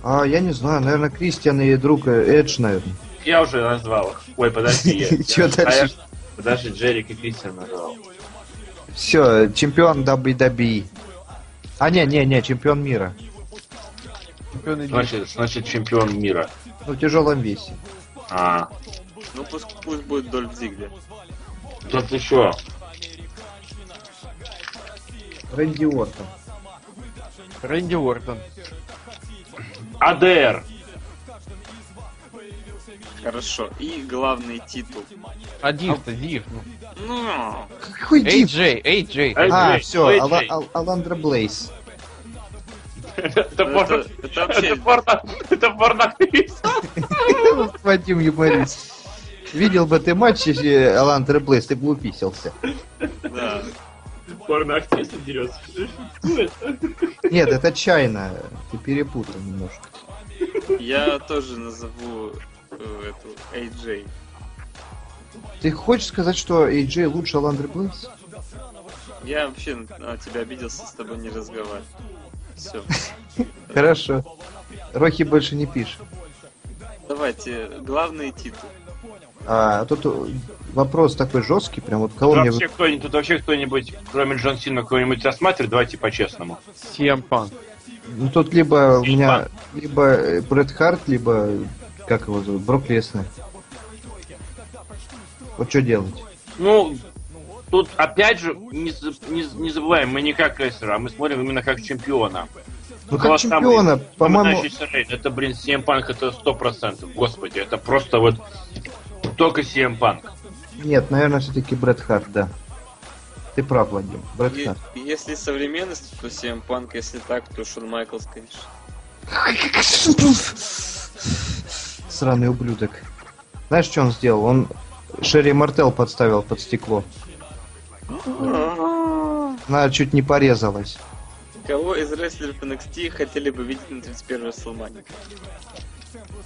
Speaker 3: А, я не знаю, наверное, Кристиан и друг э, Эдж, наверное.
Speaker 1: Я уже назвал их. Ой, подожди. я- я-
Speaker 3: Чё дальше?
Speaker 1: а я- Даже Джерик и Кристиан назвал.
Speaker 3: Все, чемпион WWE. А, не, не, не, чемпион мира.
Speaker 4: Чемпионы
Speaker 1: Значит, значит, чемпион мира.
Speaker 3: Ну, в тяжелом весе.
Speaker 1: А,
Speaker 2: Ну пусть, пусть будет Дольф Зиглер.
Speaker 1: да ты чё?
Speaker 3: Рэнди Уортон.
Speaker 4: Рэнди Уортон.
Speaker 1: А АДР.
Speaker 2: Хорошо. И главный титул.
Speaker 4: Один-то, Див.
Speaker 2: Ну,
Speaker 3: Какой дип?
Speaker 4: Эй-Джей, Эй-Джей.
Speaker 1: Эй,
Speaker 3: А,
Speaker 1: Джей,
Speaker 3: все,
Speaker 1: Эй,
Speaker 3: Ала-
Speaker 1: Джей.
Speaker 3: Ал- Аландра Блейз.
Speaker 1: Это порно...
Speaker 2: Ну, это, это
Speaker 1: Это
Speaker 2: вообще...
Speaker 1: порно... Это порноактриса.
Speaker 3: Вадим юморист. Видел бы ты матч, если Аландра Блейз, ты бы уписался.
Speaker 2: Да.
Speaker 1: Порноактриса дерется.
Speaker 3: Нет, это чайно. Ты перепутал немножко.
Speaker 2: Я тоже назову э, эту AJ.
Speaker 3: Ты хочешь сказать, что Эйджей лучше Аландры Блейз?
Speaker 2: Я вообще на тебя обиделся, с тобой не разговариваю. Все.
Speaker 3: Хорошо. Рохи больше не пишет.
Speaker 2: Давайте, главный титул.
Speaker 3: А тут вопрос такой жесткий, прям вот кого
Speaker 1: Тут
Speaker 3: мне...
Speaker 1: вообще, кто-нибудь, тут вообще кто-нибудь, кроме Джон Сина, кого-нибудь рассматривает, давайте по-честному.
Speaker 4: CM Punk.
Speaker 3: Ну, тут либо у меня... Либо э, Брэд Харт, либо... э, Как его зовут? Брок Леснер. Вот что делать?
Speaker 1: Ну, тут опять же, не, за- не за- не забываем, мы не как рестлера, а мы смотрим именно как чемпиона.
Speaker 3: Ну,
Speaker 1: У
Speaker 3: как
Speaker 1: вас там
Speaker 3: чемпиона,
Speaker 1: есть
Speaker 3: по-моему...
Speaker 1: начинающийся рейд. Это, блин, CM Punk, это сто процентов. Господи, это просто вот только CM Punk.
Speaker 3: Нет, наверное, все-таки Брэд Харт, да. Ты прав, Вадим. Брэд
Speaker 2: Е-
Speaker 3: Харт.
Speaker 2: Если современность, то CM Punk, если так, то Шон Майклс, конечно.
Speaker 3: Сраный ублюдок. Знаешь, что он сделал? Он Шерри Мартел подставил под стекло. Она чуть не порезалась.
Speaker 2: Кого из рестлеров NXT хотели бы видеть на 31-й WrestleMania?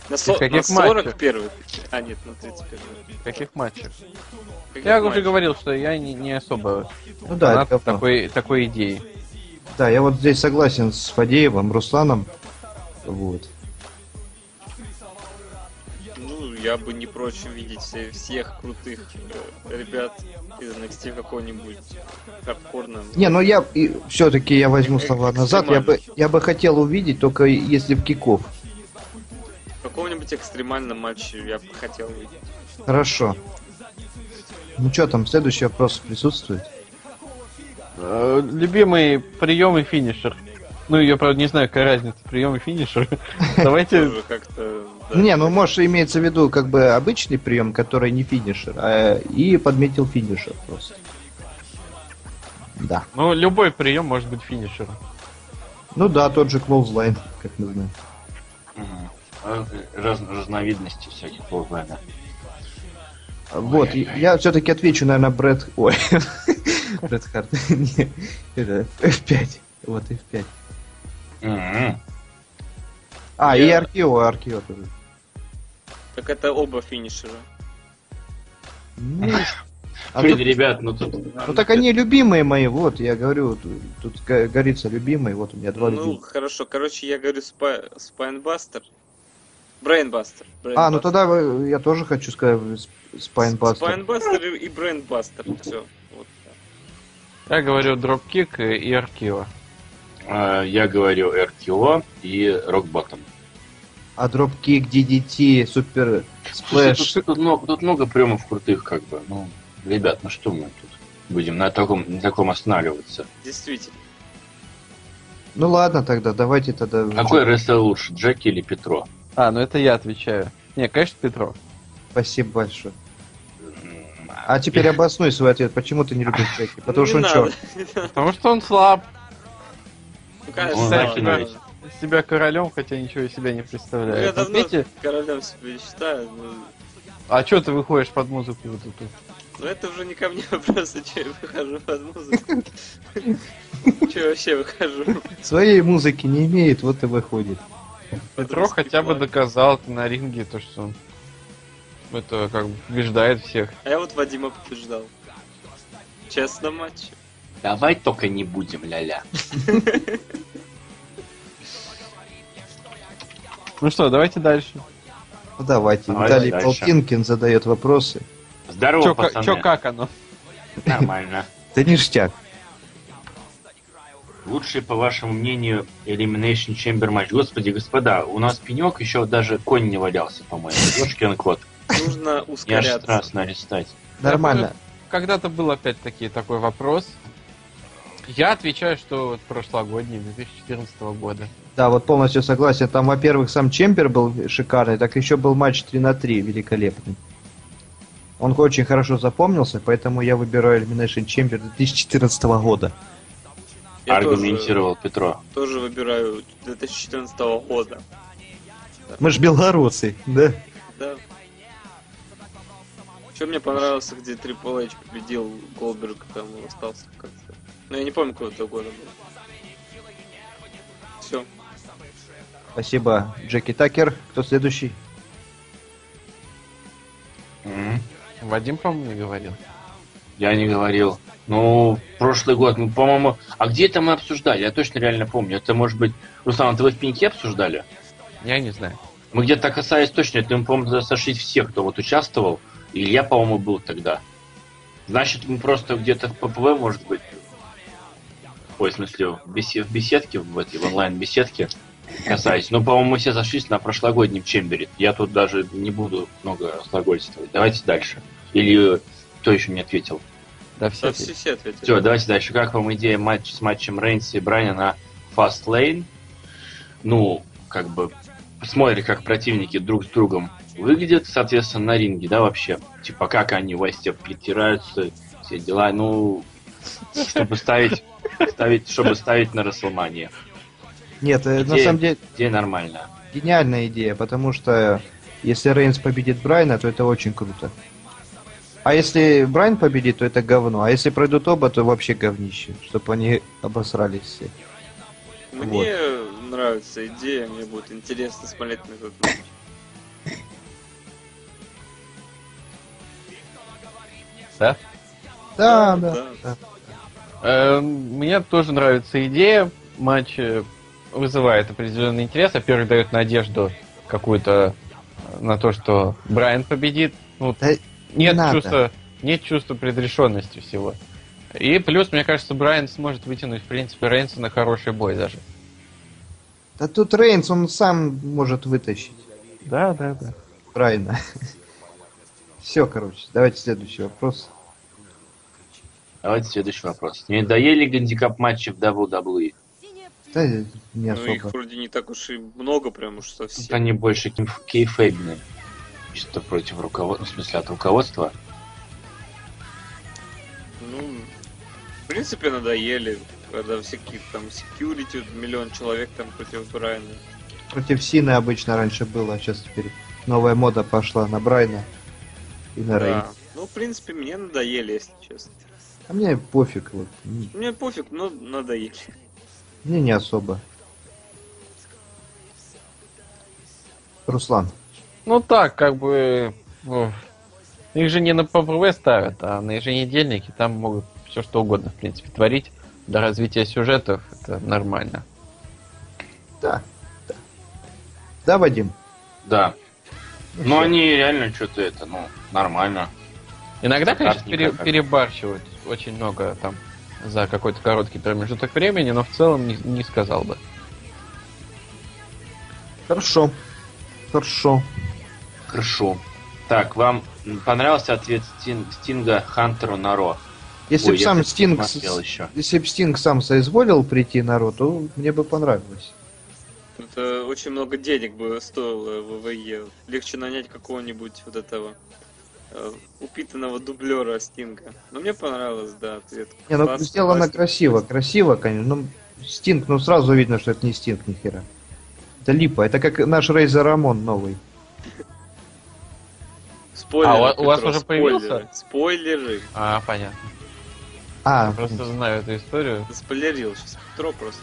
Speaker 2: На,
Speaker 4: в каких
Speaker 2: на
Speaker 4: матчах?
Speaker 2: 41 А, нет, на 31
Speaker 4: В каких матчах?
Speaker 2: Каких
Speaker 4: Я уже
Speaker 2: матчах?
Speaker 4: говорил, что я не, не особо
Speaker 3: Ну да,
Speaker 4: фанат
Speaker 3: это говно.
Speaker 4: такой, такой идеи.
Speaker 3: Да, я вот здесь согласен с Фадеевым, Русланом. Вот.
Speaker 2: Ну, я бы не прочь видеть все- всех крутых э, ребят из NXT в какой-нибудь хардкорном.
Speaker 3: Не, ну я все-таки я
Speaker 2: Э,
Speaker 3: возьму слова назад. Я бы, я бы хотел увидеть, только если в киков.
Speaker 2: В каком-нибудь экстремальном матче я бы хотел увидеть.
Speaker 3: Хорошо. Ну что там, следующий вопрос присутствует?
Speaker 4: Э, Любимый прием и финишер. Ну, я, правда, не знаю, какая разница, прием и финишер. Давайте
Speaker 2: Тоже как-то... да.
Speaker 3: Не, ну может имеется в виду как бы обычный прием, который не финишер, а, и подметил финишер просто. Да.
Speaker 4: Ну, любой прием может быть финишером.
Speaker 3: Ну да, тот же Клоузлайн, как мы знаем.
Speaker 1: Раз- разновидности всяких лоузвайна.
Speaker 3: Вот, и я все-таки отвечу, наверное, Брэд... Ой, Брэд Харт. Не, это F5. Вот F5.
Speaker 1: Мгм.
Speaker 3: А, и
Speaker 2: Я-
Speaker 3: Аркио, Аркио тоже.
Speaker 2: Так это оба финишера.
Speaker 3: Ну, а
Speaker 1: Блин,
Speaker 3: тут-
Speaker 1: ребят, ну тут...
Speaker 3: ну так они любимые мои, вот, я говорю, тут, тут го- горится любимый, вот у меня два
Speaker 2: Ну,
Speaker 3: любимых.
Speaker 2: хорошо, короче, я говорю спа... Спайнбастер. Брейнбастер.
Speaker 3: А, ну тогда вы- я тоже хочу сказать Спайнбастер.
Speaker 2: Спайнбастер и и Брейнбастер. Все. Вот.
Speaker 4: Я говорю дропкик и и аркива.
Speaker 1: э, Я говорю RKO и Rockbottom.
Speaker 3: А дропкик, DDT, супер
Speaker 1: Слушай,
Speaker 3: сплэш.
Speaker 1: Тут, тут много, тут много приемов крутых, как бы. Ну, ребят, ну что мы тут будем на таком, на таком останавливаться?
Speaker 2: Действительно.
Speaker 3: Ну ладно тогда, давайте тогда...
Speaker 1: А Какой рестлер лучше, Джеки или Петро?
Speaker 4: А, ну это я отвечаю. Не, конечно, Петров.
Speaker 3: Спасибо большое.
Speaker 1: М,
Speaker 3: А теперь обоснуй свой ответ, почему ты не любишь Джеки?
Speaker 2: Ну,
Speaker 3: Потому что
Speaker 2: не
Speaker 3: он
Speaker 2: надо.
Speaker 3: черт.
Speaker 4: Потому что он слаб.
Speaker 2: Ну, конечно,
Speaker 1: Он
Speaker 2: ладно.
Speaker 1: закинул.
Speaker 4: Себя королем, хотя ничего из себя не
Speaker 2: Ну,
Speaker 1: Э,
Speaker 4: представляет.
Speaker 2: Я
Speaker 4: Вот
Speaker 2: давно
Speaker 4: видите?
Speaker 2: королем себя не считаю. но-
Speaker 4: а что ты выходишь под музыку вот эту?
Speaker 2: Но это уже не ко мне вопрос, зачем я выхожу под музыку. Че вообще выхожу?
Speaker 3: Своей музыки не имеет, вот и выходит.
Speaker 4: Петров хотя бы доказал на ринге то, что он это как бы побеждает всех.
Speaker 2: А я вот Вадима побеждал. Честно матче.
Speaker 1: Давай только не будем, ля-ля.
Speaker 4: Ну что, давайте дальше.
Speaker 3: Ну давайте,
Speaker 1: Давай
Speaker 3: Виталий
Speaker 1: дальше.
Speaker 3: Полтинкин задает вопросы.
Speaker 1: Здорово,
Speaker 4: Чё, ка-
Speaker 1: пацаны.
Speaker 4: чё, как оно?
Speaker 1: Нормально.
Speaker 3: Да ништяк.
Speaker 1: Лучший, по вашему мнению, Elimination Chamber матч. Господи, господа, у нас пенек еще даже конь не валялся, по-моему. Ёшкин кот.
Speaker 2: Нужно
Speaker 1: Я же
Speaker 2: ускоряться.
Speaker 1: раз нарестать.
Speaker 3: Нормально.
Speaker 4: Когда-то был опять-таки такой вопрос. Я отвечаю, что вот прошлогодний, 2014 года.
Speaker 3: Да, вот полностью согласен. Там, во-первых, сам Чемпер был шикарный, так еще был матч 3 на 3 великолепный. Он очень хорошо запомнился, поэтому я выбираю Elimination Chamber 2014 года.
Speaker 2: Я тоже-
Speaker 1: Аргументировал Петро.
Speaker 2: Тоже выбираю 2014 года.
Speaker 3: Мы ж белорусы, да?
Speaker 2: Да. Что мне понравился, где Triple H победил Голдберг, там он остался как-то. Ну я не помню, какого это года был. Все.
Speaker 3: Спасибо, Джеки Такер. Кто следующий?
Speaker 1: Мгм.
Speaker 4: Вадим, по-моему, не говорил.
Speaker 1: Я не говорил. Ну, прошлый год, мы, по-моему... А где это мы обсуждали? Я точно реально помню. Это, может быть... Руслан, ты вы в пеньке обсуждали?
Speaker 4: Я не знаю.
Speaker 1: ну, Мы где-то касались точно. Это мы, по-моему, тогда сошлись всех, кто вот участвовал. Илья, по-моему, был тогда. Значит, мы просто где-то в ППВ, может быть. Ой, в смысле, в, бесе- в беседке, в этой в онлайн-беседке касались. Ну, по-моему, мы все зашлись на прошлогоднем чембере. Я тут даже не буду много разглагольствовать. Давайте дальше. Или кто еще не ответил?
Speaker 4: Да,
Speaker 2: Все,
Speaker 4: все.
Speaker 2: А все, все ответили.
Speaker 1: Все, давайте дальше. Как вам идея матч с матчем Рейнса и Брайна на Fast Lane? Ну, как бы смотрели, как противники друг с другом выглядят, соответственно, на ринге, да, вообще. Типа, как они во сне притираются, все дела, ну, чтобы ставить, ставить чтобы ставить на Расселмане.
Speaker 3: Нет, э, на
Speaker 1: Идея.
Speaker 3: самом деле
Speaker 1: Идея нормальная.
Speaker 3: гениальная идея, потому что если Рейнс победит Брайна, то это очень круто. А если Брайн победит, то это говно. А если пройдут оба, то вообще говнище, чтобы они обосрались все.
Speaker 2: Мне нравится идея, мне будет интересно смотреть на этот матч.
Speaker 4: Да?
Speaker 3: Да,
Speaker 2: Да,
Speaker 3: да. да.
Speaker 4: Эм, Мне тоже нравится идея. Матч э, вызывает определенный интерес. Во-первых, дает надежду какую-то э, на то, что Брайан победит. Ну,
Speaker 3: Да не
Speaker 4: нет,
Speaker 3: надо.
Speaker 4: чувства, нет чувства предрешенности всего. И плюс, мне кажется, Брайан сможет вытянуть, в принципе, Рейнса на хороший бой даже.
Speaker 3: Да тут Рейнс, он сам может вытащить.
Speaker 4: Да, да, да.
Speaker 3: Правильно. Все, короче, давайте следующий вопрос.
Speaker 1: Давайте следующий вопрос. Не доели гандикап матчи в WWE?
Speaker 3: Да, не
Speaker 2: Ну, их
Speaker 3: особо.
Speaker 2: вроде не так уж и много, прям уж
Speaker 1: Тут
Speaker 2: совсем.
Speaker 1: они больше ким- кейфейбные. Чисто против руководства, в смысле от руководства.
Speaker 2: Ну, в принципе, надоели, когда всякие там секьюрити, миллион человек там против Брайана.
Speaker 3: Против Сины обычно раньше было, а сейчас теперь новая мода пошла на Брайна и на Рейна.
Speaker 2: Да. Ну, в принципе, мне надоели, если честно.
Speaker 3: А мне пофиг, вот. м,
Speaker 2: Мне пофиг, но надоели.
Speaker 3: Мне не особо. Руслан.
Speaker 4: Ну так, как бы... ну, Их же не на ПВВ ставят, а на еженедельнике там могут все что угодно, в принципе, творить. До развития сюжетов это нормально.
Speaker 3: Да. Да, да Вадим.
Speaker 1: Да. Но они реально что-то это, ну, нормально.
Speaker 4: Иногда,
Speaker 1: Карт
Speaker 4: конечно, пере-
Speaker 1: никак.
Speaker 4: перебарщивают очень много там за какой-то короткий промежуток времени, но в целом не, не сказал бы.
Speaker 3: Хорошо. Хорошо.
Speaker 1: Хорошо. Так, вам понравился ответ Стин- Стинга Хантеру на Ро?
Speaker 3: Если
Speaker 1: Ой,
Speaker 3: бы
Speaker 1: я,
Speaker 3: сам
Speaker 1: кстати,
Speaker 3: Стинг... с-
Speaker 1: смотрел еще.
Speaker 3: Если бы Стинг сам соизволил прийти на Ро, то мне бы понравилось.
Speaker 2: Это очень много денег бы стоило ВВЕ. Легче нанять какого-нибудь вот этого э, упитанного дублера Стинга. Но мне понравилось, да, ответ.
Speaker 3: Не, ну
Speaker 2: Класс,
Speaker 3: сделано
Speaker 2: класс.
Speaker 3: красиво, красиво, конечно. Ну, Стинг, ну сразу видно, что это не Стинг, ни хера. Это липа, это как наш Рейзер Рамон новый.
Speaker 2: Спойлеры,
Speaker 4: А, у вас- у вас
Speaker 2: Петро,
Speaker 4: уже
Speaker 2: спойлеры.
Speaker 4: появился?
Speaker 2: Спойлеры.
Speaker 4: А, понятно.
Speaker 3: А,
Speaker 4: Я просто знаю эту историю.
Speaker 2: Спойлерил сейчас Петро просто.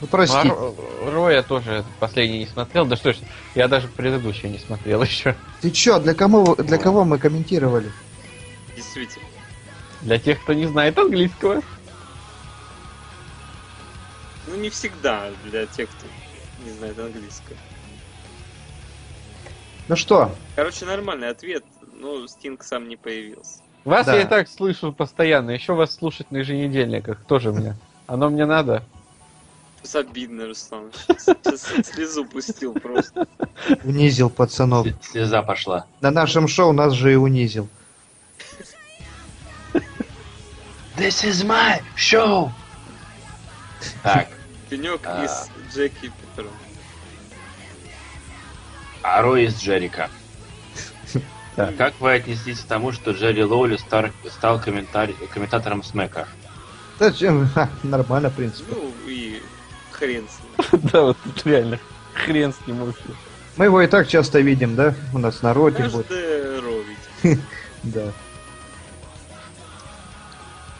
Speaker 3: ну прости.
Speaker 4: Ну, а Ро, Ро я тоже последний не смотрел. Да что ж, я даже предыдущий не смотрел еще.
Speaker 3: Ты чё, для кого, для кого мы комментировали?
Speaker 2: Действительно.
Speaker 4: Для тех, кто не знает английского.
Speaker 2: Ну не всегда для тех, кто не знает английского.
Speaker 3: Ну что,
Speaker 2: Короче, нормальный ответ, но Стинг сам не появился.
Speaker 4: Вас
Speaker 3: Да.
Speaker 4: я и так слышу постоянно. Еще вас слушать на еженедельниках. Тоже мне. Оно мне надо.
Speaker 2: Сейчас обидно, Руслан. Сейчас слезу пустил просто.
Speaker 3: унизил пацанов.
Speaker 1: С- Слеза пошла.
Speaker 3: На нашем шоу нас же и унизил.
Speaker 1: This is my show! Так,
Speaker 2: Пенек
Speaker 1: А.
Speaker 2: из Джеки и Петро.
Speaker 1: а Ро из Джерика.
Speaker 4: Так.
Speaker 1: Как вы отнеслись к тому, что Джерри Лоули стар- стал комментарь- комментатором Смека?
Speaker 3: Да чё, ха, нормально, в принципе.
Speaker 2: Ну и хрен с ним.
Speaker 4: Да, вот тут реально. Хрен с ним вообще.
Speaker 3: Мы его и так часто видим, да? У нас на роте будет.
Speaker 2: Каждый ровить.
Speaker 3: Да.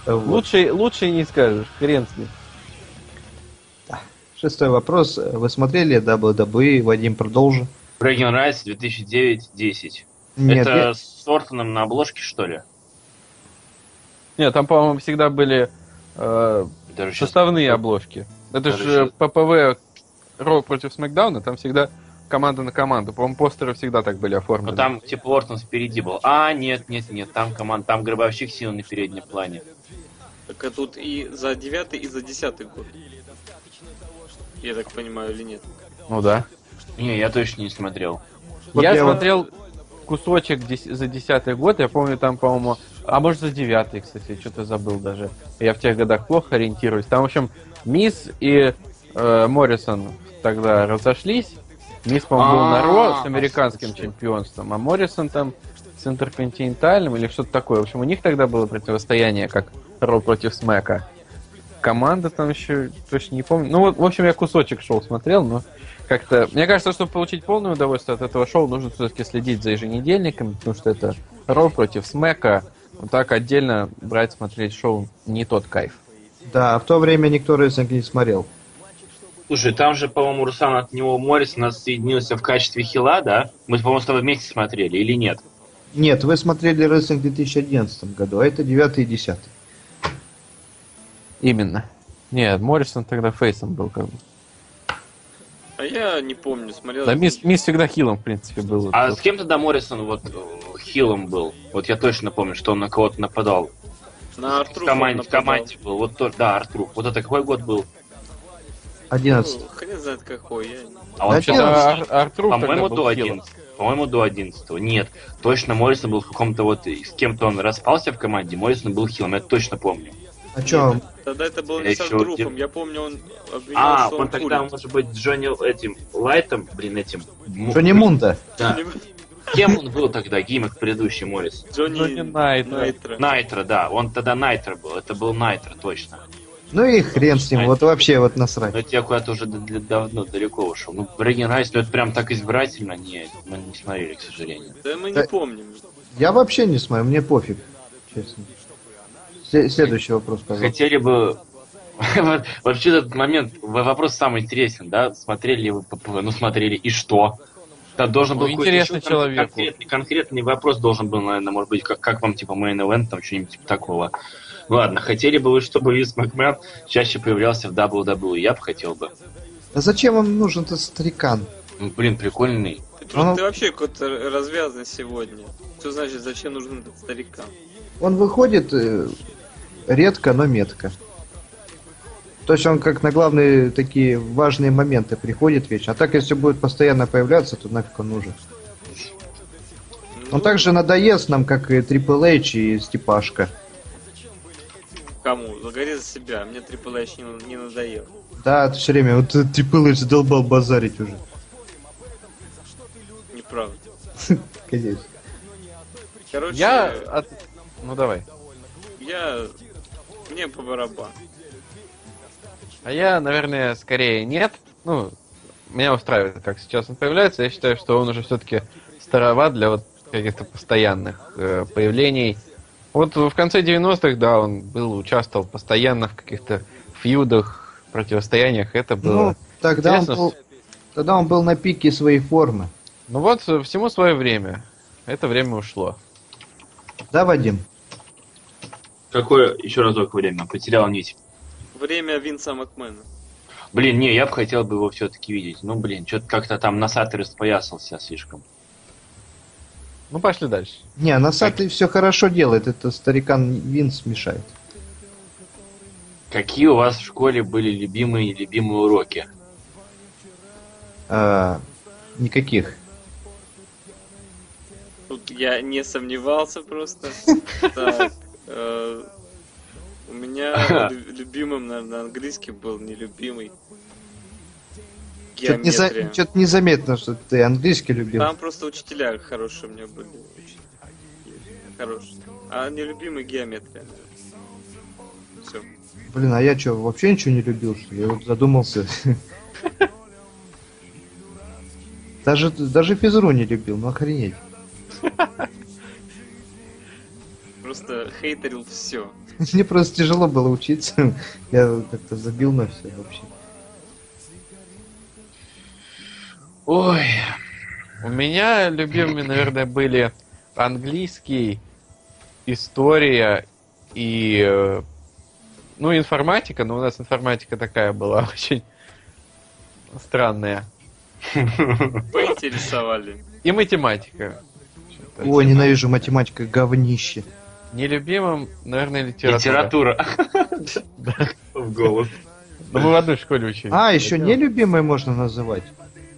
Speaker 2: Ну,
Speaker 3: Вот.
Speaker 4: Лучше, лучше и не скажешь. Хрен с ним.
Speaker 3: Шестой вопрос. Вы смотрели WWE? Вадим, продолжи.
Speaker 1: Breaking Rights 2009-10.
Speaker 3: Нет,
Speaker 1: Это
Speaker 3: я-
Speaker 1: с Ортоном на обложке, что ли?
Speaker 4: Нет, там, по-моему, всегда были э,
Speaker 1: Даже щас-
Speaker 4: составные обложки. Это
Speaker 1: Даже
Speaker 4: же ППВ Ро против Смакдауна, там всегда команда на команду. По-моему, постеры всегда так были оформлены.
Speaker 1: Но там типа Ортон впереди был. А, нет, нет, нет, там команда, там гробовщик сил на переднем плане.
Speaker 2: Так а тут и за девятый, и за десятый год. Я так понимаю, или нет?
Speaker 4: Ну да.
Speaker 1: Не, я точно не смотрел.
Speaker 3: Вот
Speaker 4: я,
Speaker 3: я вот-
Speaker 4: смотрел кусочек дес- за десятый год, я помню там, по-моему, а может за девятый, кстати, что-то забыл даже. Я в тех годах плохо ориентируюсь. Там, в общем, Мисс и э, Моррисон тогда разошлись. Мисс, по-моему, был на Ро
Speaker 1: А,
Speaker 4: с американским
Speaker 1: слушай.
Speaker 4: чемпионством, а Моррисон там с интерконтинентальным или что-то такое. В общем, у них тогда было противостояние, как Ро против Смека. Команда там еще точно не помню. Ну вот, в общем, я кусочек шоу смотрел, но как-то... Мне кажется, чтобы получить полное удовольствие от этого шоу, нужно все-таки следить за еженедельниками, потому что это Ро против Смека. Вот так отдельно брать, смотреть шоу не тот кайф.
Speaker 3: Да, в то время никто рестлинг не смотрел.
Speaker 1: Слушай, там же, по-моему, Руслан от него Моррис у нас соединился в качестве хила, да? Мы, по-моему, с тобой вместе смотрели, или нет?
Speaker 3: Нет, вы смотрели рестлинг в 2011 году, а это 9 и 10.
Speaker 4: Именно. Нет, Моррисон тогда фейсом был как бы.
Speaker 2: А я не помню, смотрел.
Speaker 4: Да, мисс, мисс всегда хилом, в принципе, был.
Speaker 1: А с кем тогда Моррисон вот э, хилом был? Вот я точно помню, что он на кого-то нападал.
Speaker 2: На
Speaker 1: в
Speaker 2: Артруфа
Speaker 1: команде,
Speaker 2: он
Speaker 1: в
Speaker 2: нападал.
Speaker 1: команде был. Вот тоже, да, Артруф. Вот это какой год был?
Speaker 3: 11.
Speaker 2: Ну, хрен знает какой. Я...
Speaker 1: А он
Speaker 3: Да,
Speaker 1: что-то,
Speaker 3: дело-
Speaker 4: Вообще-то Ар- Артур
Speaker 1: по-моему,
Speaker 4: тогда был
Speaker 1: до
Speaker 4: хилом.
Speaker 1: 11. По-моему, до 11 Нет, точно Моррисон был в каком-то вот... С кем-то он распался в команде, Моррисон был хилом, я это точно помню.
Speaker 3: А чё,
Speaker 2: Тогда это был
Speaker 1: Я
Speaker 2: не с
Speaker 1: ещё
Speaker 2: Артруфом.
Speaker 1: где-
Speaker 2: Я помню, он обвинялся,
Speaker 1: А, он тогда,
Speaker 2: курит.
Speaker 1: может быть, Джонни этим Лайтом, блин, этим... М-
Speaker 3: Джонни Мунда?
Speaker 1: Да. Кем он был тогда, гиммик предыдущий Моррис?
Speaker 2: Джонни,
Speaker 4: Джонни Найтро.
Speaker 2: Найтро.
Speaker 1: Найтро, да, он тогда Найтро был, это был Найтро, точно.
Speaker 3: Ну и хрен с ним, вот вообще вот
Speaker 1: Но
Speaker 3: насрать.
Speaker 1: это я куда-то уже д- д- давно далеко ушел. Ну, Брэгги Райс, ну это прям так избирательно, не, мы не смотрели, к сожалению.
Speaker 2: Да мы не
Speaker 3: Да.
Speaker 2: помним.
Speaker 3: Я вообще не смотрю, мне пофиг, честно. Се- Следующий вопрос, пожалуйста.
Speaker 1: Хотели бы... Вот- Вообще этот момент, в- вопрос самый интересен, да? Смотрели ли вы ППВ? Ну смотрели, и что? Да, должен был
Speaker 4: Ну,
Speaker 1: какой-то
Speaker 4: интересно
Speaker 1: ещё кон-
Speaker 4: человеку.
Speaker 1: Конкретный, конкретный вопрос должен был, наверное, может быть, как, как вам, типа, мейн ивент, там, что-нибудь типа такого. Ну, Ладно, хотели бы вы, чтобы Винс Макмен чаще появлялся в WWE? Я бы хотел бы.
Speaker 3: Да зачем вам нужен этот старикан?
Speaker 1: Ну, блин, прикольный.
Speaker 2: Ты, просто-
Speaker 3: Ну.
Speaker 2: ты вообще какой-то развязан сегодня. Что значит, зачем нужен этот старикан?
Speaker 3: Он выходит э, редко, но метко. То есть он как на главные такие важные моменты приходит вечно. А так, если будет постоянно появляться, то нафиг он нужен.
Speaker 2: Ну,
Speaker 3: Он также надоест нам, как и Трипл Эйч и Степашка.
Speaker 2: Кому? Загори за себя. Мне Triple H не, не надоел.
Speaker 3: Да, все время, вот этот Трипл Эйч задолбал базарить уже.
Speaker 2: Неправда.
Speaker 3: Козеть.
Speaker 2: Короче,
Speaker 4: Я...
Speaker 2: я...
Speaker 4: от- Ну давай.
Speaker 2: Мне по барабану.
Speaker 4: А я, наверное, скорее нет. Ну, меня устраивает, как сейчас он появляется. Я считаю, что он уже все-таки староват для вот каких-то постоянных э, появлений. Вот в конце 90-х, да, он был, участвовал постоянно в каких-то фьюдах, противостояниях. Это было...
Speaker 3: Ну, тогда он,
Speaker 4: Интересно.
Speaker 3: был, тогда он был на пике своей формы.
Speaker 4: Ну вот, э, всему свое время. Это время ушло.
Speaker 3: Да, Вадим?
Speaker 1: Какое еще разок время? Потерял нить.
Speaker 2: Время Винса Макмена.
Speaker 1: Блин, не, я бы хотел бы его все-таки видеть. Ну, блин, что-то как-то там носатый распоясался слишком.
Speaker 4: Ну, пошли дальше.
Speaker 3: Не, носатый все хорошо делает, это старикан Винс мешает.
Speaker 1: Какие у вас в школе были любимые и любимые уроки?
Speaker 3: А, никаких.
Speaker 2: Тут я не сомневался просто. Так, э, У меня лю- любимым, наверное, английский был нелюбимый.
Speaker 3: Что-то,
Speaker 2: Геометрия.
Speaker 3: незаметно, что ты английский любил.
Speaker 2: Там просто учителя хорошие у меня были. очень Хорошие. А нелюбимый геометрия. Все.
Speaker 3: Блин, а я что, вообще ничего не любил, что ли? Я вот задумался. Даже, даже физру не любил, ну охренеть.
Speaker 2: Просто хейтерил все.
Speaker 3: Мне просто тяжело было учиться. Я как-то забил на все вообще.
Speaker 1: Ой,
Speaker 4: У меня любимыми, наверное, были английский, история и... э, Ну, информатика, но у нас информатика такая была очень странная.
Speaker 2: Поинтересовали.
Speaker 4: И математика. Что-то
Speaker 3: Ой, ненавижу математика, говнище.
Speaker 4: Нелюбимым, наверное, литература.
Speaker 1: Литература. В голос.
Speaker 4: Ну, мы в одной школе учились.
Speaker 3: А, еще нелюбимой можно называть.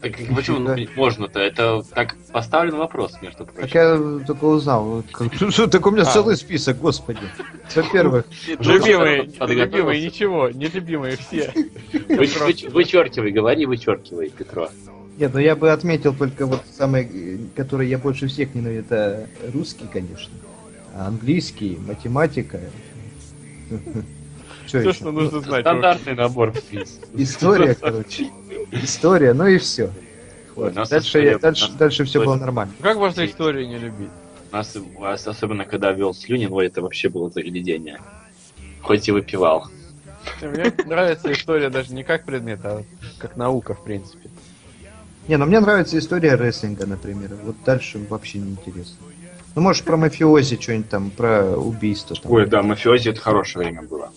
Speaker 1: Так Почему ну, можно-то? Это так поставлен вопрос, между
Speaker 3: Как
Speaker 1: прочим.
Speaker 3: я только узнал. вот как- Так у меня
Speaker 4: А.
Speaker 3: целый список, господи. Во-первых,
Speaker 2: Нет,
Speaker 1: Жук.
Speaker 4: Любимые,
Speaker 1: Подготовился.
Speaker 4: любимые, ничего, нелюбимые все.
Speaker 1: Вы- вы- Вычеркивай, говори, вычеркивай, Петро.
Speaker 3: нет, ну я бы отметил только вот самые, э, которые я больше всех ненавижу, это русский, конечно, а английский, математика. Что
Speaker 4: Все,
Speaker 3: еще?
Speaker 4: что нужно знать.
Speaker 1: Стандартный набор в принципе.
Speaker 3: История, короче. История, ну и все.
Speaker 1: Ой, нас
Speaker 3: Дальше,
Speaker 1: история-
Speaker 3: я- дальше,
Speaker 1: нас-
Speaker 3: дальше все
Speaker 1: Ой,
Speaker 3: было нормально.
Speaker 4: Ну, Как можно историю не любить?
Speaker 1: Нас, вас, особенно когда вел Слюнин, ой, это вообще было заглядение. Хоть и выпивал.
Speaker 4: Мне нравится история даже не как предмет, а как наука, в принципе.
Speaker 3: Не, ну мне нравится история рестлинга, например. Вот дальше вообще не интересно. Ну, может, про мафиози что-нибудь там, про убийство. Там.
Speaker 1: Ой, да, мафиози это хорошее время было.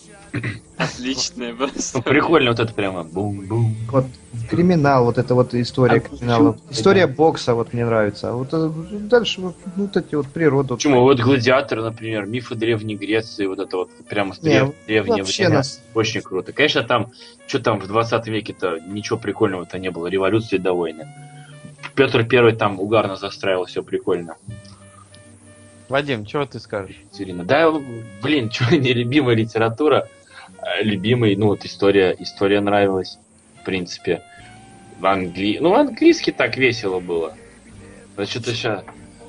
Speaker 2: Отличное
Speaker 1: Ну,
Speaker 2: просто.
Speaker 1: прикольно вот это прямо бум-бум.
Speaker 3: Вот криминал, вот эта вот история
Speaker 1: А
Speaker 3: криминала.
Speaker 1: почему?
Speaker 3: История бокса вот мне нравится. А вот э, дальше вот, ну, вот эти вот природу.
Speaker 1: Почему? Вот гладиатор, например, мифы Древней Греции, вот это вот прямо с
Speaker 3: Не,
Speaker 1: древ- древнее
Speaker 3: вообще
Speaker 1: время.
Speaker 3: нас-
Speaker 1: Очень круто. Конечно, там, что там в 20 веке-то ничего прикольного-то не было. Революции до войны. Петр Первый там угарно застраивал, все прикольно.
Speaker 4: Вадим, чего ты скажешь?
Speaker 1: Екатерина. Да, блин, что нелюбимая литература, а любимый, ну вот история, история нравилась, в принципе. В Англи... Ну, английский так весело было. Да что-то сейчас...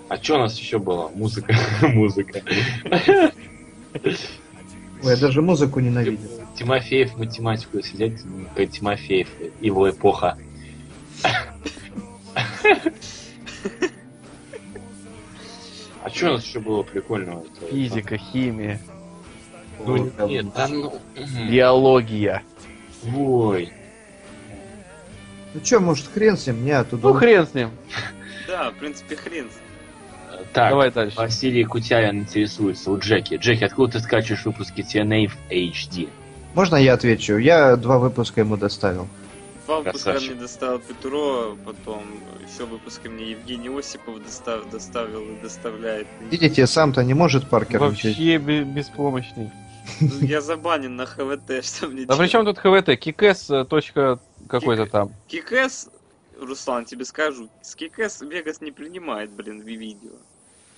Speaker 1: А что у нас еще было? Музыка. Музыка.
Speaker 3: Ой, я даже музыку ненавидел.
Speaker 1: Тимофеев, математику, если взять, ну, какой Тимофеев, его эпоха. А что у нас еще было прикольного?
Speaker 4: Физика, химия,
Speaker 1: Ну, нет, да ну...
Speaker 4: биология.
Speaker 1: Ой.
Speaker 3: Ну что, может, хрен с ним? Не, а тут
Speaker 4: Ну хрен с ним.
Speaker 2: Да, в принципе, хрен.
Speaker 1: Так,
Speaker 4: Давай дальше.
Speaker 1: Василий Кутяин интересуется у Джеки. Джеки, откуда ты скачиваешь выпуски TNA в HD?
Speaker 3: Можно я отвечу? Я два выпуска ему доставил.
Speaker 2: Два выпуска
Speaker 1: Красавчик.
Speaker 2: мне доставил Петро, потом еще выпуска мне Евгений Осипов достав- доставил и доставляет.
Speaker 3: Видите, сам-то не может Паркер ничего.
Speaker 4: Вообще бе- беспомощный.
Speaker 2: Я забанен на ХВТ, что мне
Speaker 4: Да при чем тут ХВТ? Кикэс э, точка какой-то там.
Speaker 2: Кикэс, Руслан, тебе скажу, с Кикэс Вегас не принимает, блин, в видео.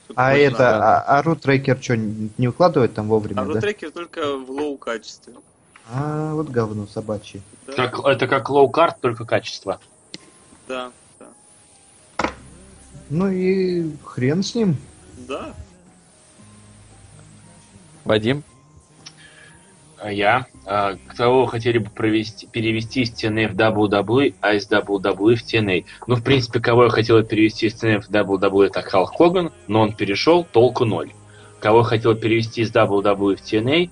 Speaker 2: Тут
Speaker 3: А
Speaker 2: можно.
Speaker 3: это, а, а рутрекер что, не укладывает там
Speaker 2: А
Speaker 3: вовремя, да?
Speaker 2: рутрекер только в лоу качестве.
Speaker 3: А, вот говно собачье.
Speaker 2: Да,
Speaker 1: Как, это как лоу-карт, только качество.
Speaker 2: да,
Speaker 3: Ну и хрен с ним.
Speaker 2: да.
Speaker 4: Вадим?
Speaker 1: А я? А, кого хотели бы провести, перевести из TNA в WWE, а из WWE в TNA? Ну, в принципе, кого я хотел перевести из TNA в WWE, это Халк Хоган, но он перешел, толку ноль. Кого я хотел перевести из WWE в TNA?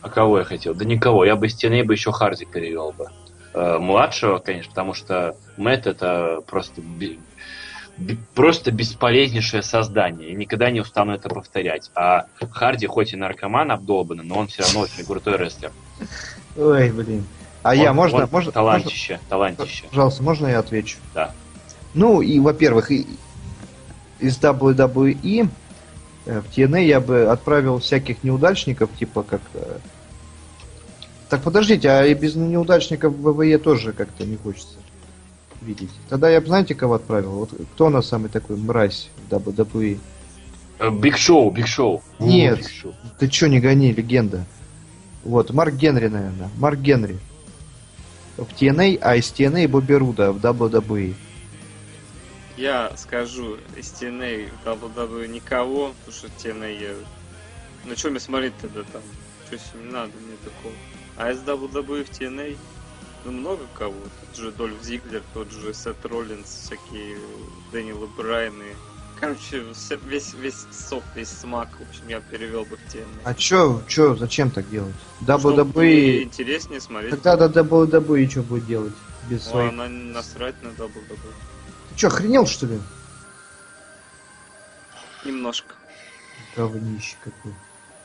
Speaker 1: А кого я хотел? Да никого. Я бы из TNA бы еще Харди перевел бы. Э, младшего, конечно, потому что Мэтт это просто би- би- просто бесполезнейшее создание. И никогда не устану это повторять. А Харди хоть и наркоман обдолбанный, но он все равно очень крутой рестлер.
Speaker 3: Ой, блин. А
Speaker 1: Он-
Speaker 3: я, можно,
Speaker 1: он
Speaker 3: можно, можно-
Speaker 1: Талантище, талантище.
Speaker 3: пожалуйста, можно я отвечу?
Speaker 1: Да.
Speaker 3: Ну, и, во-первых, и- из WWE э, в TNA я бы отправил всяких неудачников, типа как... э, Так, подождите, а и без неудачников в ВВЕ тоже как-то не хочется видеть. Тогда я бы, знаете, кого отправил? Вот кто у нас самый такой мразь в E? WWE?
Speaker 1: Э, Биг Шоу, Биг Шоу.
Speaker 3: Нет.
Speaker 1: О, Биг Шоу.
Speaker 3: Ты чё не гони, легенда. Вот, Марк Генри, наверное. Марк Генри. В TNA, а из TNA Бобби Руда в E. WWE.
Speaker 2: Я скажу, из TNA в WWE никого, потому что TNA я... Ну что мне смотреть тогда там? Что с ним надо мне такого? А из WWE в TNA? Ну много кого. Тот же Дольф Зиглер, тот же Сет Роллинс, всякие Дэниелы Брайны. Короче, вся- весь, весь сок, весь смак, в общем, я перевел бы в TNA.
Speaker 3: А чё, чё, зачем так делать?
Speaker 2: Чтобы мне
Speaker 3: WWE...
Speaker 2: интереснее смотреть.
Speaker 3: Тогда да, WWE что будет делать? Без
Speaker 2: Ну,
Speaker 3: своих...
Speaker 2: она насрать на WWE.
Speaker 3: Ты чё, охренел, что ли?
Speaker 2: Немножко.
Speaker 3: Говнище какой.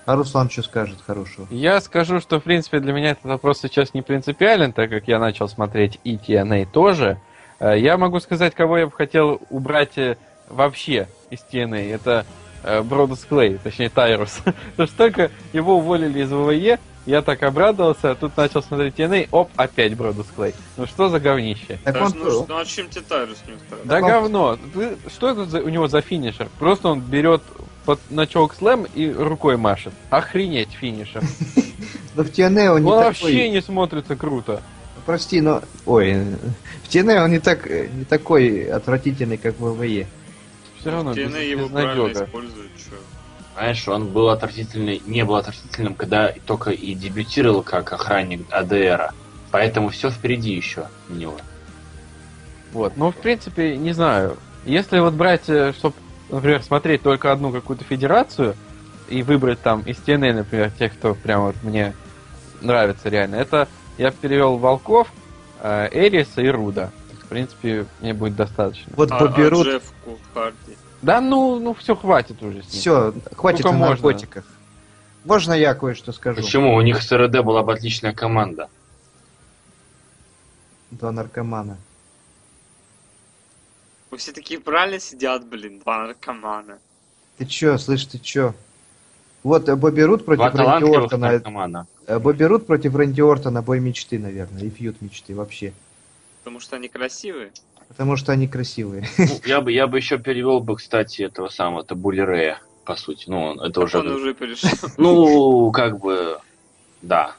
Speaker 3: А Руслан что скажет хорошего?
Speaker 4: Я скажу, что, в принципе, для меня этот вопрос сейчас не принципиален, так как я начал смотреть и TNA тоже. А Э, Я могу сказать, кого я бы хотел убрать э, вообще из TNA. Это э, Бродус Клей, точнее Тайрус. Потому что только его уволили из ВВЕ, я так обрадовался, а тут начал смотреть TNA, оп, опять Бродус Клей. Ну что за говнище?
Speaker 3: Так
Speaker 2: Даже,
Speaker 3: он,
Speaker 2: ну, ш- ну, а чем тебе Тайрус не устраивает?
Speaker 4: Да
Speaker 3: он-
Speaker 4: говно. Ты- что это за- у него за финишер? Просто он берет под, на слэм и рукой машет. Охренеть финишер.
Speaker 3: ну, в TNA он
Speaker 4: Он
Speaker 3: не
Speaker 4: вообще
Speaker 3: такой.
Speaker 4: не смотрится круто.
Speaker 3: Прости, но... Ой, э, в TNA он не, так, э, не такой отвратительный, как в ВВЕ.
Speaker 4: Все равно без,
Speaker 2: TNA Э его правильно
Speaker 4: безнадёга.
Speaker 2: использует, чё.
Speaker 1: Знаешь, он был отвратительный, не был отвратительным, когда только и дебютировал как охранник А АДРа. Поэтому все впереди еще у него.
Speaker 4: Вот. Ну, в принципе, не знаю. Если вот брать, чтобы, например, смотреть только одну какую-то федерацию и выбрать там из TNA, например, тех, кто прям вот мне нравится реально, это я перевел Волков, э, Эриса и Руда. В принципе, мне будет достаточно.
Speaker 3: Вот
Speaker 2: А-
Speaker 3: поберут...
Speaker 2: А Джеффку Харди.
Speaker 4: Да ну, ну все, хватит уже с ним.
Speaker 3: Все, хватит
Speaker 4: Сколько
Speaker 3: о
Speaker 4: можно?
Speaker 3: наркотиках. Можно я кое-что скажу?
Speaker 1: Почему? У них с РД была бы отличная команда.
Speaker 3: Два наркомана.
Speaker 2: Вы все такие правильно сидят, блин, два наркомана.
Speaker 3: Ты чё, слышь, ты чё? Вот э, Бобби Рут
Speaker 1: Два
Speaker 3: против Рэнди
Speaker 1: талантливых
Speaker 3: Ортона.
Speaker 1: наркомана.
Speaker 3: э, Бобби Рут против Рэнди Ортона бой мечты, наверное, и фьют мечты вообще.
Speaker 2: Потому что они красивые.
Speaker 3: Потому что они красивые.
Speaker 1: Ну, я бы, я бы еще перевел бы, кстати, этого самого, это Булерея, по сути. Ну, он- это уже...
Speaker 2: Он уже перешел.
Speaker 1: Ну, как бы... Да.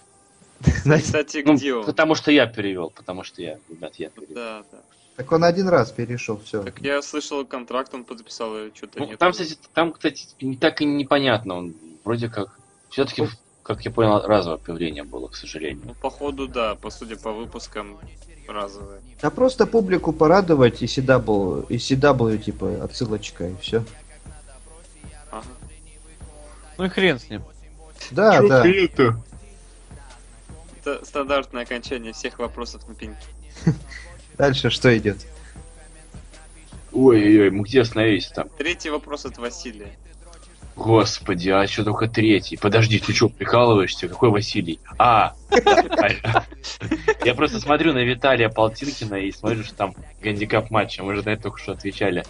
Speaker 3: Знаете,
Speaker 2: Кстати,
Speaker 1: Ну,
Speaker 2: где он? Ну
Speaker 1: потому что я перевел, потому что я, ребят, я перевел.
Speaker 2: Да, да.
Speaker 3: так он один раз перешел, все.
Speaker 2: Так я слышал контракт, он подписал, и что-то
Speaker 1: Ну,
Speaker 2: нет.
Speaker 1: там, кстати, там, кстати, не так и непонятно. Он вроде как... Все-таки, как я понял, разовое появление было, к сожалению.
Speaker 2: Ну, походу, да, по судя по выпускам разовые.
Speaker 3: Да просто публику порадовать и CW, и CW типа отсылочка и все.
Speaker 2: Ага.
Speaker 4: Ну и хрен с ним.
Speaker 3: Да, да.
Speaker 2: Это стандартное окончание всех вопросов на пеньке.
Speaker 3: Дальше что идет?
Speaker 1: Ой-ой-ой, мы где остановились там?
Speaker 2: Третий вопрос от Василия.
Speaker 1: Господи, а что только третий? Подожди, ты что, прикалываешься? Какой Василий? А! Я просто смотрю на Виталия Полтинкина и смотрю, что там гандикап матча. Мы же на это только что отвечали.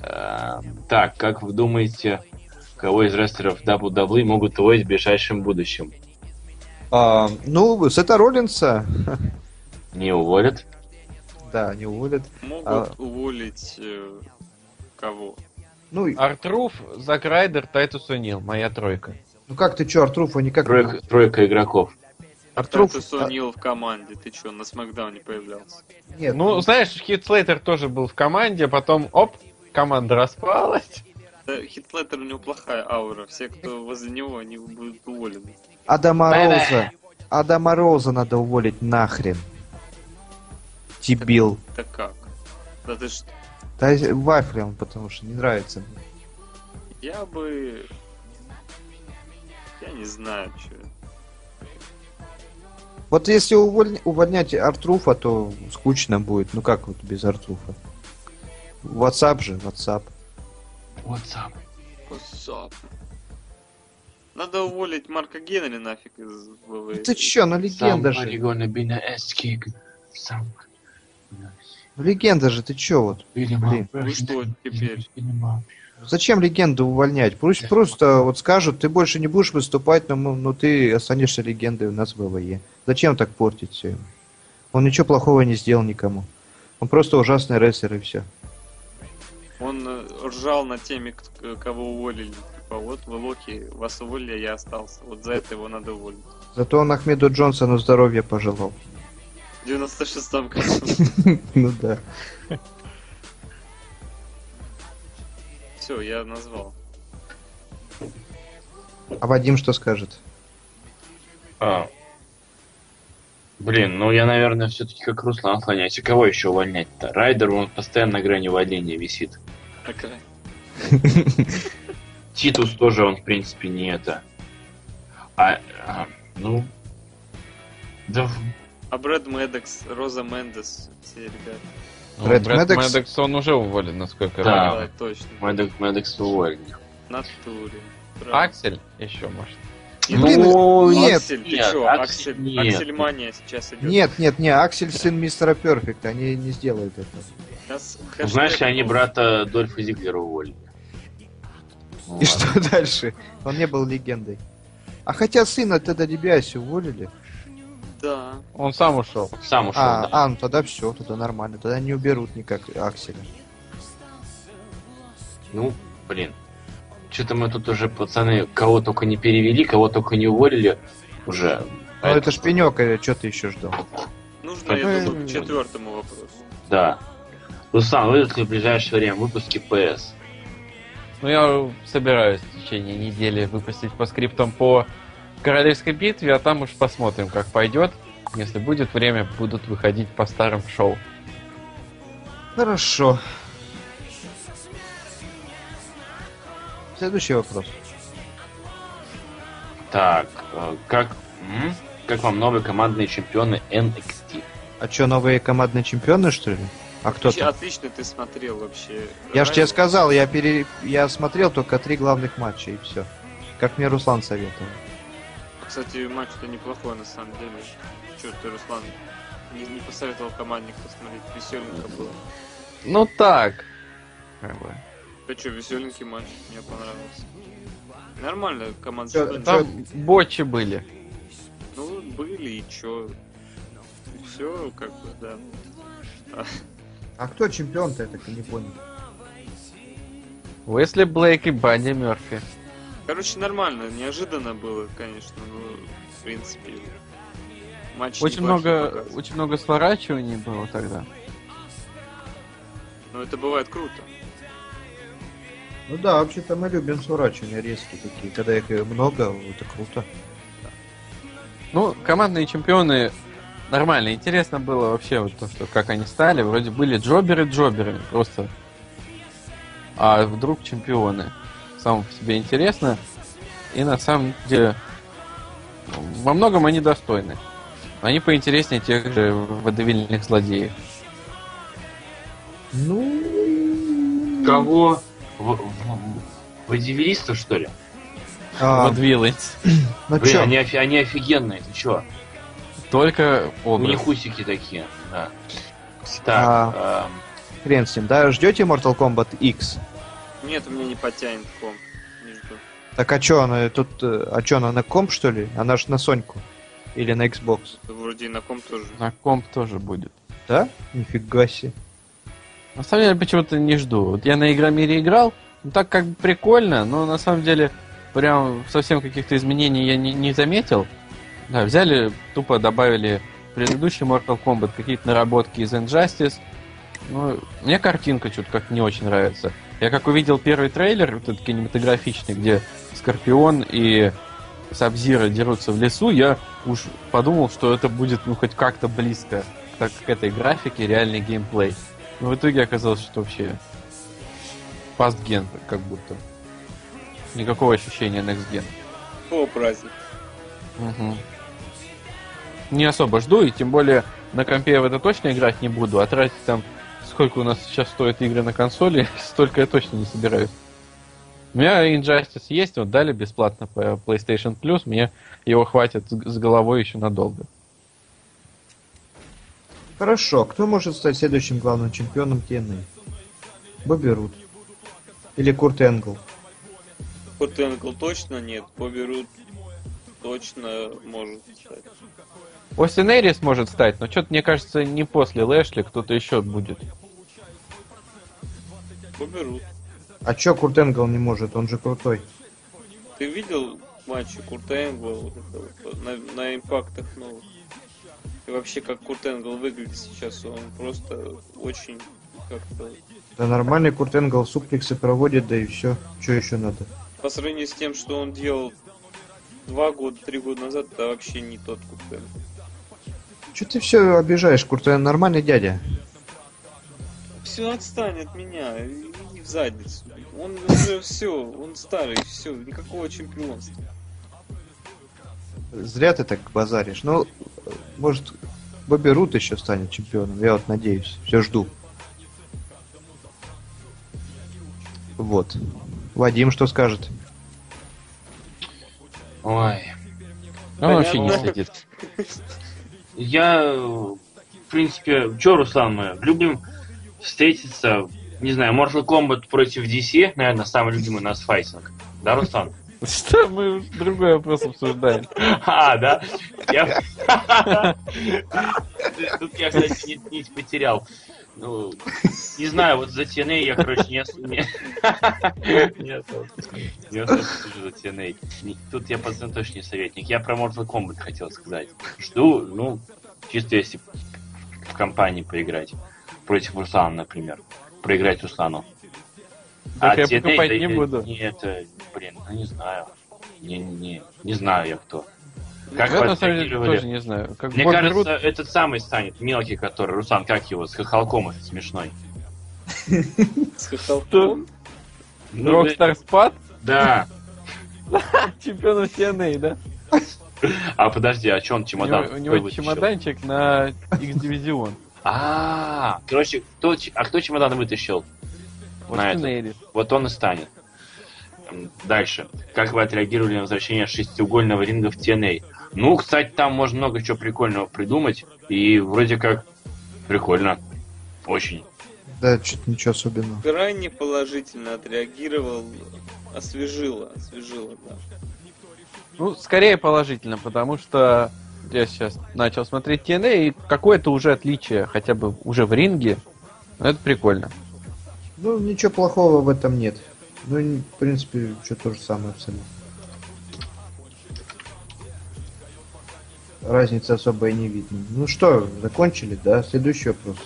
Speaker 1: Э, Так, как вы думаете, кого из рестлеров WWE могут уволить в ближайшем будущем?
Speaker 3: А, ну, Сета Роллинса,
Speaker 1: Не уволят?
Speaker 3: да, не уволят.
Speaker 2: Могут уволить э, кого?
Speaker 3: Ну,
Speaker 4: А
Speaker 3: и-
Speaker 4: Артруф, Зак Райдер, Тайтус О'Нил. Моя тройка.
Speaker 3: ну как ты чё, Артруфа никак...
Speaker 1: Тройка, тройка игроков.
Speaker 3: Артруф-
Speaker 2: Тратус О'Нил в команде. Ты чё, на Смакдауне появлялся?
Speaker 3: Нет,
Speaker 4: Ну, знаешь, Хит Слейтер тоже был в команде, потом, оп, команда распалась.
Speaker 2: Да, Хитлеттер у него плохая аура. Все, кто возле него, они будут уволены.
Speaker 3: Адама
Speaker 1: Бэ-бэ.
Speaker 3: Роуза. Адама Роуза надо уволить нахрен. Дебил.
Speaker 2: Так как? Да ты что?
Speaker 3: Да, э, вафли он, потому что не нравится. мне.
Speaker 2: Я бы... Я не знаю, что.
Speaker 3: Вот если уволь- увольнять Артруфа, то скучно будет. Ну как вот без Артруфа? WhatsApp же, WhatsApp.
Speaker 1: WhatsApp.
Speaker 2: Надо уволить Марка Генри нафиг из ВВЕ.
Speaker 3: Ты чё, ну легенда
Speaker 1: Somebody
Speaker 3: же.
Speaker 1: gonna be the ass kick. Some-
Speaker 3: Ну легенда же, ты чё вот?
Speaker 1: Или
Speaker 3: Блин,
Speaker 2: Ну что теперь?
Speaker 3: Зачем легенду увольнять? Пусть просто вот скажут, ты больше не будешь выступать, но, мы- но ты останешься легендой у нас в ВВЕ. Зачем так портить все? Он ничего плохого не сделал никому. Он просто ужасный рестлер и все.
Speaker 2: Он э, ржал на теме, к- к- э, кого уволили. Типа, вот вы Локи, вас уволили, а я остался. Вот за это его надо уволить.
Speaker 3: Зато он Ахмеду Джонсону здоровья пожелал.
Speaker 2: В 96-м, конечно.
Speaker 3: Ну да.
Speaker 2: Все, я назвал.
Speaker 3: А Вадим что скажет?
Speaker 1: А. Блин, ну я, наверное, все-таки как Руслан отклоняюсь. А Кого еще увольнять-то? Райдер, он постоянно на грани увольнения висит.
Speaker 2: Так, э,
Speaker 1: Титус тоже, он, в принципе, не это. А, а, ну... Да, в-
Speaker 2: А Брэд Мэддокс, Роза Мендес, все ребята.
Speaker 4: Ну,
Speaker 3: Брэд
Speaker 4: Брэд
Speaker 3: Мэддокс?
Speaker 4: Мэддокс, он уже уволен, насколько я
Speaker 1: Да.
Speaker 4: понимаю.
Speaker 2: Да, точно.
Speaker 1: Мэддокс, Мэддокс уволен.
Speaker 2: В натуре. Правда.
Speaker 4: Аксель еще, может.
Speaker 2: И
Speaker 3: Блин,
Speaker 4: ну,
Speaker 3: нет.
Speaker 2: Аксель, ты
Speaker 1: Нет,
Speaker 2: чё,
Speaker 1: Аксель-
Speaker 2: Аксель,
Speaker 1: нет.
Speaker 2: Аксельмания сейчас идет.
Speaker 3: Нет, нет, не, Аксель сын мистера Перфект, они не сделают это.
Speaker 2: Сейчас хэштег
Speaker 1: Знаешь, они
Speaker 2: был.
Speaker 1: брата Дольфа Зиглера уволили. Ну, ладно.
Speaker 3: И что дальше? Он не был легендой. А хотя сына Теда Дебиаси уволили.
Speaker 2: Да.
Speaker 4: Он сам ушел.
Speaker 1: Сам ушел,
Speaker 3: А,
Speaker 1: да.
Speaker 3: а, ну тогда все, тогда нормально. Тогда не уберут никак Акселя.
Speaker 1: Ну, блин. Что-то мы тут уже, пацаны, кого только не перевели, кого только не уволили уже.
Speaker 3: Ну
Speaker 1: Поэтому-
Speaker 3: это ж пенек, а что ты еще ждал?
Speaker 2: Нужно, я
Speaker 1: Поэтому-
Speaker 2: думаю, к четвертому вопросу.
Speaker 1: Да. Руслан, выйдут ли в ближайшее время выпуски ПС?
Speaker 4: Ну, я собираюсь в течение недели выпустить по скриптам по Королевской битве, а там уж посмотрим, как пойдет. Если будет время, будут выходить по старым шоу.
Speaker 3: Хорошо. Следующий вопрос.
Speaker 1: Так, э, как, м? как вам новые командные чемпионы NXT?
Speaker 3: А что, новые командные чемпионы, что ли? А кто
Speaker 2: Вообще,
Speaker 3: там?
Speaker 2: отлично ты смотрел вообще.
Speaker 3: Я же тебе
Speaker 2: Райли.
Speaker 3: сказал, я, пере... я смотрел только три главных матча и все. Как мне Руслан советовал.
Speaker 2: Кстати, матч-то неплохой на самом деле. Чё ты, Руслан, не, не посоветовал командник посмотреть? Веселенько было.
Speaker 4: Ну так. Как бы.
Speaker 2: Да чё, веселенький матч, мне понравился. Нормально, команда...
Speaker 3: Чё,
Speaker 2: создана.
Speaker 4: Там бочи были.
Speaker 2: Ну, были и чё. Все, как бы, да.
Speaker 3: А кто чемпион-то, я так и не понял.
Speaker 4: Уэсли Блейк и Банни Мерфи.
Speaker 2: Короче, нормально, неожиданно было, конечно, но, в принципе, матч
Speaker 4: Очень
Speaker 2: неплохие
Speaker 4: много,
Speaker 2: показывает.
Speaker 4: очень много сворачиваний было тогда.
Speaker 2: Но это бывает круто.
Speaker 3: Ну да, вообще-то мы любим сворачивания резкие такие. Когда их много, это круто.
Speaker 4: Ну, командные чемпионы нормально. Интересно было вообще вот то, что как они стали. Вроде были джоберы-джоберы просто. А вдруг чемпионы. Само по себе интересно. И на самом деле во многом они достойны. Они поинтереснее тех же водовильных злодеев.
Speaker 3: Ну...
Speaker 1: Кого? В- в- Водивилистов, что ли?
Speaker 3: А,
Speaker 4: Водвилец.
Speaker 3: ну
Speaker 1: Блин,
Speaker 3: чё,
Speaker 1: они, офи- они офигенные, ты чё?
Speaker 4: Только
Speaker 1: У
Speaker 4: образ.
Speaker 1: них усики такие, да. Так, эм,
Speaker 3: хрен с ним, да? Ждете Mortal Kombat X?
Speaker 2: Нет, у меня не потянет комп. Не жду.
Speaker 3: Так а чё она тут... э, А чё она на комп, что ли? Она ж на Соньку. Или на Xbox.
Speaker 2: Вроде и на ком тоже.
Speaker 4: На комп тоже будет.
Speaker 3: Да? Нифига себе.
Speaker 4: На самом деле почему-то не жду. Вот я на Игромире играл, ну так как бы прикольно, но на самом деле прям совсем каких-то изменений я не, не заметил. Да, взяли, тупо добавили предыдущий Mortal Kombat, какие-то наработки из Injustice. Ну, мне картинка что-то как не очень нравится. Я как увидел первый трейлер, вот этот кинематографичный, где Скорпион и Сабзира дерутся в лесу, я уж подумал, что это будет ну хоть как-то близко так к этой графике реальный геймплей. Но в итоге оказалось, что вообще пастген как будто. Никакого ощущения next gen.
Speaker 2: О, праздник.
Speaker 4: Мгм. Не особо жду, и тем более на компе я в это точно играть не буду, а тратить там сколько у нас сейчас стоят игры на консоли, столько я точно не собираюсь. У меня Injustice есть, вот дали бесплатно по PlayStation Plus, мне его хватит с с головой еще надолго.
Speaker 3: Хорошо, кто может стать следующим главным чемпионом TNA? Бобби Рут. Или Курт Энгл.
Speaker 2: Курт Энгл точно нет, Бобби Рут точно может стать.
Speaker 4: Остин Эрис может стать, но что-то, мне кажется, не после Лэшли кто-то еще будет.
Speaker 2: Бобби Рут.
Speaker 3: А чё Курт Энгл не может? Он же крутой.
Speaker 2: Ты видел матчи Курта Энгла вот это вот, на, на импактах новых? И вообще, как Курт Энгл выглядит сейчас, он просто очень как-то...
Speaker 3: Да нормальный Курт Энгл суплексы проводит, да и все. Что еще надо?
Speaker 2: По сравнению с тем, что он делал два года, три года назад, это вообще не тот Курт Энгл.
Speaker 3: Че ты все обижаешь, Курт Энгл нормальный дядя.
Speaker 2: Все, отстань от меня, иди в задницу. Он уже все, он старый, все, никакого чемпионства.
Speaker 3: Зря ты так базаришь. Ну, э, может, Бобби Рут еще станет чемпионом. Я вот надеюсь. Все жду. Вот. Вадим что скажет?
Speaker 1: Ой.
Speaker 4: Он вообще не
Speaker 1: Понятно.
Speaker 4: следит.
Speaker 1: Я, э, в принципе, чё, Руслан, мы любим встретиться, не знаю, Mortal Kombat против DC, наверное, самый любимый у нас файтинг. Да, Руслан?
Speaker 4: Что мы другой вопрос обсуждаем?
Speaker 1: А, да? Я... Тут я, кстати, нить, нить потерял. Ну, не знаю, вот за TNA я, короче, не... ос- не- Не особо- не особо слежу за TNA. Не- Тут я пацан точно не советник. Я про Mortal Kombat хотел сказать. Жду, ну, чисто если в компании поиграть. Против Руслана, например. Проиграть Руслану.
Speaker 4: Так я
Speaker 1: TNA,
Speaker 4: покупать
Speaker 1: да
Speaker 4: не
Speaker 1: я-
Speaker 4: буду.
Speaker 1: Не, это, блин, ну не знаю. Не, не, не знаю я кто. Как
Speaker 4: Я
Speaker 1: вас
Speaker 4: на самом деле
Speaker 1: реагировали?
Speaker 4: тоже не знаю. Как
Speaker 1: Мне
Speaker 4: Бобби
Speaker 1: кажется,
Speaker 4: Рут-
Speaker 1: этот самый станет мелкий, который Руслан, как его, с хохолком этот смешной.
Speaker 2: С хохолком.
Speaker 1: Ну,
Speaker 4: Рокстар спад?
Speaker 1: Да.
Speaker 4: Чемпион TNA, да?
Speaker 1: А подожди, а что он
Speaker 4: У
Speaker 1: чемодан?
Speaker 4: него- у него
Speaker 1: какой вытащил?
Speaker 4: чемоданчик на X-дивизион.
Speaker 1: А, короче, кто, ч- а кто чемодан вытащил?
Speaker 4: Вот
Speaker 1: На
Speaker 4: ты
Speaker 1: это.
Speaker 4: наедешь.
Speaker 1: Вот он и станет. М, Дальше. Как вы отреагировали на возвращение шестиугольного ринга в TNA? Ну, кстати, там можно много чего прикольного придумать. И вроде как прикольно. Очень.
Speaker 3: Да, что-то ничего особенного.
Speaker 2: Крайне положительно отреагировал. Освежило, освежило, да.
Speaker 4: Ну, скорее положительно, потому что я сейчас начал смотреть TNA, и какое-то уже отличие, хотя бы уже в ринге. Но это прикольно.
Speaker 3: Ну, ничего плохого в этом нет. Ну, и, в принципе, все то же самое абсолютно. Разницы особой не видно. Ну что, закончили, да? Следующий вопрос.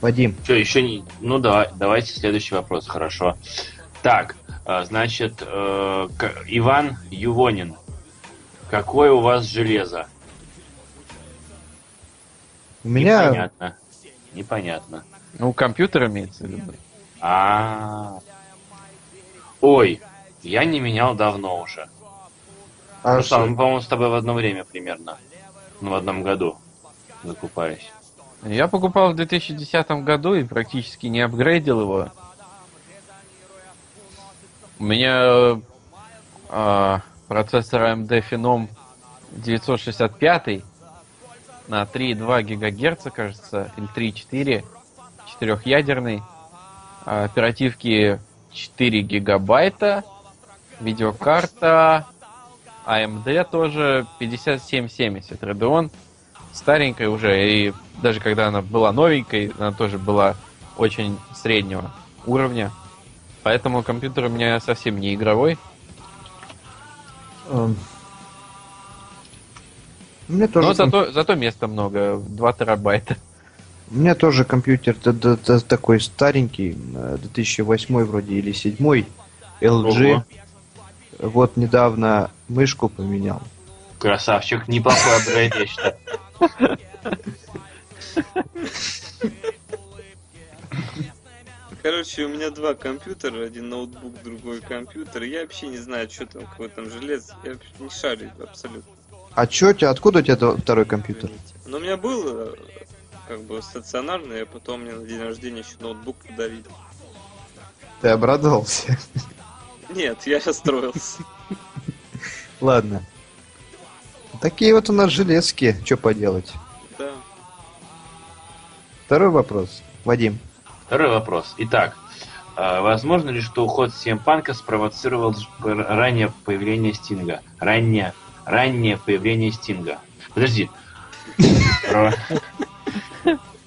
Speaker 3: Вадим,
Speaker 1: Что, еще не... Ну, да, давайте следующий вопрос, хорошо. Так, э, значит, э, к- Иван Ювонин. Какое у вас железо?
Speaker 3: у меня...
Speaker 1: Непонятно. Непонятно.
Speaker 4: Ну, компьютер имеется в виду.
Speaker 1: А. Ой, я не менял давно уже.
Speaker 3: а
Speaker 1: Руслан,
Speaker 3: что?
Speaker 1: мы, по-моему, с тобой в одно время примерно. Ну, в одном году закупались.
Speaker 4: Я покупал в 2010 году и практически не апгрейдил его. У меня э, а, процессор AMD Phenom 965 на 3,2 ГГц, кажется, или 3,4, четырехъядерный. А, Оперативки 4 гигабайта, видеокарта AMD тоже 5770 Radeon старенькая уже, и даже когда она была новенькой, она тоже была очень среднего уровня. Поэтому компьютер у меня совсем не игровой.
Speaker 3: Эм. У меня тоже...
Speaker 4: Но зато, зато места много, 2 терабайта.
Speaker 3: У меня тоже компьютер т- т- т- такой старенький, э, 2008 вроде или 7 LG. Вот недавно мышку поменял.
Speaker 1: Красавчик, неплохой апгрейд, я считаю.
Speaker 2: Короче, у меня два компьютера, один ноутбук, другой компьютер. Я вообще не знаю, что там, какой там желез. Я вообще не шарю абсолютно.
Speaker 3: А чё у тебя, откуда у тебя тво- второй компьютер?
Speaker 2: Но у меня был э, как бы стационарный, а потом мне на день рождения еще ноутбук подарили.
Speaker 3: Ты обрадовался?
Speaker 2: Нет, я расстроился.
Speaker 3: Ладно. Такие вот у нас железки, что поделать.
Speaker 2: Да.
Speaker 3: Второй вопрос, Вадим.
Speaker 1: Второй вопрос. Итак, э, возможно ли, что уход CM Панка спровоцировал ж- пр- раннее появление Стинга? Раннее, раннее появление Стинга. Подожди. Спро-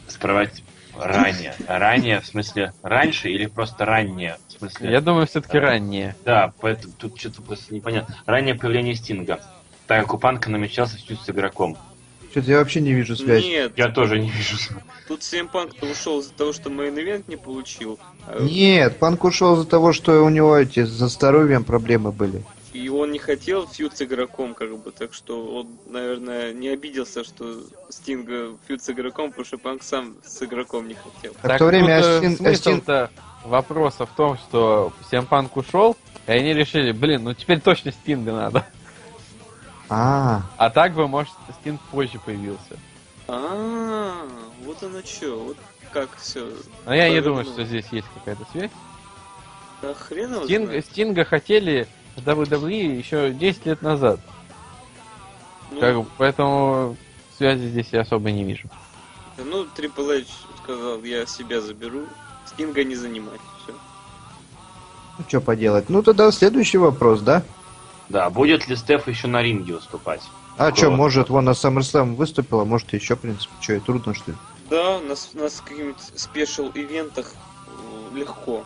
Speaker 1: Спрово- Ранее. Ранее, в смысле, раньше или просто раннее? В смысле,
Speaker 4: Я думаю, все-таки раннее.
Speaker 1: да, поэтому тут что-то просто непонятно. Раннее появление Стинга. Так как у Панка намечался фьюз с игроком.
Speaker 3: Что-то я вообще не вижу связи.
Speaker 2: Нет,
Speaker 1: Я тоже не вижу.
Speaker 2: тут Симпанк то ушел из-за того, что мейн ивент не получил. а,
Speaker 3: Нет, Панк ушел из-за того, что у него эти за здоровьем проблемы были.
Speaker 2: И он не хотел фьюд с игроком, как бы, так что он, наверное, не обиделся, что Стинга фьюд с игроком, потому что Панк сам с игроком не хотел.
Speaker 3: А в то время
Speaker 4: тут, э,
Speaker 3: Астин-
Speaker 4: смысл-то вопроса в том, что CM Панк ушел, и они решили, блин, ну теперь точно Стинга надо.
Speaker 3: А,
Speaker 4: А так бы, может, Стинг позже появился.
Speaker 2: А, вот оно что, вот как все.
Speaker 4: Но я не думаю, что здесь есть какая-то связь.
Speaker 2: Да хрен его
Speaker 4: Стинга,
Speaker 2: знает.
Speaker 4: Стинга хотели в WWE еще 10 E лет назад.
Speaker 2: Ну,
Speaker 4: Как бы, поэтому связи здесь я особо не вижу.
Speaker 2: ну, Triple H сказал, я себя заберу. Стинга не занимать. Все.
Speaker 3: Ну, что поделать. Ну, тогда следующий вопрос, да?
Speaker 1: Да, будет ли Стеф еще на ринге выступать?
Speaker 3: А
Speaker 1: Такой
Speaker 3: что,
Speaker 1: вот.
Speaker 3: может, вон на SummerSlam выступила, может, еще, в принципе, что, и трудно, что ли?
Speaker 2: Да, у нас, у нас в каких-нибудь спешл-ивентах э, легко.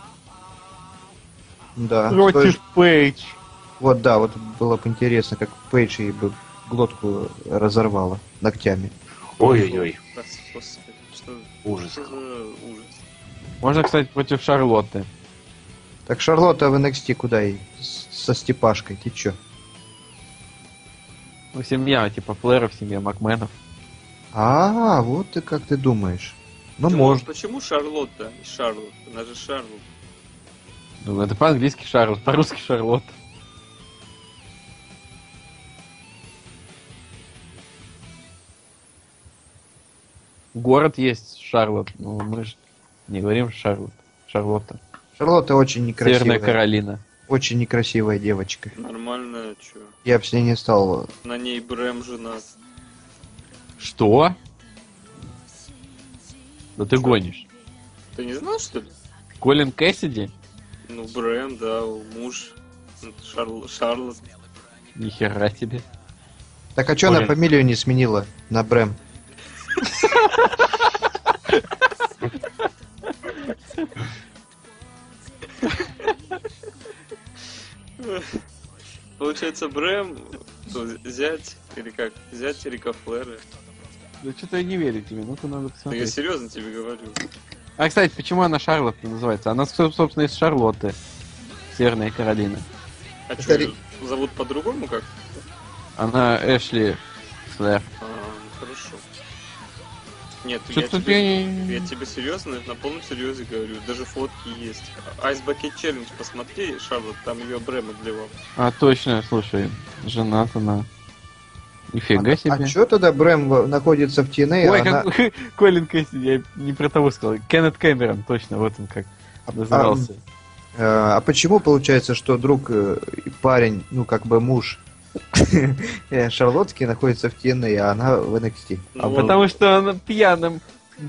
Speaker 4: Ну,
Speaker 3: Да. А, то есть-
Speaker 4: Пейдж.
Speaker 3: вот, да, вот было бы интересно, как Пейдж ей бы глотку разорвала ногтями.
Speaker 1: Ой-ой-ой,
Speaker 2: Раз, господи, что,
Speaker 1: ужас.
Speaker 2: что за ужас.
Speaker 4: Можно, кстати, против Шарлотты.
Speaker 3: Так Шарлотта в NXT куда ей? С- Со Степашкой, ты чё?
Speaker 4: Ну, семья, типа Флэров, семья Макменов.
Speaker 3: А, вот ты как ты думаешь. Ну,
Speaker 2: Ты,
Speaker 3: может.
Speaker 2: Почему Шарлотта? и Шарлотт. Она же Шарлотт.
Speaker 4: Ну, это по-английски Шарлот, по-русски Шарлот. Город есть Шарлот. Ну, мы же не говорим Шарлот. Шарлотта.
Speaker 3: Шарлотта очень
Speaker 4: Северная
Speaker 3: некрасивая.
Speaker 4: Каролина.
Speaker 3: Очень некрасивая девочка.
Speaker 2: Нормально, чё.
Speaker 3: Я бы с ней не стал.
Speaker 2: На ней Брэм женат.
Speaker 4: Что? Да ты гонишь.
Speaker 2: Ты не знал, что ли?
Speaker 4: Колин Кэссиди?
Speaker 2: Ну, Брэм, да, муж. Это Шарл... Шарлот.
Speaker 4: Нихера себе.
Speaker 3: Так а чё она
Speaker 1: Блин.
Speaker 3: фамилию не сменила на Брэм?
Speaker 2: Получается, Брэм, кто, зять, или как, зять Рика Флэра.
Speaker 4: Да что-то я не верю тебе, ну-ка надо
Speaker 2: Да я серьезно тебе говорю.
Speaker 4: А, кстати, почему она Шарлотт называется? Она, соб- собственно, из Шарлотты. Северная Каролина.
Speaker 2: А
Speaker 3: Это
Speaker 2: что,
Speaker 3: Ри-
Speaker 2: зовут по-другому как?
Speaker 4: Она Эшли Флэр.
Speaker 2: А, ну, хорошо. Нет, я
Speaker 4: Что-то
Speaker 2: тебе,
Speaker 4: я не-
Speaker 2: я тебе серьезно, на полном серьезе говорю, даже фотки есть. А Айс Бакет Челлендж, посмотри, Шарлот, там ее Брэм отливал.
Speaker 4: А, точно, слушай, жената она. Нифига
Speaker 3: А-
Speaker 4: себе.
Speaker 3: А чё тогда Брэм во- находится в TNA?
Speaker 4: Ой,
Speaker 3: она-
Speaker 4: как Колин Кэссиди, я не про того сказал. Кеннет Кэмерон, точно, вот он как
Speaker 3: а-
Speaker 4: назывался.
Speaker 3: а, э, а почему получается, что друг э, и парень, ну как бы муж э, Шарлотки находится в TNA, а она в NXT?
Speaker 2: Ну
Speaker 4: А потому что он пьяным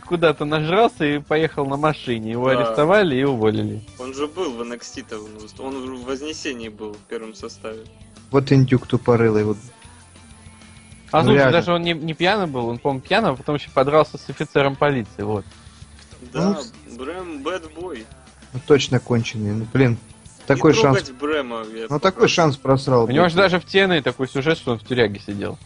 Speaker 4: куда-то нажрался и поехал на машине. Его
Speaker 2: Да.
Speaker 4: арестовали и уволили.
Speaker 2: Он же был в NXT, -то, он выступ- он в Вознесении был в первом составе.
Speaker 3: Вот индюк тупорылый. Вот.
Speaker 4: А
Speaker 3: Ну,
Speaker 4: слушай,
Speaker 3: реально.
Speaker 4: даже он не, не пьяный был, он, по-моему, пьяный, а потом еще подрался с офицером полиции, вот.
Speaker 2: Да, Брэм бэтбой.
Speaker 3: Ну, точно конченый. Ну, блин, такой
Speaker 2: Не
Speaker 3: шанс.
Speaker 2: трогать Брэма. я
Speaker 3: Ну, такой
Speaker 2: попрошу.
Speaker 3: шанс просрал.
Speaker 4: У него
Speaker 3: блин.
Speaker 4: же даже в тены такой сюжет, что он в тюряге сидел.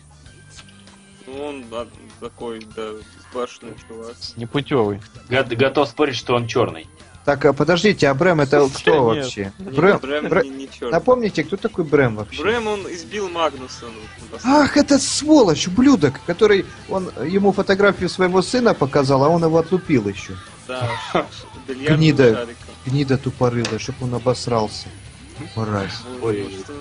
Speaker 2: Ну, он да, такой, да, башный чувак.
Speaker 4: Непутевый.
Speaker 1: Го- Готов спорить, что он черный.
Speaker 3: Так, а подождите, а Брэм это кто
Speaker 4: Нет.
Speaker 3: вообще?
Speaker 2: Не,
Speaker 3: Брэм,
Speaker 2: Брэм,
Speaker 3: Брэ-
Speaker 2: не, не черт.
Speaker 3: Напомните, кто такой Брэм вообще?
Speaker 2: Брэм, он избил ну, Магнусона. вот, на самом
Speaker 3: Ах, этот сволочь, ублюдок, который он ему фотографию своего сына показал, а он его отлупил еще.
Speaker 2: деле. Да, ш- ш- бильярдным
Speaker 3: А! Гнида.
Speaker 2: шариком.
Speaker 3: Гнида тупорылая, чтоб он обосрался. Мразь.
Speaker 2: Боже,
Speaker 1: Ой,
Speaker 2: ну что он-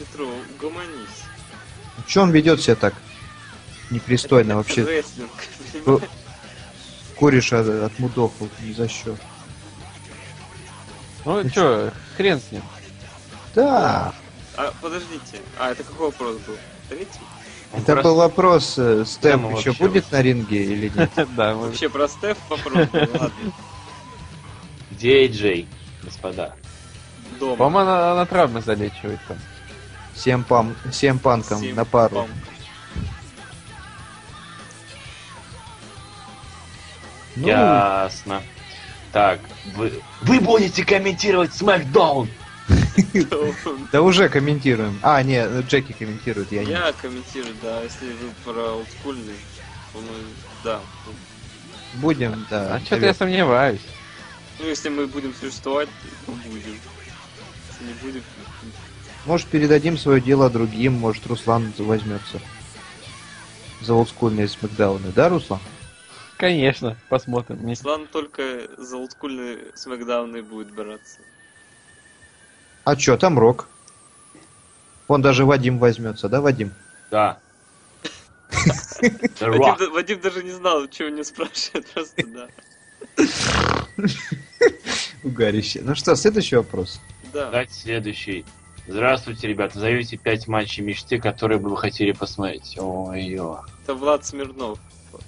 Speaker 2: Петро, угомонись.
Speaker 3: Че он ведет себя так? Непристойно
Speaker 2: Это
Speaker 3: вообще.
Speaker 2: Рестлинг.
Speaker 3: Б- Кореша от- отмудохал ни за счет.
Speaker 4: Ну чё, хрен с ним.
Speaker 3: Да,
Speaker 2: А, подождите. А, это какой вопрос был? Третий?
Speaker 1: Он
Speaker 3: это
Speaker 1: просто-
Speaker 3: был вопрос, э, Стэмп
Speaker 1: Прямо
Speaker 3: еще
Speaker 1: вообще
Speaker 3: будет на ринге или нет?
Speaker 4: Да, мы-
Speaker 2: Вообще про Стеф вопрос был, ладно.
Speaker 1: Где Джей, господа?
Speaker 2: Дома.
Speaker 4: по-моему, она, она травмы залечивает там.
Speaker 3: Всем, пам, всем панкам
Speaker 2: Всем
Speaker 3: на пару.
Speaker 2: пам.
Speaker 3: Ну,
Speaker 1: Ясно. Так, вы, вы будете комментировать Смакдаун!
Speaker 3: Да уже комментируем. А, не, Джеки комментирует, я не.
Speaker 2: Я комментирую, да, если вы про олдскульный, то мы, да.
Speaker 3: Будем, да.
Speaker 4: А что-то я сомневаюсь.
Speaker 2: Ну, если мы будем существовать, то будем. Если не будем,
Speaker 3: Может, передадим свое дело другим, может, Руслан возьмется за олдскульные смакдауны, да, Руслан?
Speaker 4: Конечно, посмотрим. Ну, Не-
Speaker 2: Руслан только за олдскульный смакдауны будет браться.
Speaker 3: А чё, там Рок. Он даже Вадим возьмется, да, Вадим?
Speaker 1: Да. The
Speaker 2: Вадим,
Speaker 1: Rock.
Speaker 2: да- Вадим даже не знал, чего не спрашивает, просто да.
Speaker 3: Угарище. Ну что, следующий вопрос.
Speaker 2: Да.
Speaker 1: Давайте следующий. Здравствуйте, ребята. Зовите пять матчей мечты, которые бы вы хотели посмотреть. Ой, ё.
Speaker 2: Это Влад Смирнов.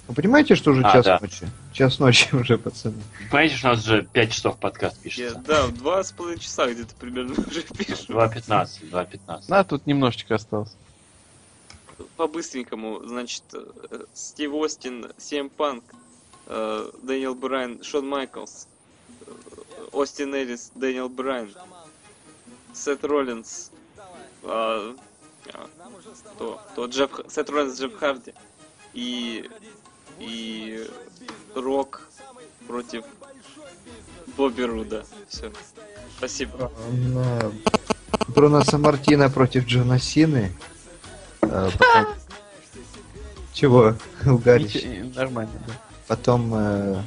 Speaker 3: Вы понимаете, что уже
Speaker 1: А,
Speaker 3: час
Speaker 1: да.
Speaker 3: ночи? Час ночи уже, пацаны.
Speaker 1: Понимаете, что у нас же 5 часов подкаст
Speaker 2: Я-
Speaker 1: пишется?
Speaker 2: да, в два с половиной часа где-то примерно уже пишу.
Speaker 1: 2.15, 2.15.
Speaker 4: Да, а тут немножечко осталось.
Speaker 2: По-быстренькому, значит, э, Стив Остин, Сем Панк, э, Дэниел Брайан, Шон Майклс, э, Остин Эллис, Дэниел Брайан, Сет Роллинс, а, а, кто, кто, Джефф, Х- Сет Роллинс, Джефф Харди и, и Рок против Бобби Руда. Все. Спасибо.
Speaker 3: На Бруноса Мартина против Джона Сины. Э, потом- Чего? Угарище.
Speaker 4: Ничего, и- Нормально, да.
Speaker 3: Потом э,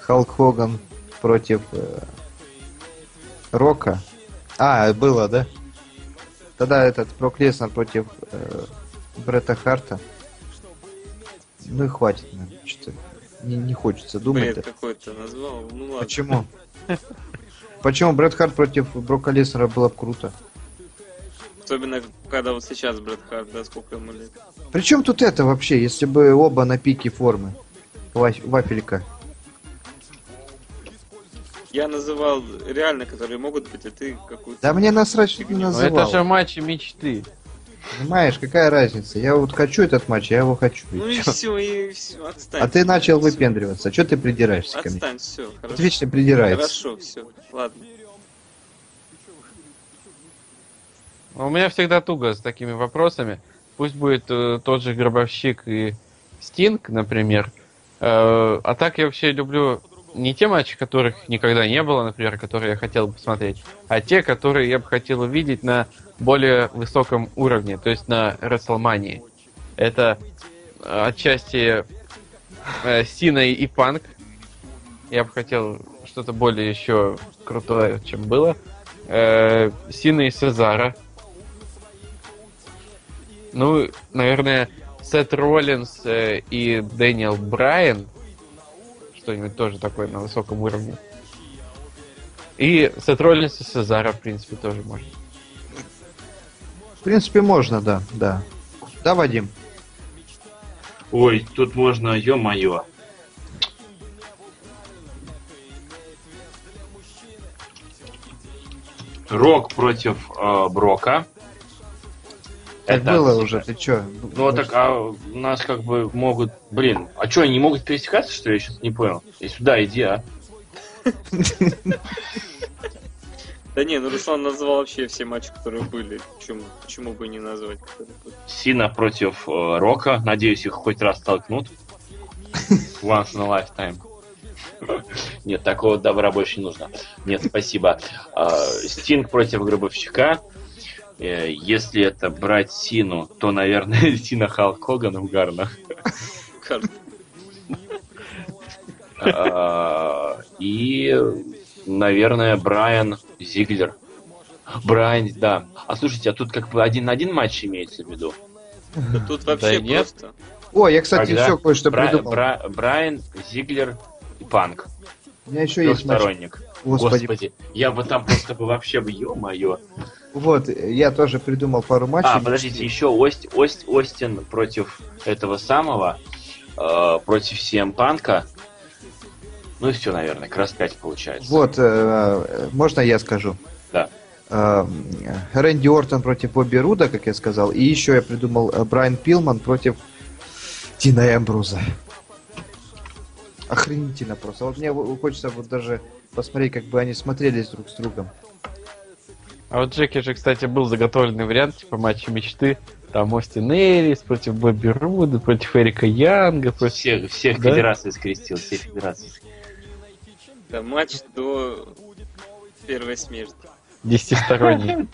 Speaker 3: Халк Хоган против э, Рока. А, было, да? Тогда этот Брок Леснер против э, Бретта Харта. Ну и хватит, наверное, что-то. Не, не хочется думать.
Speaker 2: Бред какой-то назвал. Ну ладно.
Speaker 3: Почему? Почему Брэд Харт против Брока Леснера было бы круто?
Speaker 2: Особенно, когда вот сейчас Брэд Харт, да, сколько ему лет.
Speaker 3: Причем тут это вообще, если бы оба на пике формы? Ва- Вафелька.
Speaker 2: Я называл реально, которые могут быть, а ты какую-то...
Speaker 3: Да мне насрать, что ты
Speaker 2: Ну,
Speaker 4: Но это
Speaker 3: называл.
Speaker 4: же матчи мечты.
Speaker 3: Понимаешь, какая разница? Я вот хочу этот матч, а я его хочу.
Speaker 2: Ну и все, и все, отстань.
Speaker 3: А ты начал
Speaker 2: Всё.
Speaker 3: выпендриваться. Что ты придираешься ко мне?
Speaker 2: Отстань, все,
Speaker 3: Вот
Speaker 2: хорошо.
Speaker 3: вечно придирается.
Speaker 2: Хорошо, все, ладно.
Speaker 4: У меня всегда туго с такими вопросами. Пусть будет э, тот же Гробовщик и Стинг, например. Э, а так я вообще люблю не те матчи, которых никогда не было, например, которые я хотел бы посмотреть, а те, которые я бы хотел увидеть на более высоком уровне, то есть на Расселмании. Это э, отчасти э, Сина и Панк. Я бы хотел что-то более еще крутое, чем было. Э, Сина и Сезара. Ну, наверное, Сет Роллинс э, и Дэниел Брайан. Что-нибудь тоже такое на высоком уровне. И Сет Роллинс и Сезара, в принципе, тоже можно.
Speaker 3: В принципе, можно, да, да. Да, Вадим?
Speaker 1: Ой, тут можно, ё-моё. Рок против э, Брока.
Speaker 3: Так было уже, ты чё?
Speaker 1: Ну так, а у нас как бы могут... Блин, а что, они не могут пересекаться, что ли? я сейчас не понял? И сюда иди, а?
Speaker 2: Да не, ну Руслан назвал вообще все матчи, которые были. Почему, почему бы и не назвать? которые были?
Speaker 1: Сина против э, Рока. Надеюсь, их хоть раз столкнут. Once in a lifetime. Нет, такого добра больше не нужно. Нет, спасибо. А, Стинг против Гробовщика. Э, Если это брать Сину, то, наверное, Сина Халк Хоган угарно.
Speaker 2: Карт.
Speaker 1: А, И, наверное, Брайан Зиглер. Брайан, да. А слушайте, а тут как бы один на один матч имеется в виду?
Speaker 2: Да тут
Speaker 4: Да
Speaker 2: вообще
Speaker 4: и нет.
Speaker 2: просто...
Speaker 3: О, я, кстати,
Speaker 1: Тогда
Speaker 3: еще кое-что
Speaker 1: Бра-
Speaker 3: придумал.
Speaker 1: Бра- Брайан, Зиглер и Панк.
Speaker 3: У меня еще есть матч.
Speaker 1: Трехсторонник.
Speaker 3: Господи.
Speaker 1: Господи. я бы там просто бы вообще бы, ё-моё.
Speaker 3: Вот, э, я тоже придумал пару матчей.
Speaker 1: А, подождите, еще Ость, Ость, Остин против этого самого, э, против CM Панка. Ну и все, наверное, как раз 5 получается.
Speaker 3: Вот, э, э, можно я скажу?
Speaker 1: Да.
Speaker 3: Э, Рэнди Ортон против Бобби Руда, как я сказал, и еще я придумал э, Брайан Пилман против Тина Эмбруза. Охренительно просто. Вот мне в- хочется вот даже посмотреть, как бы они смотрелись друг с другом.
Speaker 4: А вот Джеки же, кстати, был заготовленный вариант, типа матча мечты. Там Остин Эрис против Бобби Руда, против Эрика Янга, против...
Speaker 1: Всех, всех
Speaker 4: Да?
Speaker 1: федераций скрестил, все федерации.
Speaker 2: Да, матч до первой смерти.
Speaker 4: Десятисторонний.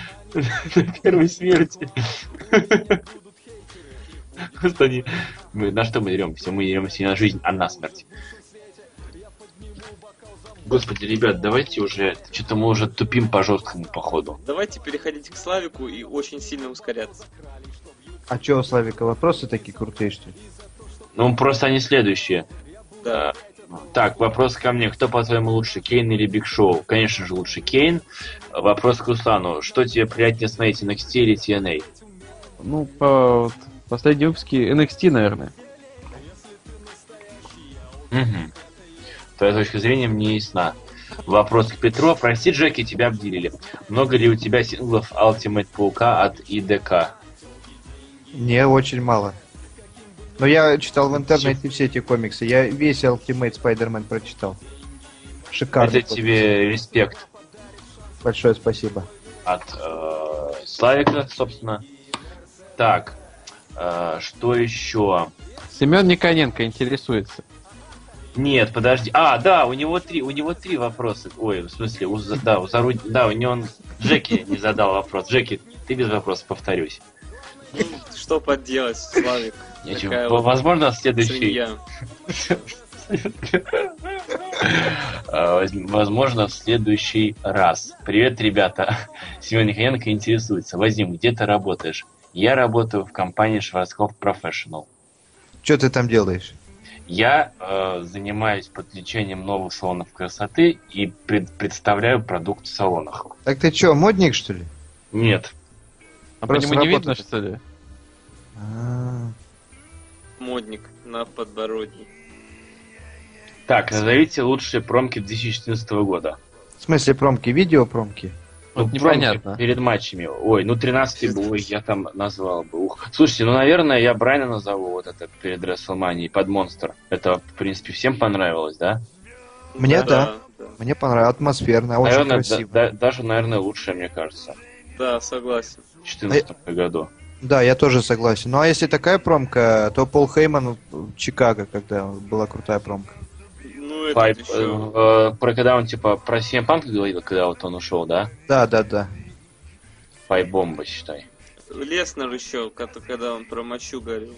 Speaker 1: Да что? На первой смерти. Просто они... Мы, на что мы деремся? Мы деремся не на жизнь, а на смерть. Господи, ребят, давайте уже... Что-то мы уже тупим по жесткому походу.
Speaker 2: Давайте переходить к Славику и очень сильно ускоряться.
Speaker 3: А че у Славика вопросы такие крутые, что ли?
Speaker 1: Ну, просто они следующие.
Speaker 2: Да.
Speaker 1: Так, вопрос ко мне. Кто, по-твоему, лучше, Кейн или Биг Шоу? Конечно же, лучше Кейн. Вопрос к Руслану. Что тебе приятнее смотреть, NXT или TNA?
Speaker 4: Ну, по вот, последние выпуски NXT, наверное.
Speaker 1: Угу. Твоя точка зрения мне ясна. Вопрос к Петру. Прости, Джеки, тебя обделили. Много ли у тебя синглов Ultimate Паука от ИДК?
Speaker 3: Не, очень мало. Но я читал в интернете все эти комиксы. Я весь Ultimate Spider-Man прочитал. Шикарно.
Speaker 1: Это тебе респект
Speaker 3: Большое спасибо.
Speaker 1: от э, Славика, собственно. Так, э, что еще?
Speaker 4: Семен Никоненко интересуется.
Speaker 1: Нет, подожди. А, да, у него три, у него три вопроса. Ой, в смысле, у, За- да, у Зару- да, у него он Джеки не задал вопрос. Джеки, ты без вопроса, повторюсь.
Speaker 2: Ну, что поделать, Славик?
Speaker 1: Ничего.
Speaker 2: Такая
Speaker 1: Во-
Speaker 2: вот
Speaker 1: Возможно, следующий.
Speaker 2: свинья.
Speaker 1: А, воз- Возможно, в следующий раз. Привет, ребята. Семен Никоненко интересуется. Вадим, где ты работаешь? Я работаю в компании Шварцков Professional.
Speaker 3: Что ты там делаешь?
Speaker 1: Я э, занимаюсь подключением новых салонов красоты и пред- представляю продукт в салонах.
Speaker 3: Так ты чё, модник, что ли?
Speaker 1: Нет.
Speaker 4: А по
Speaker 3: Просто
Speaker 4: нему не видно,
Speaker 3: работает.
Speaker 4: что ли?
Speaker 3: А,
Speaker 2: Модник на подбородье.
Speaker 1: Так, назовите лучшие промки 2014 года.
Speaker 3: В смысле промки? Видео промки?
Speaker 4: Вот
Speaker 1: Ну,
Speaker 4: непонятно.
Speaker 1: промки перед матчами. Ой, ну 13 бы, ой, я там назвал бы. Ух. Слушайте, ну, наверное, я Брайна назову вот это перед Расселманией под Монстр. Это, в принципе, всем понравилось, да?
Speaker 3: Мне
Speaker 2: да.
Speaker 3: Мне понравилось, атмосферно, очень
Speaker 1: наверное,
Speaker 3: красиво.
Speaker 1: да- да- даже, наверное, лучшее, мне кажется,
Speaker 2: Да, согласен.
Speaker 1: в 2014 году.
Speaker 3: Да, я тоже согласен. Ну а если такая промка, то Пол Хейман в Чикаго, когда была крутая промка.
Speaker 2: Ну, это
Speaker 1: Пайп,
Speaker 2: еще...
Speaker 1: э, э, про когда он, типа, про CM Punk говорил, когда вот он ушел, да?
Speaker 3: Да, да, да.
Speaker 1: Пайбомба, считай.
Speaker 2: Леснер еще, кот- когда он про мочу говорил.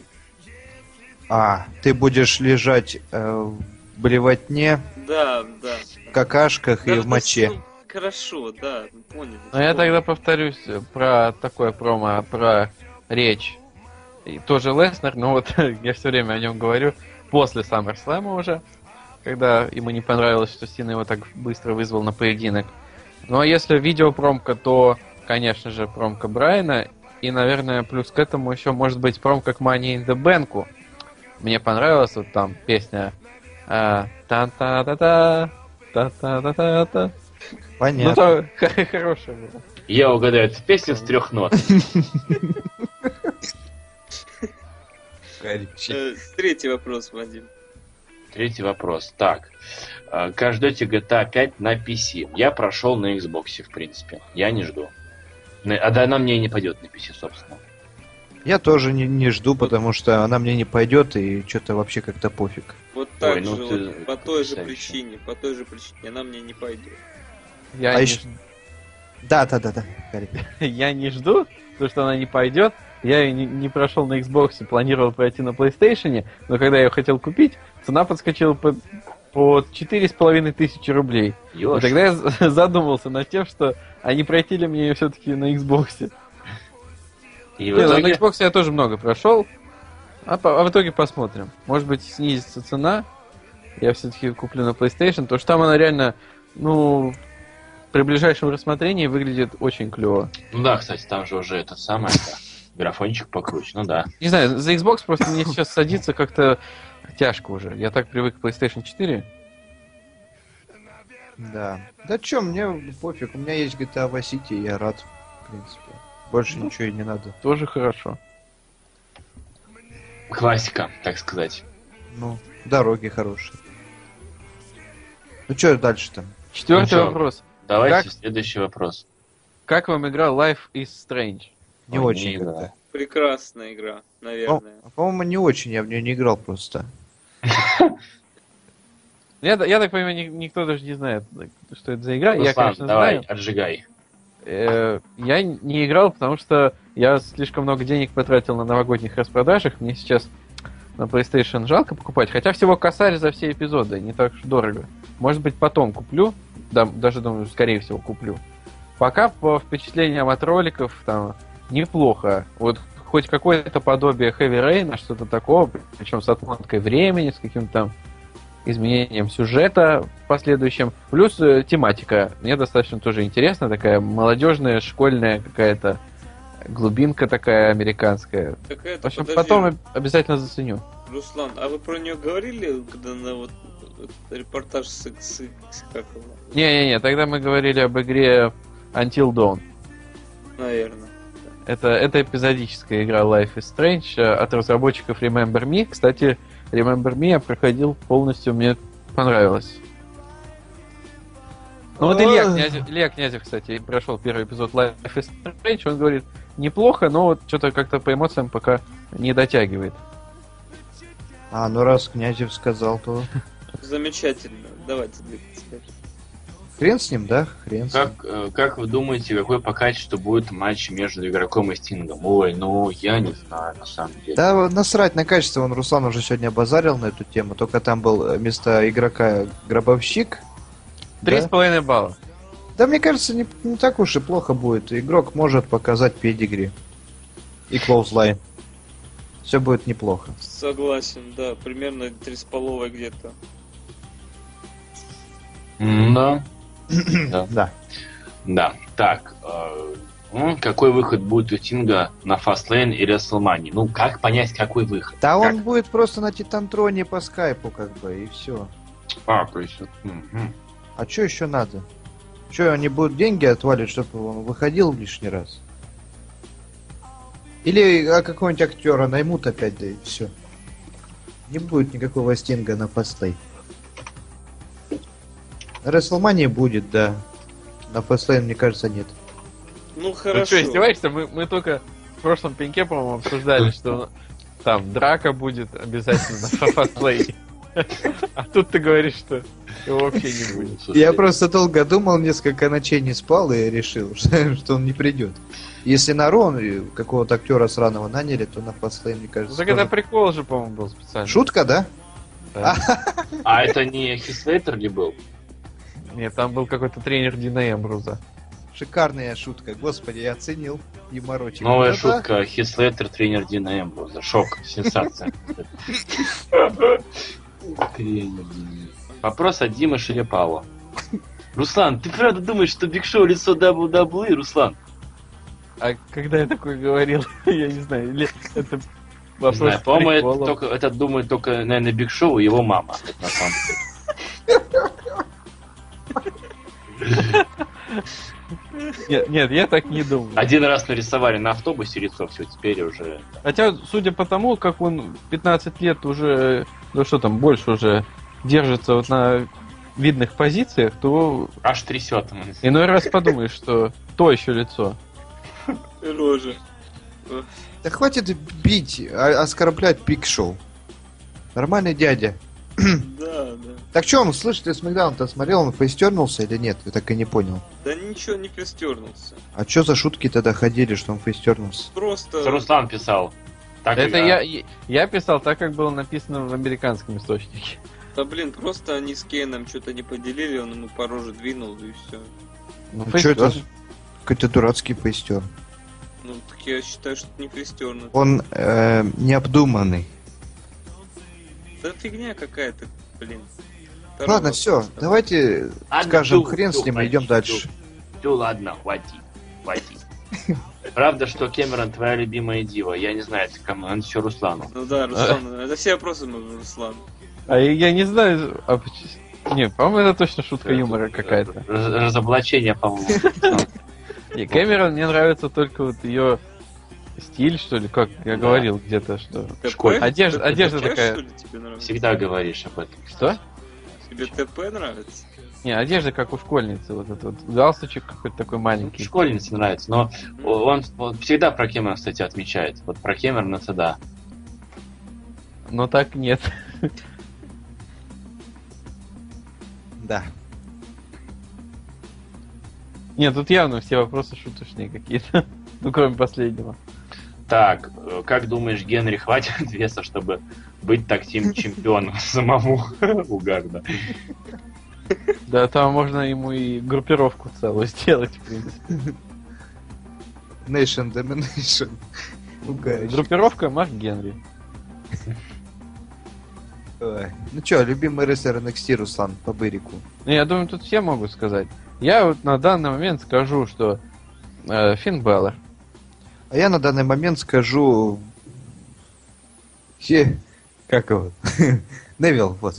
Speaker 3: А, ты будешь лежать э, в блевотне,
Speaker 2: Да, да.
Speaker 3: какашках и
Speaker 2: Да,
Speaker 3: в моче.
Speaker 2: ну, Хорошо, да, понял.
Speaker 4: Но Ну, А я тогда повторюсь э, про такое промо, про речь. И тоже Леснер, но вот я все время о нем говорю после Саммерслэма уже, когда ему не понравилось, что Сина его так быстро вызвал на поединок. Ну а если видеопромка, то, конечно же, промка Брайна. И, наверное, плюс к этому еще может быть промка к Money in the Bank. Мне понравилась вот там песня э, «Та-та-та-та, та-та-та-та-та». Ну,
Speaker 3: Понятно.
Speaker 4: то х- хорошая была.
Speaker 1: Я угадаю, это песня с трех нот.
Speaker 2: Э, Третий вопрос, Вадим.
Speaker 1: Третий вопрос. Так. Э, Как ждете GTA 5 на PC? Я прошел на Xbox, в принципе. Я не жду. На- А да, она мне и не пойдет на PC, собственно.
Speaker 3: Я тоже не, не жду, потому что она мне не пойдет и что-то вообще как-то пофиг.
Speaker 2: Вот так
Speaker 1: ну
Speaker 2: же,
Speaker 1: ты
Speaker 2: вот, по той же
Speaker 1: потрясающе.
Speaker 2: причине, по той же причине, она мне не пойдет.
Speaker 4: Я,
Speaker 3: А
Speaker 4: не,
Speaker 3: ещё- Да, да, да, да. Гарик.
Speaker 4: я не жду, потому что она не пойдет. Я ее не, не прошел на Xbox и планировал пройти на PlayStation, но когда я ее хотел купить, цена подскочила по, по 4,5 тысячи рублей. И
Speaker 1: Ёж.
Speaker 4: Ну, тогда я за- задумался над тем, что а не пройти ли мне ее все-таки на Xbox.
Speaker 1: И
Speaker 4: Не,
Speaker 1: в
Speaker 4: ну,
Speaker 1: итоге-
Speaker 4: на Xbox я тоже много прошел, а, по- а в итоге посмотрим. Может быть, снизится цена, я все-таки куплю на PlayStation, потому что там она реально, ну, при ближайшем рассмотрении выглядит очень клево.
Speaker 1: Ну да, кстати, там же уже этот самый да, графончик покруче. Ну да.
Speaker 4: Не знаю, за Xbox просто мне сейчас садиться как-то тяжко уже. Я так привык к PlayStation 4.
Speaker 3: Да. Да чё, мне пофиг, у меня есть GTA Vice City, я рад, в принципе. Больше ничего и не надо.
Speaker 4: Тоже хорошо.
Speaker 1: Классика, так сказать.
Speaker 3: Ну, дороги хорошие. Ну чё дальше там?
Speaker 4: Четвертый
Speaker 1: Ну чё?
Speaker 4: вопрос.
Speaker 1: Давайте
Speaker 4: Как?
Speaker 1: следующий вопрос.
Speaker 4: Как вам игра Life is Strange?
Speaker 3: Не
Speaker 1: Ой,
Speaker 3: очень.
Speaker 1: не
Speaker 3: как-то.
Speaker 1: играл.
Speaker 2: Прекрасная игра,
Speaker 3: Ну,
Speaker 2: наверное.
Speaker 3: а, по-моему, не очень, я в нее не играл просто.
Speaker 4: Ну, Я, я так понимаю, ни- никто даже не знает, что это за игра. я,
Speaker 1: Руслан,
Speaker 4: конечно,
Speaker 1: давай,
Speaker 4: знаю.
Speaker 1: отжигай.
Speaker 4: Э, я не играл, потому что я слишком много денег потратил на новогодних распродажах. Мне сейчас на PlayStation жалко покупать. Хотя всего косарь за все эпизоды, не так уж дорого. Может быть, потом куплю. Да, даже думаю, скорее всего, куплю. Пока по впечатлениям от роликов там неплохо. Вот хоть а какое-то подобие Heavy Rain, что-то такого, причем с отмоткой времени, с каким-то там изменением сюжета в последующем. Плюс э, тематика. Мне достаточно тоже интересно. Такая молодежная, школьная какая-то глубинка такая американская.
Speaker 2: Какая-то,
Speaker 4: В общем,
Speaker 2: подожди,
Speaker 4: потом я обязательно заценю.
Speaker 2: Руслан, а вы про нее говорили, когда на вот этот репортаж с, с, с- как его?
Speaker 4: Не-не-не, тогда мы говорили об игре Until Dawn.
Speaker 2: Наверное.
Speaker 4: Это, это эпизодическая игра Life is Strange э, от разработчиков Remember Me. Кстати, Remember Me я проходил полностью, мне понравилось. Ну вот Илья Князев, Илья Князев, кстати, прошел первый эпизод Life is Strange, он говорит, неплохо, но вот что-то как-то по эмоциям пока не дотягивает.
Speaker 3: А, ну раз Князев сказал, то
Speaker 2: Замечательно. Давайте двигаться дальше.
Speaker 3: хрен с ним, да? Хрен с ним.
Speaker 1: Как, э, как вы думаете, какой по качеству будет матч между игроком и Стингом? Ой, ну я не знаю, на самом деле.
Speaker 3: Да, вот насрать на качество, он Руслан уже сегодня базарил на эту тему, только там был э, вместо игрока гробовщик.
Speaker 4: Три
Speaker 3: Да?
Speaker 4: с половиной балла.
Speaker 3: Да, мне кажется, не, не так уж и плохо будет. Игрок может показать педигри. И клоузлайн. Все будет неплохо.
Speaker 2: Согласен, да. Примерно три с половой где-то.
Speaker 1: Да.
Speaker 3: Да.
Speaker 1: Да. Так. э, м, Какой выход будет у Стинга на Fastlane и WrestleMania? Ну, как понять, какой выход?
Speaker 3: Да
Speaker 1: Как?
Speaker 3: он будет просто на Титантроне по скайпу, как бы, и все.
Speaker 1: А, то есть... мгм.
Speaker 3: А что еще надо? Че, они будут деньги отваливать, чтобы он выходил лишний раз? Или а, какого-нибудь актера наймут опять, да и все. Не будет никакого стинга на посты. На Расселмане будет, да. На Фастлейн, мне кажется, нет.
Speaker 2: Ну
Speaker 4: Ну что,
Speaker 2: хорошо.
Speaker 4: издеваешься? Мы, мы только в прошлом пеньке, по-моему, обсуждали, что там драка будет обязательно на фафаслей. А тут ты говоришь, что его вообще не будет.
Speaker 1: Слушай,
Speaker 3: Я просто долго думал, несколько ночей не спал и решил, что, что он не придет. Если на Рон э, какого-то актера сраного наняли, то на Фастлейн, мне
Speaker 4: Ну
Speaker 3: кажется,
Speaker 4: так это
Speaker 3: тоже-
Speaker 4: прикол же, по-моему, был специально.
Speaker 3: Шутка, да?
Speaker 4: Да.
Speaker 1: А это не Хислейтер ли был?
Speaker 4: Нет, там был какой-то тренер Дина Эмбруза.
Speaker 3: Шикарная шутка, господи, я оценил юморочек.
Speaker 1: Новая
Speaker 3: Типа, Да-да.
Speaker 1: шутка. Хислейтер, тренер Дина Эмброза. Шок. Сенсация. Тренер Дина. Вопрос от Димы Шерепало. Руслан, ты правда думаешь, что Биг Шоу лицо WWE, Руслан?
Speaker 4: А когда я такое говорил, я не знаю, или это
Speaker 1: Не знаю,
Speaker 4: вопрос
Speaker 1: По-моему, это,
Speaker 4: приколом.
Speaker 1: только, это думает только, наверное, Биг Шоу и его мама. вот на самом деле.
Speaker 4: Нет, нет, я так не думаю.
Speaker 1: Один раз нарисовали на автобусе лицо, все, теперь уже...
Speaker 4: Хотя, судя по тому, как он 15 лет уже, ну что там, больше уже держится вот на видных позициях, то
Speaker 1: Аж трясет.
Speaker 4: иной раз подумаешь, что то еще лицо.
Speaker 2: И Рожа.
Speaker 3: Да хватит бить, а- оскорблять Биг Шоу. Нормальный дядя. Хм.
Speaker 2: Да, да.
Speaker 3: Так что он, слышит, ты Смакдаун-то смотрел, он фейстернулся или нет? Я так и не понял.
Speaker 2: Да ничего не крестернулся.
Speaker 3: А что за шутки тогда ходили, что он фейстернулся?
Speaker 2: Просто...
Speaker 1: Руслан писал. Так
Speaker 4: Это
Speaker 1: и-
Speaker 4: я, я писал так, как было написано в американском источнике.
Speaker 2: Да блин, просто они с Кейном что-то не поделили, он ему по роже двинул и все.
Speaker 4: Ну,
Speaker 3: Чё это?
Speaker 4: фейс-
Speaker 3: Какой-то дурацкий фейстерн.
Speaker 2: Ну так я считаю, что не крестернут.
Speaker 3: Он э, необдуманный.
Speaker 2: Да фигня какая-то, блин. Второй
Speaker 3: Ладно,
Speaker 2: вопрос
Speaker 3: все,
Speaker 2: там.
Speaker 3: давайте
Speaker 1: Ладно,
Speaker 3: скажем
Speaker 1: всё,
Speaker 3: хрен
Speaker 1: всё,
Speaker 3: с ним и
Speaker 1: хватит,
Speaker 3: идем
Speaker 1: всё.
Speaker 3: дальше.
Speaker 1: Ну ладно, хватит, хватит. Правда, что Кэмерон твоя любимая дива? Я не знаю, это кому, надо еще Руслану.
Speaker 2: Ну да, Руслан,
Speaker 3: А.
Speaker 2: это все вопросы мы, Руслан.
Speaker 4: А я- я не знаю... а поч- Не, по-моему, это точно шутка
Speaker 1: Э,
Speaker 4: юмора
Speaker 1: тут,
Speaker 4: какая-то.
Speaker 1: э, раз- Разоблачение, по-моему.
Speaker 4: Не, Кэмерон мне нравится только вот ее стиль, что ли, как
Speaker 1: Да.
Speaker 4: я говорил где-то, что...
Speaker 2: ТП?
Speaker 1: Школь.
Speaker 4: Одежда-
Speaker 2: ТП,
Speaker 4: одежда
Speaker 2: что
Speaker 4: такая.
Speaker 2: ли, тебе нравится?
Speaker 1: Всегда говоришь об этом.
Speaker 4: Что?
Speaker 2: Тебе ТП нравится?
Speaker 4: Не, одежда как у школьницы, вот этот вот галстучек какой-то такой маленький.
Speaker 1: Школьнице нравится, но он, он всегда про Кэмерона, кстати, отмечает. Вот про Кэмерона это да.
Speaker 4: Но так нет.
Speaker 3: Да.
Speaker 4: Нет, тут явно все вопросы шуточные какие-то. Ну, кроме последнего.
Speaker 1: Так, э, как думаешь, Генри хватит веса, чтобы быть таким чемпионом самому? Угар, да.
Speaker 4: Да, там можно ему и группировку целую сделать, в принципе.
Speaker 3: Nation Domination. Угаешь.
Speaker 4: Группировка Марк Генри.
Speaker 3: Ой. Ну что, любимый рестлер NXT, Руслан, по бырику.
Speaker 4: Ну, я думаю, тут все могут сказать. Я вот на данный момент скажу, что э, Финн Баллар.
Speaker 3: А я на данный момент скажу... Хе... Как его? Невил, вот.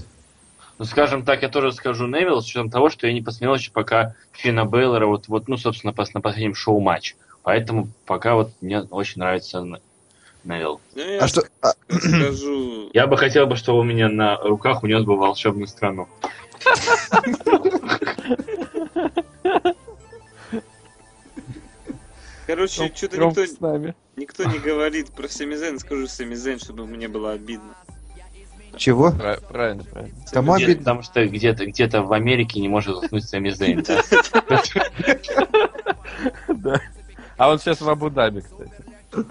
Speaker 1: Ну, скажем так, я тоже скажу Невилл, с учетом того, что я не посмотрел еще пока Фина Бейлора, вот, вот, ну, собственно, пос- на последнем шоу-матч. Поэтому пока вот мне очень нравится Н- Невилл.
Speaker 2: Ну,
Speaker 3: А
Speaker 2: я
Speaker 3: что... а,
Speaker 2: скажу...
Speaker 1: Я бы хотел бы, чтобы у меня на руках унес бы волшебную страну.
Speaker 2: Короче,
Speaker 4: Ну,
Speaker 2: что-то
Speaker 4: Громко
Speaker 2: никто,
Speaker 4: с нами.
Speaker 2: никто не говорит про Семизен. Скажу Семизен, чтобы мне было обидно.
Speaker 3: Чего?
Speaker 4: Пра- Правильно, правильно.
Speaker 3: Кому
Speaker 1: Где-
Speaker 3: обидно?
Speaker 1: Потому что где-то где в Америке не может уснуть Сами Зейн. да?
Speaker 4: Да. А он сейчас в Абу-Даби, кстати.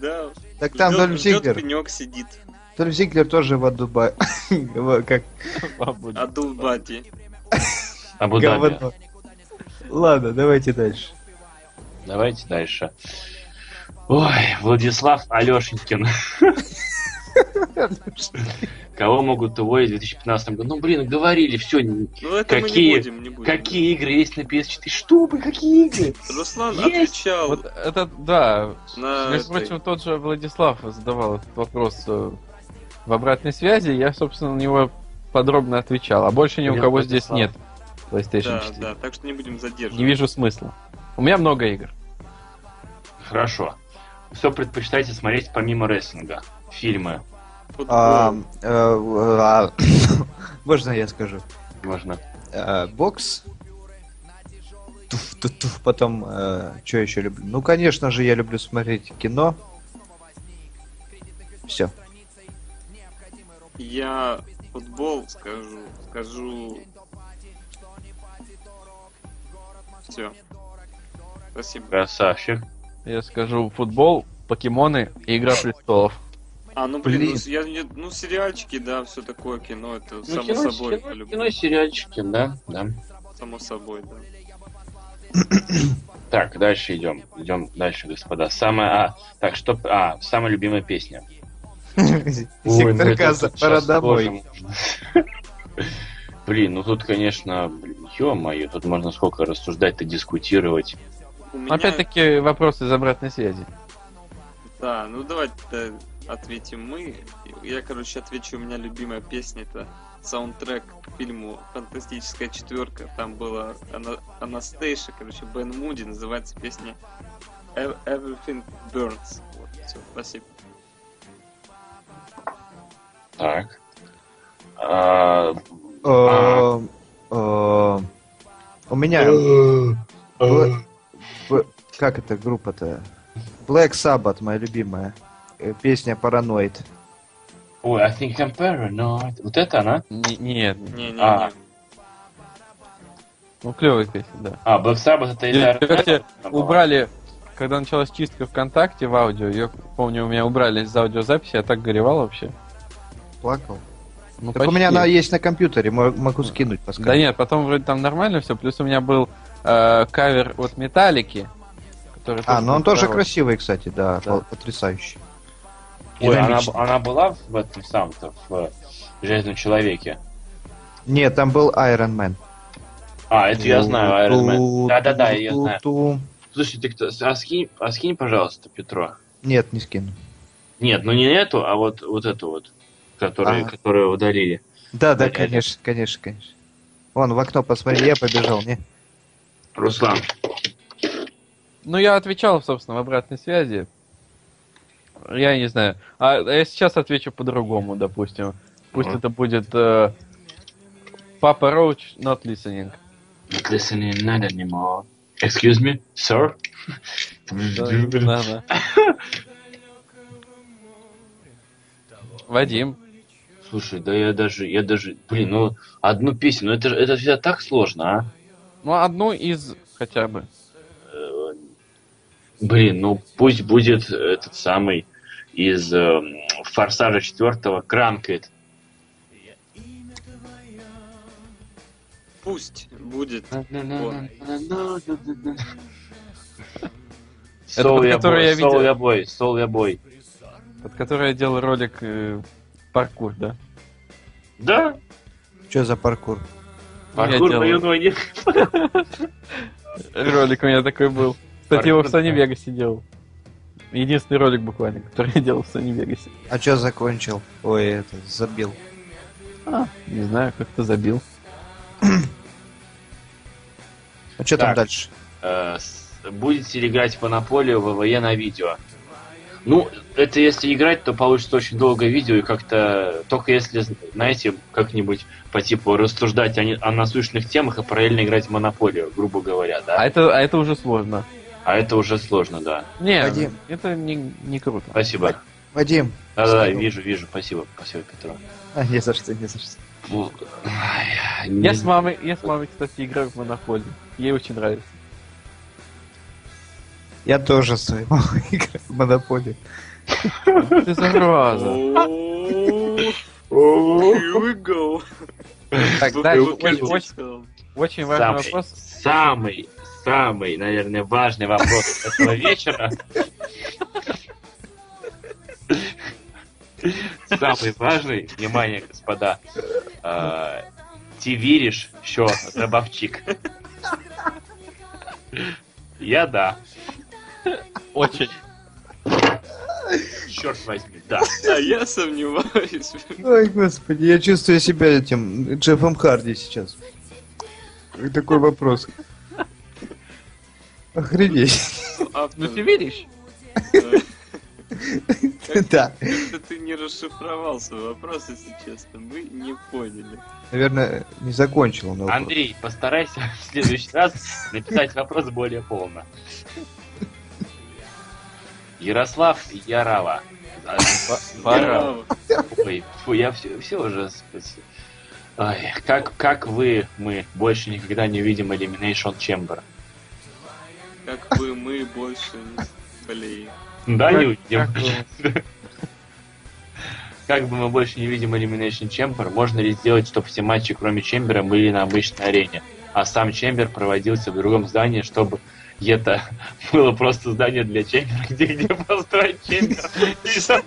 Speaker 2: Да.
Speaker 3: Так там
Speaker 2: ждёт-
Speaker 3: Дольф
Speaker 2: ждёт
Speaker 3: Зиглер.
Speaker 2: пенёк сидит.
Speaker 3: Дольф Зиглер тоже в Дубае. Как
Speaker 4: В
Speaker 2: а
Speaker 4: Абу-Даби.
Speaker 2: Адулбати.
Speaker 1: Абу-Даби.
Speaker 3: говно. Ладно, давайте дальше.
Speaker 1: Давайте дальше. Ой, Владислав Алешенькин. Кого могут уволить в 2015 году? Ну, блин, говорили, все,
Speaker 2: Ну это мы
Speaker 1: Какие-
Speaker 2: не будем, не будем.
Speaker 1: Какие игры есть на PS4? Что, блин, какие игры?
Speaker 2: Руслан
Speaker 1: Есть!
Speaker 2: отвечал
Speaker 4: Вот это, да.
Speaker 2: на...
Speaker 4: Между
Speaker 2: этой-
Speaker 4: прочим, тот же Владислав задавал этот вопрос э, в обратной связи. Я, собственно, на него подробно отвечал. А больше ни у
Speaker 1: Привет,
Speaker 4: кого
Speaker 1: Владислав.
Speaker 4: здесь нет PlayStation
Speaker 2: Да,
Speaker 4: 4.
Speaker 2: да, так что не будем
Speaker 4: Не
Speaker 2: задерживать.
Speaker 4: вижу смысла. У меня много игр.
Speaker 1: Хорошо. Что предпочитаете смотреть помимо рестлинга? Фильмы,
Speaker 2: Футбол.
Speaker 3: А, э, а, Можно я скажу?
Speaker 1: можно.
Speaker 3: Э, Бокс. Туф, туф, туф. Потом, что еще люблю? Ну, конечно же, я люблю смотреть кино. Все.
Speaker 2: Я футбол скажу, скажу... Все. Спасибо.
Speaker 1: Красавчик.
Speaker 2: Ну,
Speaker 4: Я скажу футбол, покемоны и игра престолов.
Speaker 2: А, ну блин,
Speaker 3: Блин.
Speaker 2: ну, с- я не- ну, сериальчики, да, все такое кино, это
Speaker 1: Ну,
Speaker 2: само
Speaker 1: кино,
Speaker 2: собой,
Speaker 1: кино,
Speaker 2: по-любому.
Speaker 1: кино, сериальчики, да, да.
Speaker 2: Само собой, да.
Speaker 1: Так, дальше идем. Идем дальше, господа. Самая... А, так, что... А, самая любимая песня. Ой, ну
Speaker 3: Сектор
Speaker 1: это
Speaker 3: газа,
Speaker 1: тут
Speaker 3: пора
Speaker 1: щас тоже
Speaker 3: домой.
Speaker 1: можно. Блин, ну тут, конечно, блин, ё-моё, тут можно сколько рассуждать-то, дискутировать.
Speaker 2: У меня,
Speaker 4: Опять-таки вопрос из обратной связи.
Speaker 2: да, ну давайте да, ответим мы. Я, короче, отвечу, у меня любимая песня, это саундтрек к фильму «Фантастическая четверка». Там была Ана- Анастейша, короче, Бен Муди, называется песня «Ev- Everything Burns. Вот, все, спасибо.
Speaker 1: Так. А,
Speaker 3: Э, э, У
Speaker 1: Э.
Speaker 3: меня... Бл- Б- Как эта группа-то? Black Sabbath, моя любимая. Э, Песня Параноид.
Speaker 1: Ой, I think I'm paranoid. Вот это она?
Speaker 4: Н- нет.
Speaker 2: Не-не-не.
Speaker 1: А.
Speaker 4: Ну, клевая песня, да.
Speaker 1: А, Black Sabbath это из
Speaker 4: Её,
Speaker 1: Iron
Speaker 4: Кстати,
Speaker 1: Man была?
Speaker 4: убрали, когда началась чистка ВКонтакте в аудио, ее, помню, у меня убрали из аудиозаписи, я так горевал вообще.
Speaker 3: Плакал.
Speaker 4: Ну,
Speaker 3: Так у
Speaker 4: почти.
Speaker 3: меня она есть на компьютере, мо- могу скинуть по
Speaker 4: Да
Speaker 3: скайпу.
Speaker 4: нет, потом вроде там нормально все, плюс у меня был э, кавер от Металлики, который...
Speaker 3: А, ну он
Speaker 4: был
Speaker 3: тоже
Speaker 4: хороший.
Speaker 3: красивый, кстати, да,
Speaker 4: Да.
Speaker 3: пол- потрясающий.
Speaker 1: Ой, она,
Speaker 3: Динамичный.
Speaker 1: она была в этом самом-то, в э, Железном Человеке?
Speaker 3: Нет, там был Iron Man.
Speaker 1: А, это
Speaker 3: Ну,
Speaker 1: я знаю, Iron Man.
Speaker 3: Ту-
Speaker 1: Да-да-да, я
Speaker 3: ту-
Speaker 1: знаю.
Speaker 3: ту.
Speaker 1: Слушай, ты кто? А скинь, а скинь, пожалуйста, Петро.
Speaker 3: Нет, не скину.
Speaker 1: Нет, ну не эту, а вот, вот эту вот, которую,
Speaker 3: Ага.
Speaker 1: которую удалили.
Speaker 3: Да, да,
Speaker 1: Да,
Speaker 3: конечно, конечно, конечно. Вон, в окно посмотри, я побежал, не?
Speaker 1: Руслан.
Speaker 4: Ну, я отвечал, собственно, в обратной связи. Я не знаю. А я сейчас отвечу по-другому, допустим. Пусть
Speaker 1: Ага.
Speaker 4: это будет э, Папа Роуч not listening.
Speaker 1: Not listening not anymore. Excuse me, sir?
Speaker 4: Да, да. Вадим.
Speaker 1: Слушай, да я даже, я даже, блин, ну одну песню, ну это, же- это всегда так сложно,
Speaker 4: Ну, одну из хотя бы.
Speaker 1: а? Э, Блин, ну пусть будет этот самый из эм, Форсажа четвертого Кранкет.
Speaker 2: Пусть будет.
Speaker 1: Soul
Speaker 4: под
Speaker 1: Я
Speaker 4: которую
Speaker 1: Boy,
Speaker 4: я
Speaker 1: Soul
Speaker 4: видел.
Speaker 1: Я Boy, Soul Я Boy.
Speaker 4: Под которой я делал ролик э, паркур, да?
Speaker 1: Да,
Speaker 3: Что за паркур?
Speaker 1: паркур на
Speaker 4: Ну, делал.
Speaker 1: юноне.
Speaker 4: Ролик у меня такой был. Кстати, его в
Speaker 1: Паркур,
Speaker 4: Sony
Speaker 1: да.
Speaker 4: Vegas делал. Единственный ролик буквально, который я делал в Sony Vegas.
Speaker 3: А чё закончил? Ой, это, забил.
Speaker 4: А, не знаю, как-то забил.
Speaker 3: А что там
Speaker 1: Так.
Speaker 3: дальше?
Speaker 1: Э, с- Будете ли играть в Монополию ВВЕ на видео? Ну, это если играть, то получится очень долгое видео, и как-то только если, знаете, как-нибудь по типу рассуждать о, не- о насущных темах и параллельно играть в Монополию, грубо говоря, да.
Speaker 4: А это, а это уже сложно.
Speaker 1: А это уже сложно, да.
Speaker 4: Не,
Speaker 3: Вадим.
Speaker 4: это не, не круто.
Speaker 1: Спасибо.
Speaker 3: Вадим.
Speaker 1: Да-да,
Speaker 3: Спасибо.
Speaker 1: вижу, вижу. Спасибо, спасибо, Петро.
Speaker 3: А, не за что, не за что.
Speaker 1: Ну, ай, не-
Speaker 4: Я с мамой, я с мамой, кстати, играю в Монополию. Ей очень нравится.
Speaker 3: Я тоже с своей мамой играю в Монополию.
Speaker 4: Ты зараза.
Speaker 2: О, Here we go.
Speaker 4: Так,
Speaker 2: Вы-
Speaker 4: дальше.
Speaker 2: вы
Speaker 4: Очень,
Speaker 2: хотите
Speaker 4: очень-
Speaker 2: сказал?
Speaker 4: очень важный
Speaker 1: Самый,
Speaker 4: вопрос.
Speaker 1: самый, самый, наверное, важный вопрос этого вечера. Самый важный, внимание, господа. А, Ти віриш, що Грабовчик? Я да.
Speaker 4: Очень.
Speaker 1: Черт возьми, да.
Speaker 2: А я сомневаюсь.
Speaker 3: Ой, господи, я чувствую себя этим Джеффом Харди сейчас. Такой вопрос. Охренеть.
Speaker 2: Автор,
Speaker 4: Ну ты веришь?
Speaker 2: э,
Speaker 3: Да.
Speaker 2: как-то ты не расшифровал свой вопрос, если честно. Мы не поняли.
Speaker 3: Наверное, не закончил он вопрос.
Speaker 1: Андрей, постарайся в следующий раз написать вопрос более полно. Ярослав Ярова. А, Ярова.
Speaker 2: Браво.
Speaker 1: Ой, фу, я все, уже... с- с- Ай, как, как вы, мы, больше никогда не увидим Elimination Chamber?
Speaker 2: Как бы мы больше не... Блин.
Speaker 1: Да, не
Speaker 4: Как- как
Speaker 1: увидим. Как бы мы больше не видим Elimination Chamber, можно ли сделать, чтобы все матчи, кроме Чембера, были на обычной арене, а сам Чембер проводился в другом здании, чтобы и это было просто здание для Чембера, где, где построить Чембер. И сам-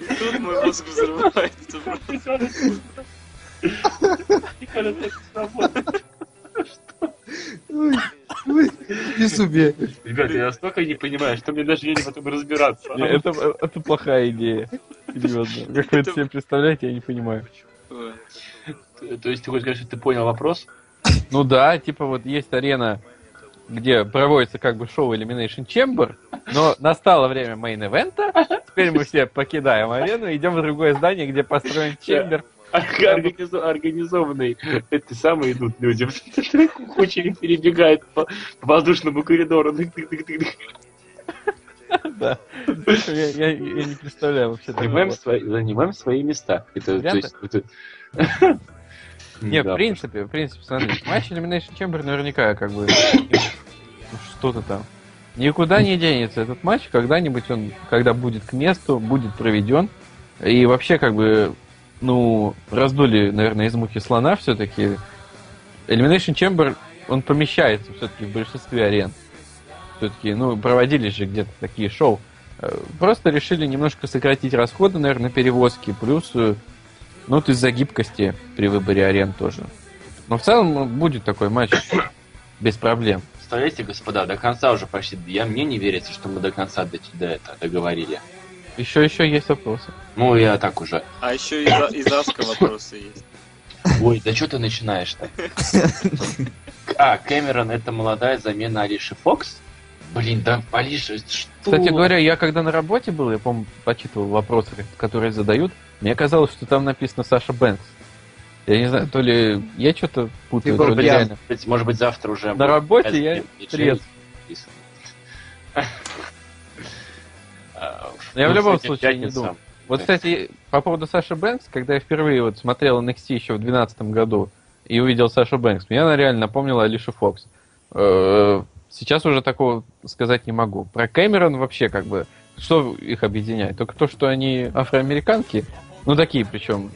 Speaker 2: И тут мой мозг взрывается просто.
Speaker 1: Никогда так не сработает.
Speaker 3: Ой, ой, Не себе.
Speaker 1: Ребята, я настолько не понимаю, что мне даже лень в этом разбираться. А
Speaker 4: Не, Это, это плохая идея. Серьезно. Как вы это себе представляете, я не понимаю.
Speaker 2: Ой.
Speaker 1: э, То есть ты хочешь сказать, что ты понял вопрос?
Speaker 4: Ну да, типа вот есть арена, где проводится как бы шоу Elimination Chamber, но настало время мейн-эвента, теперь мы все покидаем арену и идем в другое здание, где построен Чембер.
Speaker 1: Организо- организованный эти самые идут люди. Кучерик перебегает по по воздушному коридору. Тык-тык-тык-тык.
Speaker 4: Да. Я, я- я не представляю вообще
Speaker 1: Занимаем
Speaker 4: такого.
Speaker 1: свои, занимаем свои места. Это, то
Speaker 4: Ребята?
Speaker 1: есть, это-
Speaker 4: Не,
Speaker 1: Да.
Speaker 4: в принципе, в принципе, смотри, матч Elimination Chamber наверняка как бы... ну, Что-то там. Никуда не денется этот матч, когда-нибудь он, когда будет к месту, будет проведен. И вообще, как бы, ну, раздули, наверное, из мухи слона все-таки. Elimination Chamber, он помещается все-таки в большинстве арен. Все-таки, ну, проводились же где-то такие шоу. Э, Просто решили немножко сократить расходы, наверное, на перевозки, плюс э, ну, вот из-за гибкости при выборе арен тоже. Но в целом ну, будет такой матч без проблем.
Speaker 1: Представляете, господа, до конца уже почти. Я мне не верится, что мы до конца до, до этого договорили.
Speaker 4: Еще еще есть вопросы.
Speaker 1: Ну, я так уже.
Speaker 2: А еще из, из Аска вопросы есть.
Speaker 1: Ой, да что ты начинаешь-то? А, Кэмерон это молодая замена Алиши Фокс? Блин, да Алиша, что?
Speaker 4: Кстати говоря, я когда на работе был, я помню, почитывал вопросы, которые задают. Мне казалось, что там написано Саша Бэнкс. Я не знаю, то ли я что-то путаю,
Speaker 3: Ты был
Speaker 4: то ли
Speaker 3: пьян.
Speaker 4: реально.
Speaker 1: Может быть, Может быть, завтра уже...
Speaker 4: На работе я трезв. Я
Speaker 1: Ну,
Speaker 4: в любом случае не думал. Вот, кстати, по поводу Саши Бэнкс, когда я впервые вот смотрел NXT еще в 2012 году и увидел Сашу Бэнкс, меня она реально напомнила Алишу Фокс. Э, Сейчас уже такого сказать не могу. Про Кэмерон вообще как бы, что их объединяет? Только то, что они афроамериканки, ну такие причем,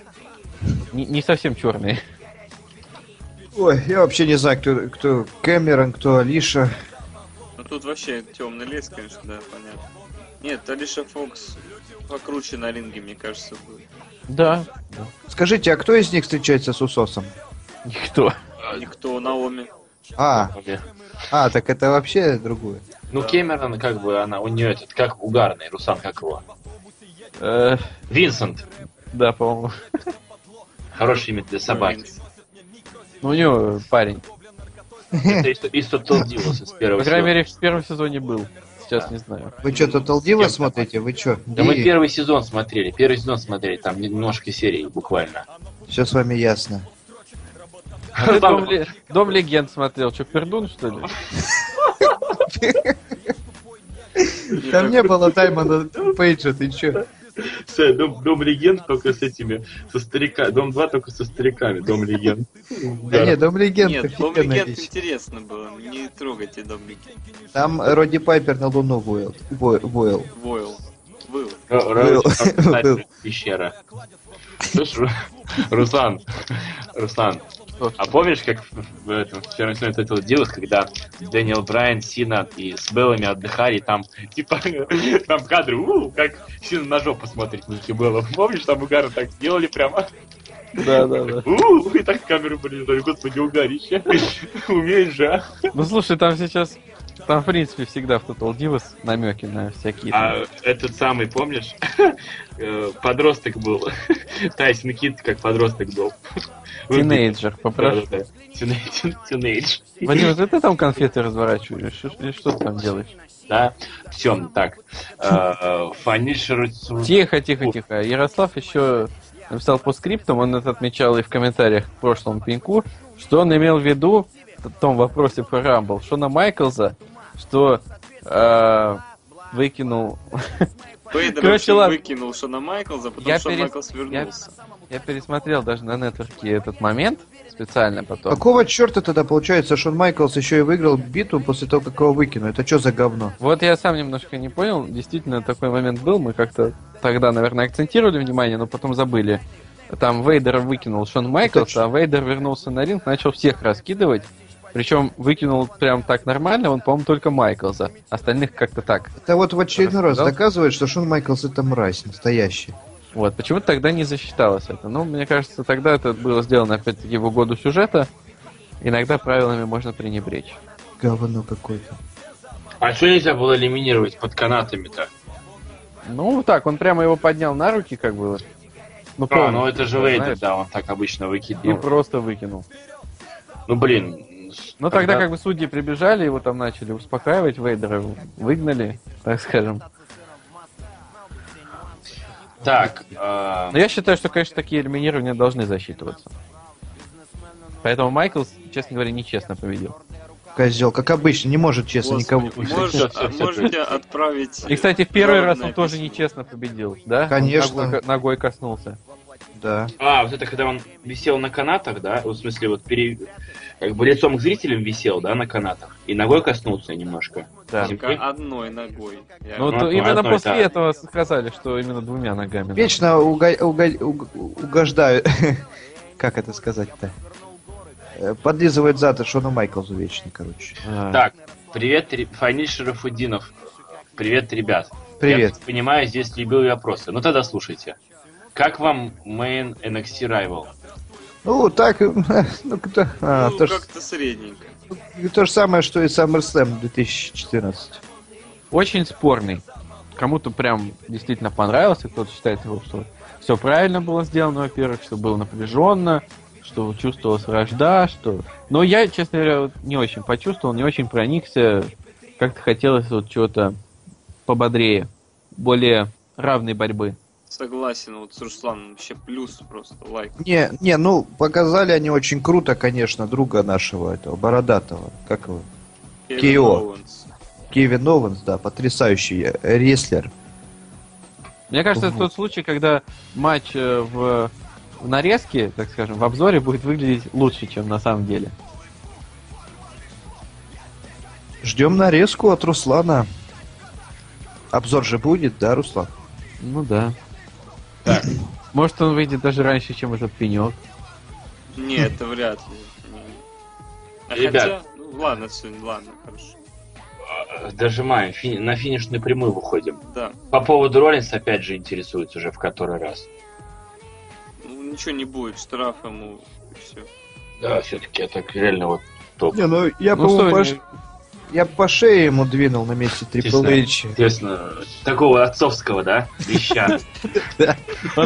Speaker 4: не, не совсем черные.
Speaker 3: Ой, я вообще не знаю, кто, кто Кэмерон, кто Алиша.
Speaker 2: Ну тут вообще темный лес, конечно, да, понятно. Нет, Алиша Фокс покруче на ринге, мне кажется, будет.
Speaker 4: Да.
Speaker 3: Скажите, а кто из них встречается с Усосом?
Speaker 4: Никто.
Speaker 2: Никто, Наоми.
Speaker 3: А, а, так это вообще другое.
Speaker 1: Ну, Кэмерон, как бы она, у нее этот, как угарный, Русан, как его.
Speaker 4: Э,
Speaker 1: Винсент.
Speaker 4: да, по-моему.
Speaker 1: Хороший имя для собаки.
Speaker 4: Ну, у него парень.
Speaker 1: Это из- из Total Divas из
Speaker 4: По
Speaker 1: первого сезона.
Speaker 4: крайней мере, в первом сезоне был. Сейчас не знаю.
Speaker 3: Вы что, Total Divas смотрите? Вы что?
Speaker 1: Да мы первый сезон смотрели, первый сезон смотрели, там немножко серий буквально.
Speaker 3: Все с вами ясно.
Speaker 4: А ты
Speaker 1: Там-
Speaker 4: Дом, А ле- Дом легенд смотрел. Че, пердун, что ли?
Speaker 3: Там не было Даймонда Пейджа, ты че?
Speaker 1: Всё, дом, дом легенд только с этими, со старика, дом 2 только со стариками, дом легенд.
Speaker 3: Да нет, Дом Легенд
Speaker 2: Нет, Дом
Speaker 3: офигенная
Speaker 2: Легенд
Speaker 3: вещь.
Speaker 2: интересно было. Не трогайте Дом Легенд.
Speaker 3: Там Роди Пайпер на Луну воил. Во- воил.
Speaker 2: Войл. Войл.
Speaker 1: Ро-
Speaker 3: Был.
Speaker 1: Ро-
Speaker 3: Был.
Speaker 1: Пещера. Слышь, Ру- Руслан, Руслан,
Speaker 4: Что?
Speaker 1: а помнишь, как в этом в первом сезоне этого делалось, когда Дэниел Брайан, Сина и с Беллами отдыхали, и там типа там кадры, «У, как Сина на жопу смотрит Ники Белла. Помнишь, там угары так делали прямо?
Speaker 4: Да, да, да.
Speaker 1: «У», и так камеру близали, господи, угарище. Умеешь же, а?
Speaker 4: Ну, слушай, там сейчас... Там, в принципе, всегда в Total Divas намеки на всякие... там-
Speaker 1: А этот самый, помнишь, э, подросток был. Тайсон Кит как подросток был.
Speaker 4: Тинейджер, попрошу.
Speaker 1: Да-да-да. Тиней- Тинейдж.
Speaker 4: Вадим, это ты там конфеты разворачиваешь? Или что ты там делаешь?
Speaker 1: Да. Все, так. Э, Фанишер...
Speaker 4: Тихо, тихо, тихо. Ярослав еще написал по скриптам, он это отмечал и в комментариях к прошлому пеньку, что он имел в виду в том вопросе про Рамбл, что на Майклза, что э, выкинул...
Speaker 2: Пейдер
Speaker 4: Короче,
Speaker 2: вообще
Speaker 4: ладно.
Speaker 2: выкинул Шона Майклза, а потом
Speaker 4: Я
Speaker 2: Шон
Speaker 4: пере-
Speaker 2: Майклс вернулся.
Speaker 4: Я пересмотрел даже на нетворке этот момент специально потом.
Speaker 3: Какого черта тогда получается, Шон Майклс еще и выиграл битву после того, как его выкинули? Это что за говно?
Speaker 4: Вот я сам немножко не понял, действительно такой момент был, мы как-то тогда, наверное, акцентировали внимание, но потом забыли. Там Вейдера выкинул Шон Майклс,
Speaker 3: точно.
Speaker 4: а Вейдер вернулся на ринг, начал всех раскидывать. Причем выкинул прям так нормально, он, по-моему, только Майклза. Остальных как-то так.
Speaker 3: Это вот в очередной раз
Speaker 4: Рассказал?
Speaker 3: доказывает, что Шон Майклс это мразь настоящий.
Speaker 4: Вот, почему-то тогда не засчиталось это. Ну, мне кажется, тогда это было сделано, опять-таки, в угоду сюжета. Иногда правилами можно пренебречь.
Speaker 3: Говно какое-то.
Speaker 1: А что нельзя было элиминировать под канатами-то?
Speaker 4: Ну, вот так, он прямо его поднял на руки, как было. Ну,
Speaker 1: А,
Speaker 4: полностью,
Speaker 1: ну это же Вейдер,
Speaker 4: знаешь,
Speaker 1: да, он так обычно
Speaker 4: И
Speaker 1: выкидывал.
Speaker 4: просто выкинул.
Speaker 1: Ну блин.
Speaker 4: Ну тогда, как бы судьи прибежали, его там начали успокаивать, Вейдера выгнали, так скажем.
Speaker 1: Так, э,
Speaker 4: Но я считаю, что, конечно, такие элиминирования должны засчитываться. Поэтому Майклс, честно говоря, нечестно победил.
Speaker 3: Козел, как обычно, не может честно никого.
Speaker 2: Господи,
Speaker 1: никого- Всё,
Speaker 2: Можешь,
Speaker 1: всё,
Speaker 2: а
Speaker 1: всё,
Speaker 2: можете отправить...
Speaker 4: И, кстати, в первый раз он
Speaker 2: жалобное
Speaker 4: тоже
Speaker 2: письмо.
Speaker 4: нечестно победил, да?
Speaker 3: Конечно.
Speaker 4: Он ногой, ногой коснулся.
Speaker 3: Да.
Speaker 1: А, вот это когда он висел на канатах, да? Вот, В смысле, вот пере... как бы лицом к зрителям висел, да, на канатах. И ногой коснулся немножко.
Speaker 4: Да.
Speaker 1: Земля.
Speaker 2: Только одной ногой. Я-
Speaker 4: Ну,
Speaker 1: Ну,
Speaker 4: вот
Speaker 1: ну,
Speaker 4: именно
Speaker 1: одной,
Speaker 4: после
Speaker 1: да.
Speaker 4: этого сказали, что именно двумя ногами.
Speaker 3: Вечно уга- уга- уг- угождают. Как это сказать-то? Э, Подлизывают зад Шона Майклзу вечно, короче.
Speaker 4: А,
Speaker 1: Так, привет, ре- Фанишер и Фудинов. Привет, ребят. Я
Speaker 3: Привет.
Speaker 1: так понимаю, здесь любые вопросы. Ну тогда слушайте. Как вам мейн NXT Rival?
Speaker 3: Ну, так, ну, кто- а,
Speaker 2: ну,
Speaker 3: то, ж-
Speaker 2: как-то средненько.
Speaker 3: то же самое, что и SummerSlam 2014.
Speaker 4: Очень спорный. Кому-то прям действительно понравился, кто-то считает его, что все правильно было сделано, во-первых, что было напряженно, что чувствовалась вражда, что... Но я, честно говоря, вот не очень почувствовал, не очень проникся. Как-то хотелось вот чего-то пободрее, более равной борьбы.
Speaker 2: Согласен, вот с Русланом вообще плюс просто лайк.
Speaker 3: Не, не, ну, показали они очень круто, конечно, друга нашего этого, бородатого, как его,
Speaker 2: Кевин
Speaker 3: Кио.
Speaker 2: Оуэнс.
Speaker 3: Кевин Ованс, да, потрясающий э, рестлер.
Speaker 4: Мне кажется, это
Speaker 3: Мгм.
Speaker 4: тот случай, когда матч э, в, в нарезке, так скажем, в обзоре будет выглядеть лучше, чем на самом деле.
Speaker 3: Ждем нарезку от Руслана. Обзор же будет, да, Руслан?
Speaker 4: Ну да.
Speaker 1: Так.
Speaker 4: Может, он выйдет даже раньше, чем этот пенек.
Speaker 2: Не, это вряд ли. Не. А
Speaker 1: Ребят.
Speaker 2: хотя, ну ладно, все, ладно, хорошо.
Speaker 1: дожимаем, фини- на финишную прямую выходим.
Speaker 2: Да.
Speaker 1: По поводу Роллинс опять же интересуется уже в который раз.
Speaker 2: Ну, ничего не будет, штраф ему и все.
Speaker 1: Да, все-таки я так реально вот топ.
Speaker 3: Не, ну я,
Speaker 4: Ну,
Speaker 3: по-моему,
Speaker 4: что
Speaker 3: по,
Speaker 4: они-
Speaker 3: ш- я по шее ему двинул на месте Трипл
Speaker 1: Честно.
Speaker 3: Эйч.
Speaker 1: Интересно, такого отцовского, да, веща.
Speaker 4: Он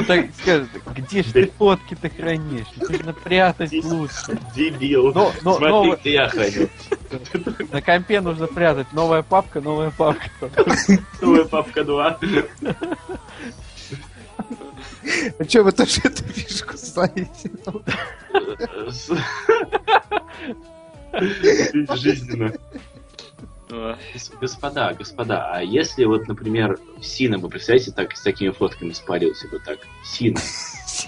Speaker 4: Ну, так скажет, где же ты фотки-то хранишь? Нужно прятать лучше.
Speaker 1: Дебил.
Speaker 4: Но- но-
Speaker 1: Смотри,
Speaker 4: но-
Speaker 1: где я ходил.
Speaker 4: На компе нужно прятать. Новая папка, новая папка.
Speaker 1: Новая папка 2.
Speaker 3: А че вы тоже эту фишку ставите?
Speaker 1: Жизненно.
Speaker 2: Ой,
Speaker 1: Гос- Господа, господа, а если вот, например, Сина бы, представляете, так с такими фотками спарился бы так? Сина.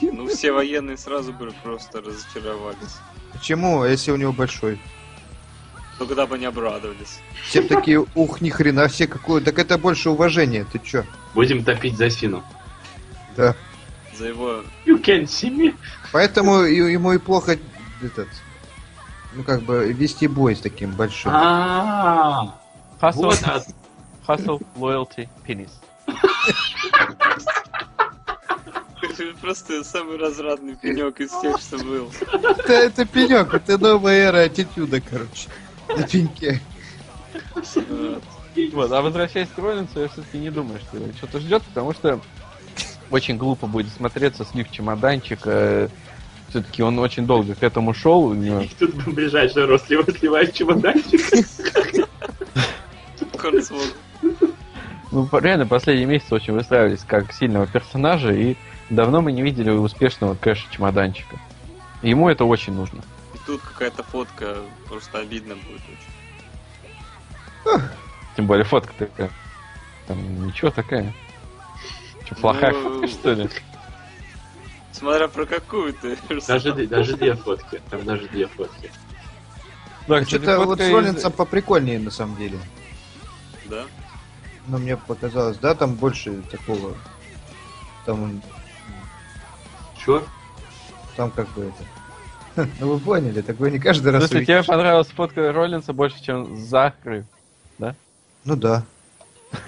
Speaker 2: Ну, все военные сразу бы просто разочаровались.
Speaker 3: Почему, если у него большой?
Speaker 2: Но когда бы не обрадовались.
Speaker 3: Все такие, ух, ни хрена, все какое. Так это больше уважение, ты чё?
Speaker 1: Будем топить за Сину.
Speaker 3: Да.
Speaker 2: За его...
Speaker 1: You can see me.
Speaker 3: Поэтому и- ему и плохо этот, ну как бы вести бой с таким большим.
Speaker 1: А,
Speaker 4: Hustle,
Speaker 1: вот от-
Speaker 4: hustle, loyalty, penis.
Speaker 2: Просто самый разрадный пенек из тех, что был.
Speaker 3: Это, это пенек, это новая эра аттитюда, короче. На пеньке.
Speaker 2: Э,
Speaker 4: Вот, а возвращаясь к Роллинсу, я все-таки не думаю, что его что-то ждет, потому что очень глупо будет смотреться слив чемоданчика. Все-таки э, он очень долго к этому шел. у него-
Speaker 1: Тут бы ближайший рост его сливает чемоданчик.
Speaker 2: Корнсволк.
Speaker 4: Ну, по- реально, последние месяцы очень выстраивались как сильного персонажа, и давно мы не видели успешного кэша чемоданчика. Ему это очень нужно.
Speaker 2: И тут какая-то фотка, просто обидно будет очень.
Speaker 4: Тем более фотка такая. Там ничего такая. Че, плохая
Speaker 2: Ну,
Speaker 4: фотка, что ли?
Speaker 2: Смотря про какую ты.
Speaker 1: Даже, д- даже две фотки. Там даже две фотки.
Speaker 4: Да, кстати,
Speaker 3: Что-то вот
Speaker 4: фотка
Speaker 3: с
Speaker 4: из-
Speaker 3: Роллинсом поприкольнее на самом деле.
Speaker 2: Да?
Speaker 3: Но мне показалось, да, там больше такого. Там, он-
Speaker 1: Чё?
Speaker 3: там как бы это. Ну вы поняли, такое не каждый
Speaker 4: В
Speaker 3: раз.
Speaker 4: смысле,
Speaker 3: увидишь.
Speaker 4: тебе понравилась фотка Роллинса больше, чем закрыв?
Speaker 3: Ну да.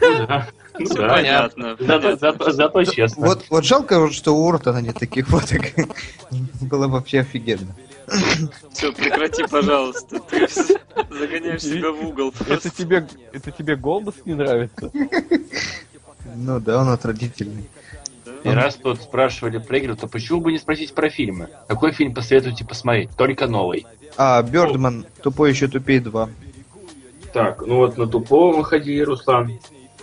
Speaker 1: Ну да. Ну
Speaker 2: Все
Speaker 1: да.
Speaker 2: понятно.
Speaker 1: Зато, зато, зато честно.
Speaker 3: Вот, вот жалко, вот, что у Уортона нет таких фоток. Было бы вообще офигенно.
Speaker 2: Все, прекрати, пожалуйста. Ты всё загоняешь себя в угол
Speaker 4: Это
Speaker 2: просто.
Speaker 4: тебе, это тебе Голдос не нравится?
Speaker 3: Ну да, он отвратительный.
Speaker 1: И раз тут спрашивали про игры, то почему бы не спросить про фильмы? Какой фильм посоветуете посмотреть? Только новый.
Speaker 3: А, Бердман, тупой еще тупее 2.
Speaker 1: Так, ну вот на тупого мы ходили, Руслан.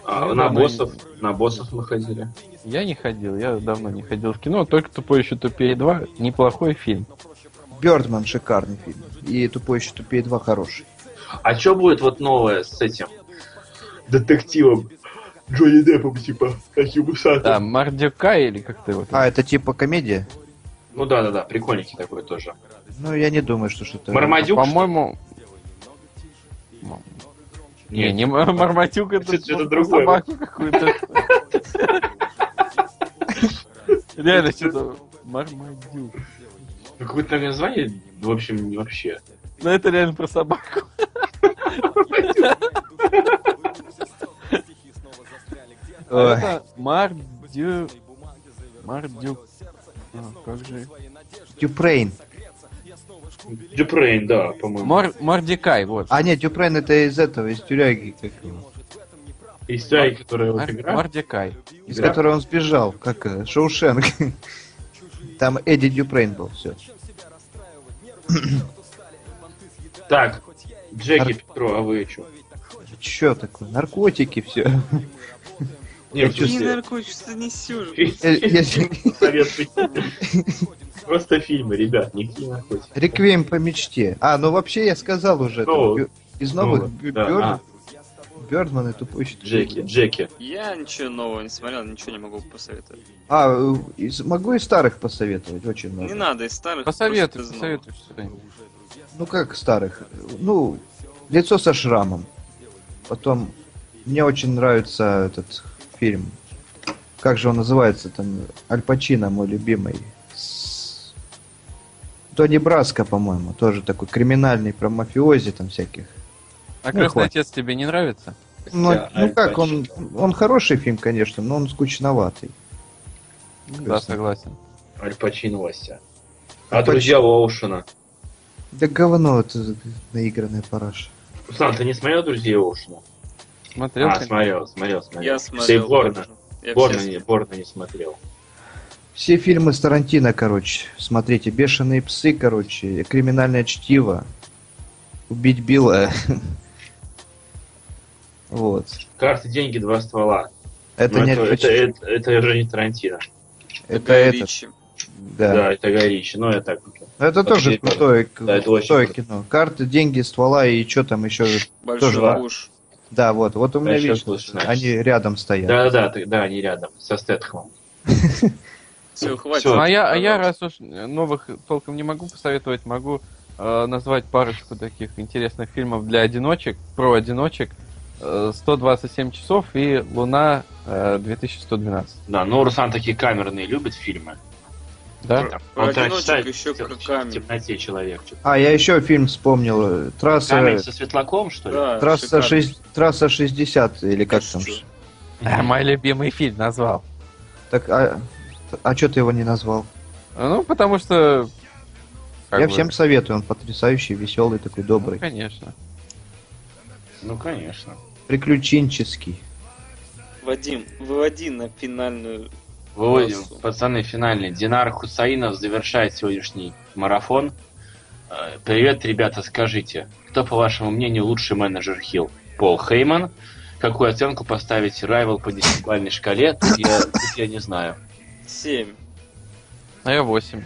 Speaker 1: А,
Speaker 4: Ну,
Speaker 1: на
Speaker 4: да,
Speaker 1: боссов, на боссов мы ходили.
Speaker 4: Я не ходил, я давно не ходил в кино, только «Тупой еще тупее 2» неплохой фильм.
Speaker 3: Бердман шикарный фильм. И тупой еще тупее 2 хороший.
Speaker 1: А что будет вот новое с этим детективом Джонни Деппом, типа, таким усатым?
Speaker 4: Да, Мардюка или как ты его там?
Speaker 3: А, это типа комедия?
Speaker 1: Ну да, да, да, прикольненький такой тоже.
Speaker 3: Ну, я не думаю, что что-то...
Speaker 1: Мармадюк?
Speaker 4: По-моему... М, Не, не Мар- Марматюк, это
Speaker 1: Это что-то
Speaker 4: про
Speaker 1: другое.
Speaker 4: собаку какую-то. Реально, что-то... Мармадюк.
Speaker 1: Ну, Какое-то такое название, в общем, не вообще.
Speaker 4: Ну, это реально про собаку.
Speaker 3: Ой.
Speaker 4: Это Мардю... Мардюк. А, как же?
Speaker 3: Дюпрейн.
Speaker 1: Джепрейн, да, по-моему.
Speaker 4: Мор- Мордекай, вот.
Speaker 3: А, нет, Дюпрейн это из этого, из тюряги, как его,
Speaker 1: И стяги, которые вот
Speaker 4: Мор-
Speaker 1: играют.
Speaker 4: Мордекай.
Speaker 3: из
Speaker 1: Да.
Speaker 3: которого он сбежал, как э, Шоушенк. Там Эдди Дюпрейн был, все.
Speaker 1: Так, Джеки Петро, а вы что?
Speaker 3: Че такое? Наркотики, все.
Speaker 1: Не, в
Speaker 2: Не
Speaker 1: смысле,
Speaker 2: наркотик, что ты несешь?
Speaker 3: Э, Если-
Speaker 1: советский фильм. Просто фильмы, ребят, никакие наркотики.
Speaker 3: Реквием по мечте. А, ну вообще я сказал уже. там,
Speaker 1: Ну,
Speaker 3: Бю- Из новых
Speaker 1: ну,
Speaker 3: Бю-
Speaker 1: да,
Speaker 3: Бёрд- Бёрдман и тупой щит.
Speaker 1: Джеки, Джеки.
Speaker 2: Я ничего нового не смотрел, ничего не могу посоветовать.
Speaker 3: А, э, из- могу и старых посоветовать, очень много.
Speaker 2: Не надо из старых.
Speaker 4: Ну Посоветуй,
Speaker 2: просто из новых.
Speaker 4: посоветуй что-нибудь.
Speaker 3: Ну как старых? Ну, лицо со шрамом. Потом, мне очень нравится этот фильм. Как же он называется там? Аль Пачино, мой любимый. С- Тони Браско, по-моему, тоже такой криминальный, про мафиози там всяких.
Speaker 4: А
Speaker 3: Ну,
Speaker 4: Крестный
Speaker 3: хватит.
Speaker 4: отец тебе не нравится?
Speaker 3: Ну,
Speaker 1: Хотя
Speaker 3: ну
Speaker 1: Аль
Speaker 3: как, он,
Speaker 1: Пачино-
Speaker 3: он хороший фильм, конечно, но он скучноватый.
Speaker 4: Да, согласен.
Speaker 1: Аль Пачино Вася. А друзья Оушена.
Speaker 3: Да говно это наигранная параша.
Speaker 1: Руслан, ты не смотрел друзей Оушена?
Speaker 4: Смотрел?
Speaker 1: А,
Speaker 4: ты?
Speaker 1: смотрел, смотрел, смотрел.
Speaker 2: Я
Speaker 1: Все
Speaker 2: смотрел.
Speaker 1: Борна.
Speaker 2: тоже. Я
Speaker 1: Борна
Speaker 2: все
Speaker 1: не, Борна не смотрел.
Speaker 3: Все фильмы с Тарантино, короче. Смотрите, «Бешеные псы», короче, «Криминальное чтиво», «Убить Билла». Вот.
Speaker 1: Карты, деньги, два ствола.
Speaker 3: Это
Speaker 1: Ну,
Speaker 3: не
Speaker 1: это, это,
Speaker 3: Аль
Speaker 1: это- это уже не Тарантино.
Speaker 3: Пачино. Это
Speaker 2: Гай
Speaker 3: этот,
Speaker 2: Ричи.
Speaker 1: Да,
Speaker 3: да.
Speaker 1: это горичи. Ну, я так.
Speaker 3: Это тоже
Speaker 1: Окей,
Speaker 3: крутое к-
Speaker 1: Да, это очень
Speaker 3: крутое
Speaker 1: круто.
Speaker 3: кино. Карты, деньги, ствола и что там еще.
Speaker 2: Большой
Speaker 3: Тоже, да.
Speaker 2: уж.
Speaker 3: Да, вот. Вот у меня,
Speaker 1: Да, сейчас
Speaker 3: видишь,
Speaker 1: слышно.
Speaker 3: они рядом стоят.
Speaker 1: Да, да, да, ты- да, они рядом. Со Стэтхэмом.
Speaker 2: Все, хватит.
Speaker 1: Всё.
Speaker 4: Ну, а, я, а я,
Speaker 2: Пожалуйста.
Speaker 4: раз уж новых толком не могу посоветовать, могу э, назвать парочку таких интересных фильмов для одиночек, про одиночек. Э, 127 часов и Луна э, 2112.
Speaker 1: Да, ну Руслан такие камерные любит фильмы.
Speaker 4: Да?
Speaker 1: Там
Speaker 2: Про
Speaker 1: полтора
Speaker 2: одиночек
Speaker 1: часа
Speaker 2: ещё
Speaker 1: в
Speaker 2: про
Speaker 1: тем-
Speaker 2: камень.
Speaker 1: в темноте человек.
Speaker 3: А, я еще фильм вспомнил. э, Трасса,
Speaker 1: Камень со светлаком, что ли?
Speaker 2: Да,
Speaker 3: трасса,
Speaker 2: шикарно.
Speaker 3: шесть- трасса 60 или как там.
Speaker 2: Шучу.
Speaker 4: Э, Мой любимый фильм назвал.
Speaker 3: Так, а, а что ты его не назвал?
Speaker 4: А, Ну, потому что... как
Speaker 3: я
Speaker 4: бы,
Speaker 3: всем советую, он потрясающий, веселый, такой
Speaker 4: ну,
Speaker 3: добрый.
Speaker 4: конечно.
Speaker 1: Ну, конечно.
Speaker 3: Приключенческий.
Speaker 2: Вадим, выводи на финальную
Speaker 1: Выводим.
Speaker 2: Класс.
Speaker 1: Пацаны, финальный. Динар Хусаинов завершает сегодняшний марафон. Э, Привет, ребята, скажите, кто, по вашему мнению, лучший менеджер Хилл? Пол Хейман? Какую оценку поставить Райвел по десятибальной шкале? Тут Я, тут я не знаю.
Speaker 2: 7.
Speaker 4: А я 8.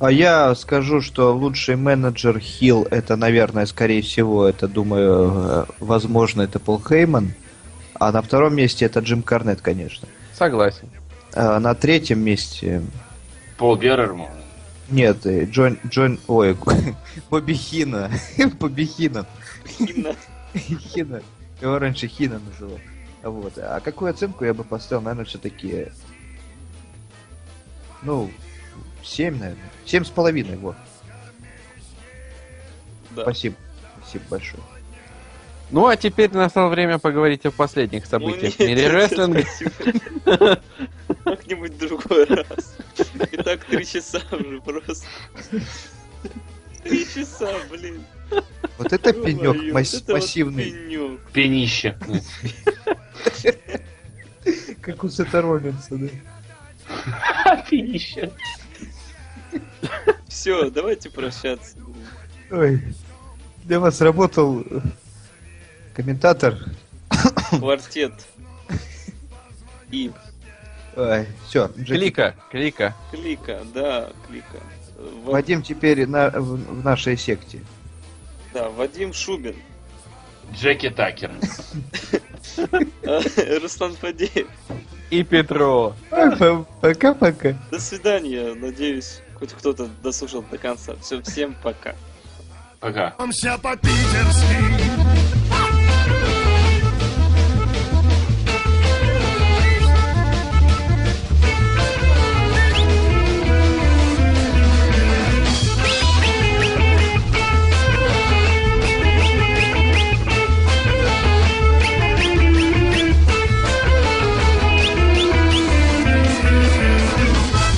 Speaker 3: А я скажу, что лучший менеджер Хилл, это, наверное, скорее всего, это, думаю, э, возможно, это Пол Хейман. А на втором месте это Джим Карнет, конечно.
Speaker 4: Согласен.
Speaker 3: А на третьем месте...
Speaker 1: Пол Берерму.
Speaker 3: Нет, э, Джон... Джон... Ой, Бобби Хина. Бобби Хина. Хина. Его раньше Хина называл. Вот. А какую оценку я бы поставил, наверное, все-таки... Ну, 7, наверное. Семь с половиной, вот.
Speaker 2: Да.
Speaker 3: Спасибо. Спасибо большое.
Speaker 4: Ну, а теперь настало время поговорить о последних событиях
Speaker 2: Ну,
Speaker 4: в мире рестлинга.
Speaker 2: спасибо. Как-нибудь в другой раз. И так три часа уже просто. Три часа, блин.
Speaker 3: Вот это
Speaker 2: Ё-моё,
Speaker 3: пенек
Speaker 2: Ну, вот
Speaker 3: мас-
Speaker 2: это вот
Speaker 3: массивный,
Speaker 2: пенёк.
Speaker 1: Пенище.
Speaker 3: как у Сета Роллинса, да?
Speaker 1: Пенище.
Speaker 2: Все, давайте прощаться.
Speaker 3: Ой, для вас работал э, комментатор.
Speaker 2: Квартет. И
Speaker 3: Ой, все,
Speaker 4: Клика, клика.
Speaker 2: клика, да, клика. Э, Ва-
Speaker 3: Вадим теперь на, в, в нашей секте.
Speaker 2: Да, Вадим Шубин.
Speaker 1: Джеки Такер.
Speaker 2: Э, Руслан Фадеев.
Speaker 4: И Петро.
Speaker 3: Ой, по- Пока-пока.
Speaker 2: До свидания. Надеюсь, хоть кто-то дослушал до конца. Все, всем пока.
Speaker 1: Пока.
Speaker 5: Все по-питерски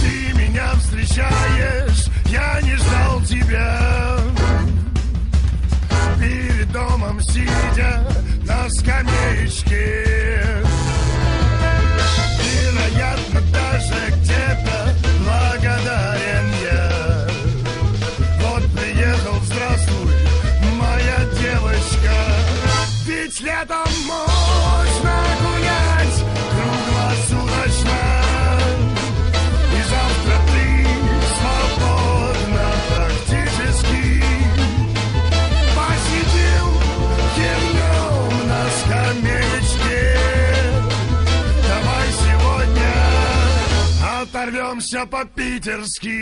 Speaker 5: Ты меня встречаешь, я не ждал тебя Перед домом сидя на скамеечке Вероятно, даже где-то благодарен я Вот приехал, здравствуй, моя девочка Ведь летом можно гулять круглосуточно и завтра ты свободна практически Посидел днем на скамеечке Давай сегодня оторвемся по-питерски